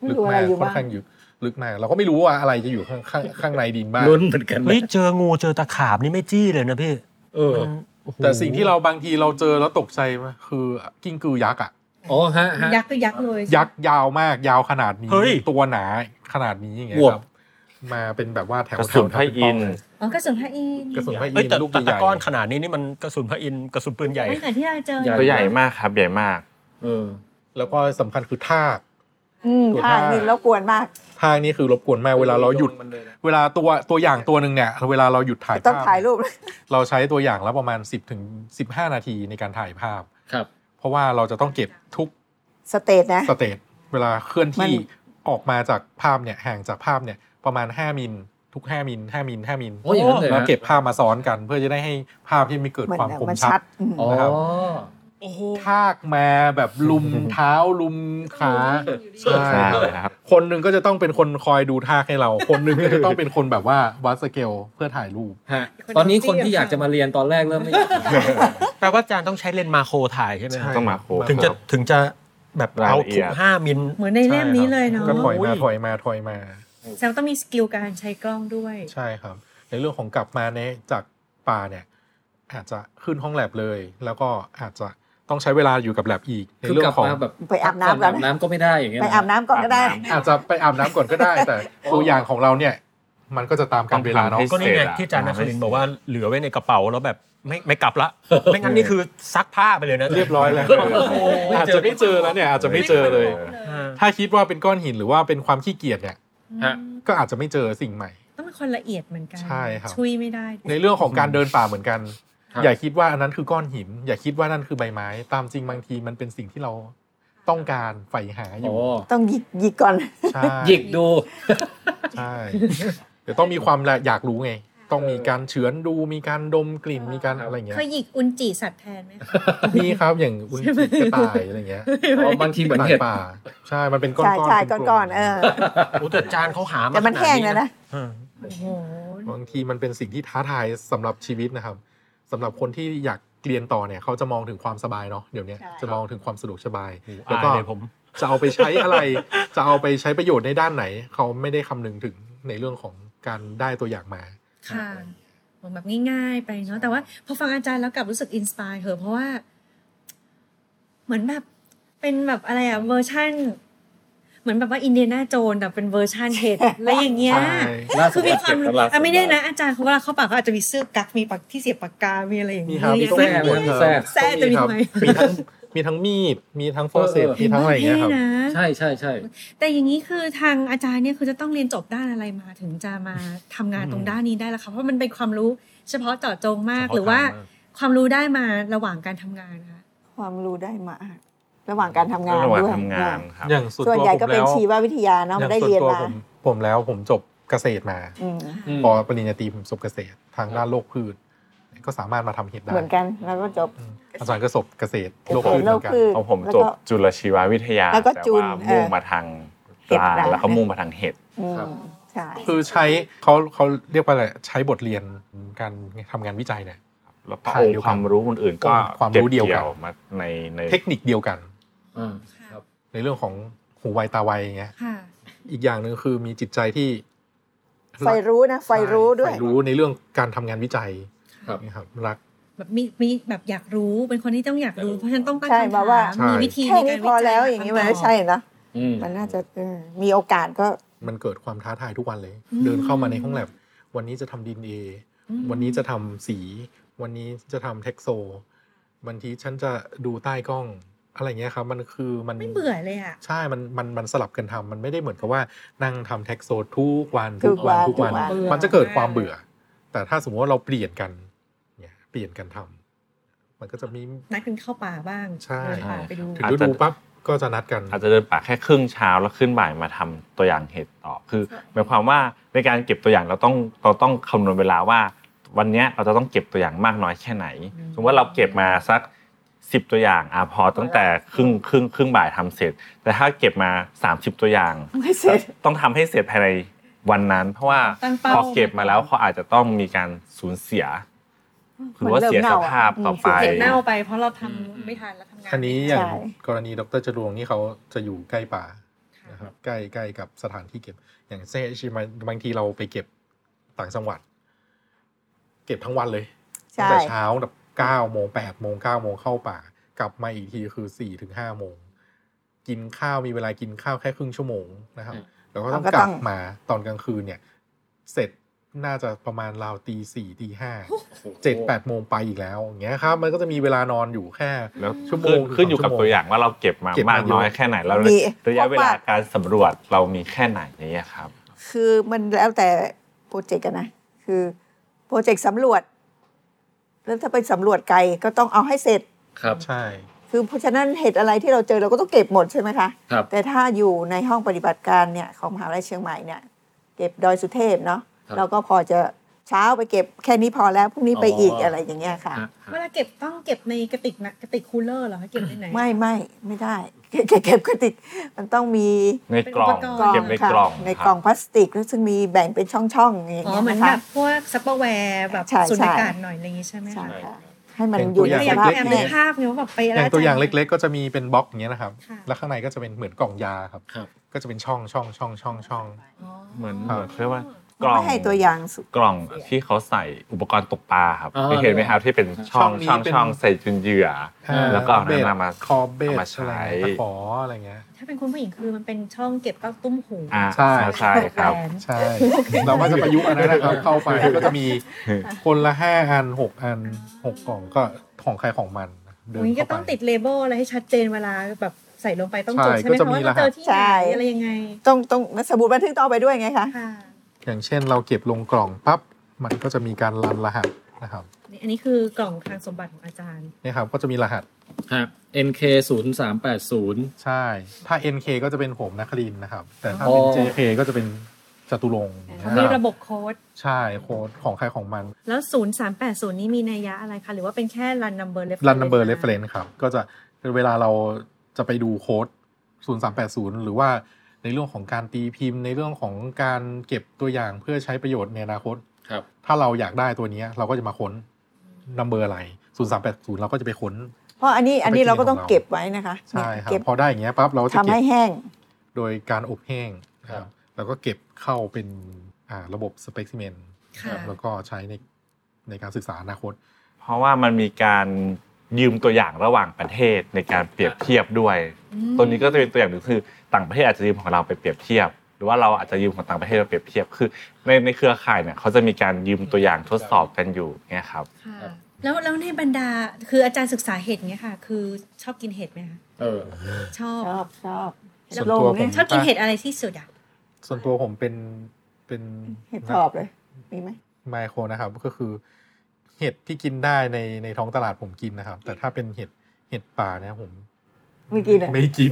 ไม่
ลึก
รู้อะไร
มาก
อยู่
ค่อ
บ้าง
นข้างอยู่ลึกมาก เราก็ไม่รู้ว่าอะไรจะอยู่ข้างข้างข้างในดินบ้าง
ลุ้นเหมือนกันนะ
เฮ้ยเจองูเจอตะขาบนี่ไม่จี้เลยนะพี่
เออ
มันโอ้โห
แต่สิ่งที่เราบางทีเราเจอแล้วตกใจมากคือกิ้งกือยักษ์อ่ะ
อ๋อฮะฮะ
ยักษ์ก็ยักษ์เลย
ยักษ์ยาวมากยาวขนาดนี้
เฮ้ย
ตัวหนาขนาดนี้อย่างเงี้
อ
ยว
บ
ครับ มาเป็นแบบว่าแถว
กระ
ๆ
สุนพระอินทร์
อ๋อกระสุนพระอินทร์
กระสุนพระอิ
เฮ้ย
นท
แต่
ร์ลูก
แต่ตะ
ใหญ่ๆ
กร้อนขนาดนี้นี่มันกระสุนพระอินทร์กระสุนปืนใหญ่
ตั้งแต่ที่เราเจอ
ตัวใหญ่มากครับใหญ่มาก
เออ
แล้วก็สำคัญคือทาก
อืม
ตัว
ท่า
ท่า
นี่รบกวนมาก
ทางนี่คือรบกวนมากเวลาเราหยุด เวลาตัวตัวอย่างตัวหนึ่งเนี่ยเวลาเราหยุดถ่าย
ต้อง
ภาพ
ถ่ายรูป
เราใช้ตัวอย่างแล้วประมาณ 10ถึง15 นาทีในการถ่ายภาพ
ครับ
เพราะว่าเราจะต้องเก็บทุก
สเตทนะ
สเตทเวลาเคลื่อนที่
มัน
ออกมาจากภาพเนี่ยห่างจากภาพเนี่ยประมาณ 5มิลทุก 5มิล5มิล5มิล
โอ้อย่างนั้นเลยนะ
แล้วเก็บภาพมาซ้อนกัน เพื่อจะได้ให้ภาพที่มีเกิด
เหมือน
ความคม
มัน
ชั
ชั
ด
ดอืม
อ๋อ
นะครับ
โอ้โห
ทากมาแบบลุม เท้าลุมขาใช่
ครับ
คนหนึ่งก็จะต้องเป็นคนคอยดูทากให้เรา คนหนึ่งก็จะต้องเป็นคนแบบว่าวัดสเกลเพื่อถ่ายรูป
ฮะตอนนี้คนที่อยากจะมาเรียนตอนแรกเริ่มไม่อยาก
แปลว่าอาจารย์ต้องใช้เลนส์มาโครถ่ายใช่ไหมค
ใช่
รับ
ต้องมาโค้ด
ถึงจะถึงจะแบบ
ราย
เอา
ละเอี
ทุ
ยด
กห้ามิล
เหมือนในเล่มนี้เลยเนาะ
ก็ถอยมาถอยมาถอยมา
แซมต้องมีสกิลการใช้กล้องด้วย
ใช่ครับ ในเรื่องของกลับมาในจากป่าเนี่ย อาจจะขึ้นห้องแลบเลย แล้วก็อาจจะต้องใช้เวลาอยู่กับแลบอีก ใน
คือ
เรื่อก
ลั
ง
บ
ของ
มาแบบ
ไปอาบ
พัก
น้ำ
ผ่
กั
อาน บน้ำก็ไม่ได้อย่างเงี้ย
ไปอาบน้ำก่อนก็ได้
อาจจะไปอาบน้ำก่อนก็ได้ แต่ตัวอย่างของเราเนี่ย มันก็จะตามการเวลาเนาะ
ต้องทำให้
ก็นี่ไงที่อาจารย์นครินทร์บอกว่าเหลือไว้ในกระเป๋าแล้วแบบไม่ไม่กลับ ละ ไม่งั้นนี่คือซักผ้าไปเลยนะ
เรียบร้อยแล้วอาจจะ ไม่เจอแล้วเนี่ย อาจจะไม่เจอเลย
อ่า
ถ้าคิดว่าเป็นก้อนหินหรือว่าเป็นความขี้เกียจเนี่ย
ฮะ
ก็อาจจะไม่เจอสิ่งใหม่
ต้องเป็นคนละเอียดเหมือนกัน
ใช่ครับ
ช่วยไม่ได้
ในเรื่องของการเดินป่าเหมือนกัน
ครับ
อย่าคิดว่าอันนั้นคือก้อนหิน อย่าคิดว่านั่นคือใบไม้ ตามจริงบางทีมันเป็นสิ่งที่เราต้องการใฝ่หาอ
อ๋
ยู่
อ
ต้องหยิกหยิกก่อน
ใช่
หยิกดู
ใช่เดี๋ยวต้องมีความละอยากรู้ไง ต้องมีการเฉือนดู มีการดมกลิ่น มีการอะไรอย่างเงี้ย
เคยหยิกอุนจิสัตว์แทนไหมคะ
มีครับ อย่างอุนจิกระต่ายอะไรเงี้ย
อ๋อบางทีเหมือนเห็ด
กระต่ายป่า ใช่ มันเป็นก้อน
ใช่
ๆ
ใช่
กลมๆ
ก่อนๆเออ
โอ้แต่อาจารย์เขาหามา
แต่มันแห้งแล้วนะ
อืม
โอ้โห
บางทีมันเป็นสิ่งที่ท้าทายสำหรับชีวิตนะครับสำหรับคนที่อยากเรียนต่อเนี่ยเขาจะมองถึงความสบายเนาะเดี๋ยวเนี้ย
ใช่
จะมองถึงความสะดวกสบาย
อายเลยผม
จะเอาไปใช้อะไร จะเอาไปใช้ประโยชน์ในด้านไหน เขาไม่ได้คำนึงถึงในเรื่องของการได้ตัวอย่างมา
ค่ะโอ้แบบง่ายๆไปเนาะแต่ว่าพอฟังอาจารย์แล้วกลับรู้สึกอินสปายเหอะเพราะว่า เหมือนแบบเป็นแบบอะไรอะเวอร์ชั่น เหมือนแบบว่าอินเดียนาโจนแต่เป็นเวอร์ชันเห็ดอะไรอย่างเงี้ย
ใช่
ล่าสุ
คื
ด
อมีความรู้
ล่สุด
อ่ะไม่ได้นะอาจารย์เขาเวลาเข้าปากเขาอาจจะมีเสื้อกั๊กมีปากที่เสียบปากกา มีอะไรอย่าง
มี
เงี้ย
ครับ
เยอะ
ต้
แยะ
องมี
แทรก
แทรกจะมี
ครับ
ไหม
มีทั้งมีทั้งมีด มีทั้งโฟเซตมีทั้งอะไรอย่างเงี้ยครับ
ท่นะ
ใช่ใช่ใช่
แต่อย่างนี้คือทางอาจารย์เนี่ยคือจะต้องเรียนจบด้านอะไรมาถึงจะมาทำงานตรงด้านนี้ได้ละคะเพราะมันเป็นความรู้เฉพาะเจาะจงมาก
เฉพาะ
หรือว่า
ทางม
ความรู้ได้มาระหว่างการทำงานนะคะ
ความรู้ได้มา ระหว่างการทำงาน
ระหว่าง
ด้วย
ทำงานครับ
อย่างส่วน
ส่วน
ตัว
ใหญ่
ผ
ก็
ม
เป็น
แล้ว
ชีววิทยาเนาะ
อ
มัน
ย่าง
ได้
ส่วน
เรียน
ตัว
มา
ผมผมแล้วผมจบเกษตรมา
อืม
อืม
พอปริญญาตรีผมจบเกษตรทางด้านโลกพืช ก็สามารถมาทำเห็ดได้
เหมือนกันแล้วก็จบ
อืมอาจารย์ก็จบเกษตรโลก
เกษต
พืช
ร
เหมือนกั
โลก
น
พืช
ของผมจบ
แล้วก็
จุลชีววิทยา
แล้วก็จุล
ต่ว่ามุ่ง
เออ
มาทาง
เห็ด
ปลา
ร้าง
แล้วเขามุ่งมาทางเห็ด
อืมใช่
คือใช้เขาเขาเรียกว่าอะไรใช้บทเรียนการทำงานวิจัยเนี่ย
แล้วก็เอาความรู้คนอื่นก็
ความรู้เดียวกัน
ก็บมาในใน
เทคนิคเดียวกัน
อ่า
ในเรื่องของหูไวตาไวอย่างเงี้ย
ค่ะ
อีกอย่างหนึ่งคือมีจิตใจที่
ไฟรู้นะ ไฟรู้ด้วย
ใฝ่รู้ในเรื่องการทำงานวิจัย
ครับ
นะครับรัก
แบบมีมีแบบอยากรู้เป็นคนที่ต้องอยากรู้ เพราะฉะนันต้องตั้ง
ใช่
คำ
มา
ถา
ว่า
ม
ใช่
มีวิธี
แค่
ในการ
นี้พอแล้วอย่างนี้มันไม่ใช่นะ
อืม
มันน่าจะเออมีโอกาสก็
มันเกิดความท้าทายทุกวันเลย เดินเข้ามาในห้องแลบวันนี้จะทำดินเอวันนี้จะทำสี วันนี้จะทำเท็กโซวันที่ฉันจะดูใต้กล้องอะไรเงี้ยครับ มันคือมัน
ไม่เบื่อเลยอ่ะ
ใช่ มันมันมันสลับกันทำมันไม่ได้เหมือนกับว่านั่งทำเท็กโซทุกวัน
ทุกวัน
ทุกวัน
ทุกวัน
มันจะเกิดความเบื่อ แต่ถ้าสมมติว่าเราเปลี่ยนกันเนี่ยเปลี่ยนกันทำมันก็จะมี
นัดกันเข้าป่าบ้าง
ใช่
เดินป่าไปดู
ถึงฤดูปั๊บก็จะนัดกัน
อาจจะเดินป่าแค่ครึ่งเช้าแล้วขึ้นบ่ายมาทำตัวอย่างเห็ดต่อคือหมายความว่าในการเก็บตัวอย่างเราต้องเราต้องคำนวณเวลาว่า วันเนี้ยเราจะต้องเก็บตัวอย่างมากน้อยแค่ไหน
อืม
สมมติว่าเราเก็บมาสักสิบตัวอย่างอ่ะพอตั้งแต่ครึ่งครึ่งครึ่งบ่ายทำเสร็จ แต่ถ้าเก็บมา 30 ตัวอย่าง
ไม่เสร็จ
ต้องทำให้เสร็จภายในวันนั้น เพราะว่า
ตั้งเป้า
พอเก็บมาแล้วเขาอาจจะต้องมีการสูญเสียหรือว่าเสียสภาพต่อไป
เห็ดเน่าไป เพราะเราทำไม่ทันแล้วทำงาน
อันนี้อย่าง
ใช่
กรณีดรจรวงนี่เขาจะอยู่ใกล้ป่านะครับใกล้ใกล้กับสถานที่เก็บ อย่างเซชิมะบางทีเราไปเก็บต่างจังหวัด เก็บทั้งวันเลยตั้ง
ใช่
แต่เช้าแบบเก้าโมงแปดโมงเก้าโมงเข้าป่า กลับมาอีกทีคือสี่ถึงห้าโมงกินข้าวมีเวลากินข้าวแค่ครึ่งชั่วโมงนะครับ แล้วก็ต้อง
เราก็
ก
ต้
ลั
อง
บมาตอนกลางคืนเนี่ย เสร็จ น่าจะประมาณราวตีสี่ตีห้าเจ็ดแปดโมงไปอีกแล้วอย่างเงี้ยครับมันก็จะมีเวลานอนอยู่แค่
แล้ว
ชั่วโม
ขึ้น
ง
ขึ้นอยู่กั
สอ
บ
งชั่วโมง
ตัวอย่างว่าเราเก็บมา
เก็บมาม
ากน้อย
เยอะ
แค่ไหนแล้ว
มี
ระยะเว
เพ
ลา
ราะว่า
การสำรวจเรามีแค่ไหนเนี่ยครับ
คือมันแล้วแต่โปรเจกต์กันนะ คือโปรเจกต์สำรวจ แล้วถ้าไปสำรวจไกลก็ต้องเอาให้เสร็จ
ครับ
ใช่
คือเพราะฉะนั้นเหตุอะไรที่เราเจอเราก็ต้องเก็บหมดใช่ไหมคะ
ครับ
แต่ถ้าอยู่ในห้องปฏิบัติการเนี่ยของมหาวิทยาลัยเชียงใหม่เนี่ยเก็บดอยสุเทพเนาะ
ครับ
เราก็พอจะเช้าไปเก็บแค่นี้พอแล้วพรุ่งนี้ไป
อ๋ออี
อีกอะไรอย่างเงี้ยค่ะ
ฮะ
เวลาเก็บต้องเก็บในกระติกนะกระติกคูลเลอร์เหรอคะเก็บในไหน
ไม่ไม่ไม่ได้เก็บเก็บเก็บกระติกมันต้องมี
ในกล่อง
เป็นอุปกรณ์
เก็บใน
ค่ะ
กล่อง
ใน
ครับ
กล่องพลาสติกแล้วซึ่งมีแบ่งเป็นช่องๆอย่างเงี้ย
อ๋อเหมือน
นะ
แบ
คะ
บพวกซัปเปอร์แวร์แบบ
ใช่
สุญ
ใช่
ญากาศหน่อยอะไรอย่างงี้ใช่ไหม
ใช่
คะ
ค่ะให้มันอยู่ใน
แต่อ
ส
ยาก
ภาพ
แอบนึก
เนี่ย
ภาพเนี่ยว่าแบบไปแล้ว
อย่างตัวอย่างเล็กๆ ก็จะมีเป็นบล็อกอย่างเงี้ยนะครับ
ค่ะ
แล้วข้างในก็จะเป็นเหมือนกล่องยาครับ
ครับ
ก็จะเป็นช่องช่องช่องช่องช่อง
อ๋อ
เหมือน
ครับ
เหมือนเขาเรียกว่ากล่อง
ไม่ให้ตัวอย่างสุด
กล่องที่เขาใส่อุปกรณ์ตกปลาครับ
อ่า
เคยเห็นไหมครับที่เป็นช่อง
ช่อ
ช่อง ง
นี้เป็น
ช่องใส่จุนเหยื่อ
อ่า
แล้วก็เอาน้ำมา
คอเบส
เอามาใช้
อะไรเงี้ยตะขออะไรเงี้ย
ถ้าเป็นคุณผู้หญิงคือมันเป็นช่องเก็บเต้าตุ้มหู
อ่า
ใช่
ใช่ครับ
แหวน
ใช่ เราก็จะประยุกต์อันนั้นนะครับเข้าไปก็จะมีคนละห้าอันหกอันหกกล่องก็ของใครของมันเดิน
โอ้ยก็
เข้า
ต้อง
ไป
ติดเลเบลอะไรให้ชัดเจนเวลาแบบใส่ลงไปต้องจด
ใช่
ใช่ไหม
ก็จะ
คะ
มี
ว่าร เรา
หัส
เจอที่ไหนอะไรยังไง
ต้องต้องสมุดบันทึกต้องเอาไปด้วยไงคะ
ค่ะ
อย่างเช่นเราเก็บลงกล่องปั๊บมันก็จะมีการรันรหัสนะครับ
นี่อันนี้คือกล่องทางสมบัติของอาจารย์
เนี่ยครับก็จะมีรหัส
ฮะ NK ศูนย์สามแปดศูนย์
ใช่ ถ้า NK ก็จะเป็นผมนักลินทร์นะครับ แต่ถ้า
อ๋อ
เป็น JK ก็จะเป็นจตุรงค์
เขา
นะค
มี
รับ
ระบบโค้ด
ใช่โค้ดของใครของมัน
แล้ว 0380 นี้มีนัยยะอะไรคะ หรือว่าเป็นแค่ run number reference
รันนัมเบอร์เรฟเฟรนครับก็จะเวลาเราจะไปดูโค้ด 0380 หรือว่าในเรื่องของการตีพิมพ์ ในเรื่องของการเก็บตัวอย่างเพื่อใช้ประโยชน์ในอนาคต
ครับ
ถ้าเราอยากได้ตัวเนี้ยเราก็จะมาค้นนัมเบอร์อะไร 0380 เราก็จะไปค้น
เพราะอันนี้อันนี้เราก็ต้อง
ของเรา
เก็บไว้นะคะ
ใช่ครับ
เก็บ
พอได้อย่างเงี้ยปั๊บเราก็จะ
ทำ
เก็
ให้
บ
แห้ง
โดยการอบแห้งนะค
ครั
รับบ แล้วก็เก็บเข้าเป็นอ่าระบบสเปกซิเมน
ค่ะ
แล้วก็ใช้ในในการศึกษาอนาคต
เพราะว่ามันมีการยืมตัวอย่างระหว่างประเทศในการเปรียบเทียบด้วย
อืม
ตัวนี้ก็จะเป็นตัวอย่างหนึ่งคือต่างประเทศอาจจะยืมของเราไปเปรียบเทียบ หรือว่าเราอาจจะยืมของต่างประเทศมาเปรียบเทียบคือในในเครือข่ายเนี่ยเขาจะมีการยืมตัวอย่างทดสอบกันอยู่เนี่ยครับ
ค่ะ แล้วแล้วในบรรดาคืออาจารย์ศึกษาเห็ดเนี่ยค่ะ คือชอบกินเห็ดไหมคะ
เออ
ชอบ
ชอบชอบ
ส่วนตัวผม
ชอบกินเห็ดอะไรที่สุดอ่ะ
ส่วนตัวผมเป็นเป็น
เห็ดทอบเลย มีไหม
ไมโครนะครับก็คือ เห็ดที่กินได้ในในท้องตลาดผมกินนะครับ แต่ถ้าเป็นเห็ดเห็ดป่าเนี่ยผม
ไม่กินเลย
ไม่กิน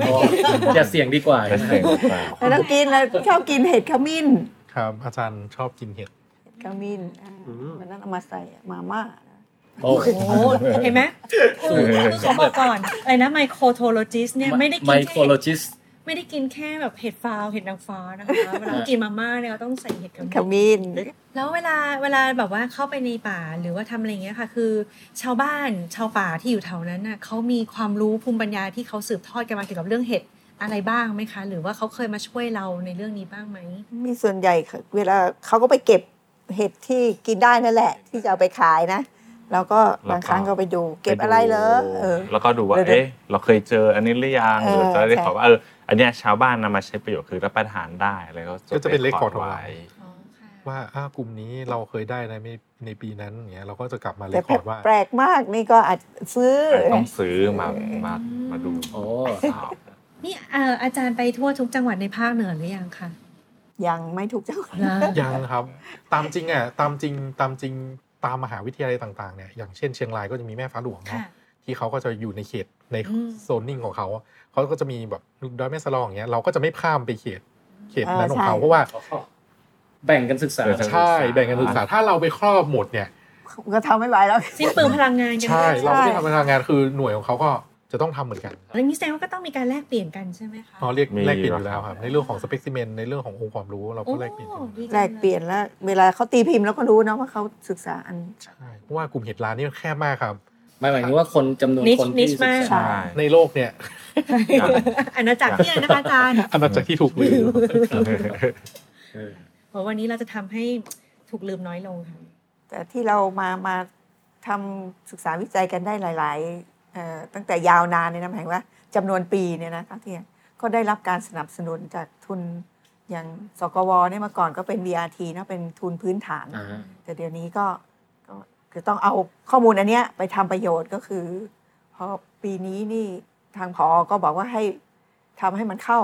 อย่าเสี่ยงดีกว่า
แล้วต้องกินแล้วชอบกินเห็ดขมิ้น
ครับ อาจารย์ชอบกินเห็ด
เห็ดขมิ้นอ่าวันนั้นเอามาใส่มาม่า
โอ้
โอ้โหเห็นไหมคือคือขอบอกก่อนอะไรนะไมโครโทโลจิสเนี่ยไม่ได้กิ
ไม
น
โค
แค่
รโลจิส
ไม่ได้กินแค่แบบเห็ดฟาวเห็ดนางฟ้านะคะเวลาเรากินมาม่าเนี่ยเราต้องใส่เห็ดขมิ้น
ขมิ้น
แล้วเวลาเวลาแบบว่าเข้าไปในป่าหรือว่าทำอะไรอย่างเงี้ยค่ะ คือชาวบ้านชาวป่าที่อยู่แถวนั้นน่ะเขามีความรู้ภูมิปัญญาที่เขาสืบทอดกันมาเกี่ยวกับเรื่องเห็ดอะไรบ้างไหมคะ หรือว่าเขาเคยมาช่วยเราในเรื่องนี้บ้างไหม
มีส่วนใหญ่ค่ะเวลาเขาก็ไปเก็บเห็ดที่กินได้นั่นแหละ ที่จะเอาไปขายนะ แล้วก็บางครั้งก็ไปดู เก็บอะไรเหรอเออ
แล้วก็ดูว่า
เดี๋ยวๆ
เอ๊ะ เราเคยเจออันนี้หรือยัง
เออ
หรือจะได้
ใช่
ขอว่าเออ อันเนี้ยชาวบ้านนำมาใช้ประโยชน์คือรับประทานได้อะไรก็
ก็จะเป็น record ของเรา
ไว้
อ๋อค่ะ
ว่าอ้าวกลุ่มนี้เราเคยได้ในไม่ในปีนั้นอย่างเงี้ยเราก็จะกลับมาเร
แต่
คคอร์ดว่า
แปลกมากนี่ก็อาจซื้อ
ต้องซื้อมามามาดู
โอ้
นี่เอ่ออาจารย์ไปทั่วทุกจังหวัดในภาคเหนือหรือยังคะ
ยังไม่ทุกจังหวัด
แล้ว
ยังครับ ตามจริงอ่ะตามจริงตามจริงตามมหาวิทยาลัยต่างๆเนี่ยอย่างเช่นเชียงรายก็จะมีแม่ฟ้าหลวง
ค่ะ
เนาะที่เขาก็จะอยู่ในเขตใน
อืม
โซนนิ่งของเขาเขาก็จะมีแบบดอยแม่สลองอย่างเงี้ยเราก็จะไม่ข้ามไปเขตเขตนั้น
เออ
ของเขา
ใช่
เพราะว่า
แบ่งกันศึกษา
ใช่แบ่งกันศึกษาถ้าเราไปครอบหมดเนี่ย
ก็ทำไม่ไหวแล้ว
สิ้นเปลืองพลังงานกัน
ใช่
แ
เราไม่ได้ทำงานคือหน่วยของเขาก็จะต้องทำเหมือนกัน
ล้วนี้แสดงว่าก็ต้องมีการแลกเปลี่ยนกันใช่ไหมคะ
เราเรียกแลกเปลี่ยนอยู่แล้วครับ ในเรื่องของสเปกซิเมนในเรื่องขององค์ความรู้เราก็แลกเปลี่ยนกัน
ดีจัง
แลกเปลี่ยนแล้ว เวลาเขาตีพิมพ์แล้วก็รู้เนาะว่าเขาศึกษาอัน
ใช่เพราะว่ากลุ่มเห็ดลานี่มันแคบมากครับ
ไม่หมายถึงว่าคนจำนวน
นิช
คน
นิ
ที่
ช
ศึก
มาก
ษา
ใช่
ในโลกเนี่ย
อา ณาจักรที่ไหนนะคะอาจารย์
อันดับจากที่ถูกลืม
เพราะวันนี้เราจะทำให้ถูกลืมน้อยลงค่ะ
แต่ที่เรามามาทำศึกษาวิจัยกันได้หลายๆเอ่อตั้งแต่ยาวนานเนี่ยนะหมายถึงว่าจำนวนปีเนี่ยนะทั้งที่ก็ได้รับการสนับสนุนจากทุน อย่างสกวเนี่ยเมื่อก่อนก็เป็น VRT เนอะเป็นทุนพื้นฐาน
อ่าฮะ
แต่เดี๋ยวนี้ก็ก็คือต้องเอาข้อมูลอันเนี้ยไปทำประโยชน์ก็คือ พอปีนี้นี่ทางพอก็บอกว่าให้ทำให้มันเข้า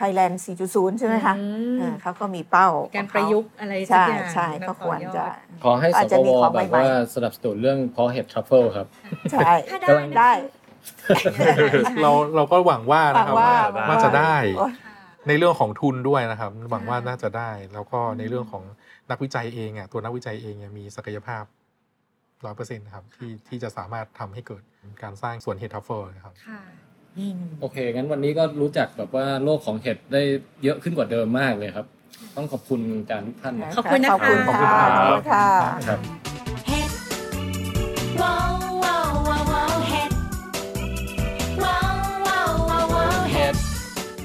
Thailand 4.0 ใช่ไหมคะ
อืม
อ่าเขาก็มีเป้าของเข
การประยุกต์อะไรสัก
ใช่
อย่าง
ใช่ก็ควรจะ
ขอให้ส
อาจ
ก
จะมี
ว
ของ
แบ
ใหม่
บ
ๆ
ว่าสนับสนุนเรื่องเพาะเห็ดทรัฟเฟิลครับ
ใช่
ถ้าได้นะ
ได้
เราเราก็หวังว่า
หวั
นะ
ง
ครับ
ว่า
ว่า
หวัง
ว่าจะได้
โอ๊ย
ในเรื่องของทุนด้วยนะครับ หวังว่าน่าจะได้ แล้วก็ในเรื่องของนักวิจัยเองอ่ะตัวนักวิจัยเองเนี่ยมีศักยภาพร้อยเปอร์เซ็นต์ครับที่ที่จะสามารถทำให้เกิดการสร้างสวนเฮดทัฟเฟอร์นะครับ
ค่ะ
โอเค งั้นวันนี้ก็รู้จักแบบว่าโลกของเห็ดได้เยอะขึ้นกว่าเดิมมากเลยครับ ต้องขอบคุณอาจารย์ทุกท่านนะ
ขอบคุณนะคะ
ขอบคุณค่ะขอบคุณค่ะ
เห็ดว้าวว้าวว้าวว้าวเห็ดว้าวว้าวว้าวว้าวเห็ด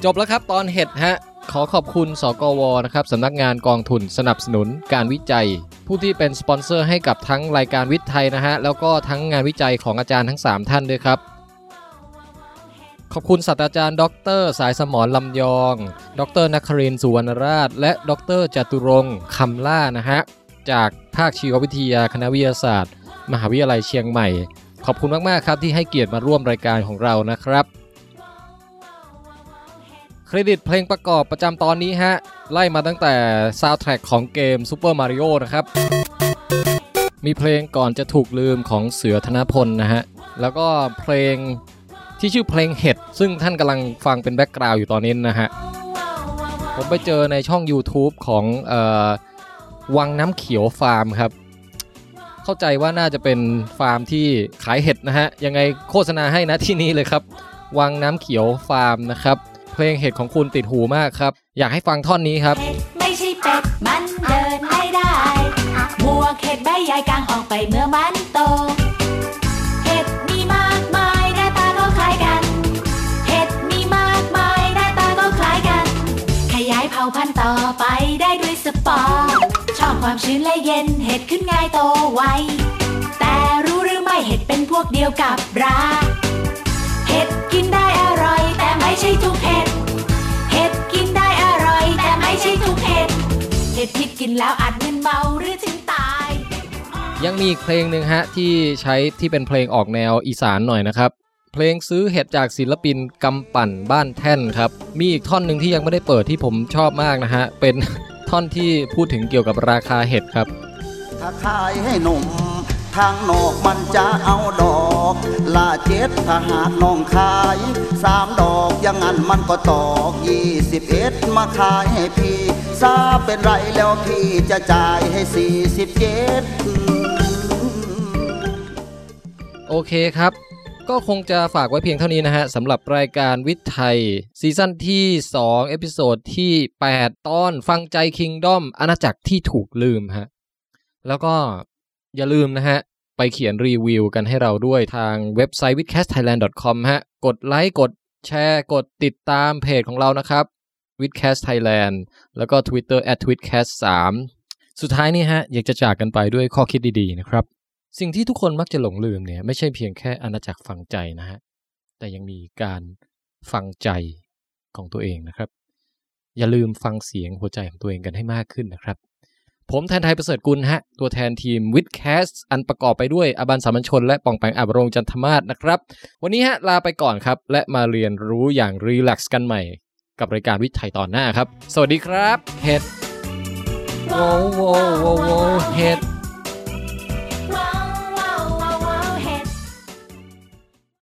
จบแล้วครับตอนเห็ดฮะ ขอขอบคุณ สกวนะครับสำนักงานกองทุนสนับสนุนการวิจัย ผู้ที่เป็นสปอนเซอร์ให้กับทั้งรายการวิทย์ไทยนะฮะ แล้วก็ทั้งงานวิจัยของอาจารย์ทั้ง 3 ท่านด้วยครับ ขอบคุณศาสตราจารย์ ดร สายสมรลำยอง ดรนครินทร์สุวรรณราช และดรจตุรงค์คำล่านะฮะ จากภาคชีววิทยาคณะวิทยาศาสตร์ มหาวิทยาลัยเชียงใหม่ ขอบคุณมากๆครับที่ให้เกียรติมาร่วมรายการของเรานะครับ เครดิตเพลงประกอบประจำตอนนี้ฮะ ไล่มาตั้งแต่ซาว n d แทร็กของเกม Super Mario นะครับ มีเพลงก่อนจะถูกลืมของเสือธนพลนะฮะ แล้วก็เพลงที่ชื่อเพลงเห็ด ซึ่งท่านกำลังฟังเป็นแบ็กกราวด์อยู่ตอนนี้นะฮะ ผมไปเจอในช่อง YouTube ของเออวังน้ำเขียวฟาร์มครับ เข้าใจว่าน่าจะเป็นฟาร์มที่ขายเห็ดนะฮะ ยังไงโฆษณาให้นะที่นี้เลยครับ วังน้ำเขียวฟาร์มนะครับ เพลงเห็ดของคุณติดหูมากครับ อยากให้ฟังท่อนนี้ครับ
เห็ดไม่ใช่เป็ด มันเดินไม่ได้บัวเห็ดใบใหญ่กลางออกไปเมื่อมันโต เห็ดมีมากมายหน้าตาก็คล้ายกัน เห็ดมีมากมายหน้าตาก็คล้ายกัน ขยายเผ่าพันธุ์ต่อไปได้ด้วยสปอร์ชอบความชื้นและเย็น เห็ดขึ้นง่ายโตไว แต่รู้หรือไม่เห็ดเป็นพวกเดียวกับรา เห็ดกินได้อร่อย แต่ไม่ใช่ทุกเห็ด เห็ดกินได้อร่อย แต่ไม่ใช่ทุกเห็ด เห็ดพิษกินแล้วอาจมึนเมาหรือถึงตาย
ยังมีอีกเพลงหนึ่งฮะ ที่ใช้ที่เป็นเพลงออกแนวอีสานหน่อยนะครับ เพลงซื้อเห็ดจากศิลปินกำปั่นบ้านแท่นครับ มีอีกท่อนหนึ่งที่ยังไม่ได้เปิดที่ผมชอบมากนะฮะ เป็น ท่อนที่พูดถึงเกี่ยวกับราคาเห็ดครับ
ถ้าขายให้หนุ่ม ทางนอกมันจะเอาดอกละเจ็ดถ้าหากน้องขายสามดอกอยังงั้นมันก็ตอกยี่สิบเอ็ดมาขายให้พี่ซาเป็นไรแล้วพี่จะจ่ายให้สี่สิบเจ็ด
โอเคครับ ก็คงจะฝากไว้เพียงเท่านี้นะฮะสำหรับรายการวิทย์ไทย ซีซั่นที่ 2 เอพิโซดที่ 8 ตอนฟังใจคิงด้อมอาณาจักรที่ถูกลืมฮะ แล้วก็อย่าลืมนะฮะ ไปเขียนรีวิวกันให้เราด้วยทางเว็บไซต์ withcastthailand.com ฮะ กดไลค์กดแชร์ กดติดตามเพจของเรานะครับ w i t h c a s t Thailand แล้วก็ Twitter at w i t h c a s t 3สุดท้ายนี่ฮะ อยากจะจากกันไปด้วยข้อคิดดีๆนะครับ สิ่งที่ทุกคนมักจะหลงลืมเนี่ยไม่ใช่เพียงแค่อาณาจักรฝังใจนะฮะ แต่ยังมีการฟังใจของตัวเองนะครับ อย่าลืมฟังเสียงหัวใจของตัวเองกันให้มากขึ้นนะครับ ผมแทนไทยประเสริฐกุลฮะ ตัวแทนทีมวิดแคสอันประกอบไปด้วยอบันสามัญชนและปองแปงอับรงจันทมาศนะครับ วันนี้ฮะลาไปก่อนครับ และมาเรียนรู้อย่างรีแลกซ์กันใหม่ กับรายการวิทย์ไทยตอนหน้าครับ สวัสดีครับเห็ดโววโววโววเห็ด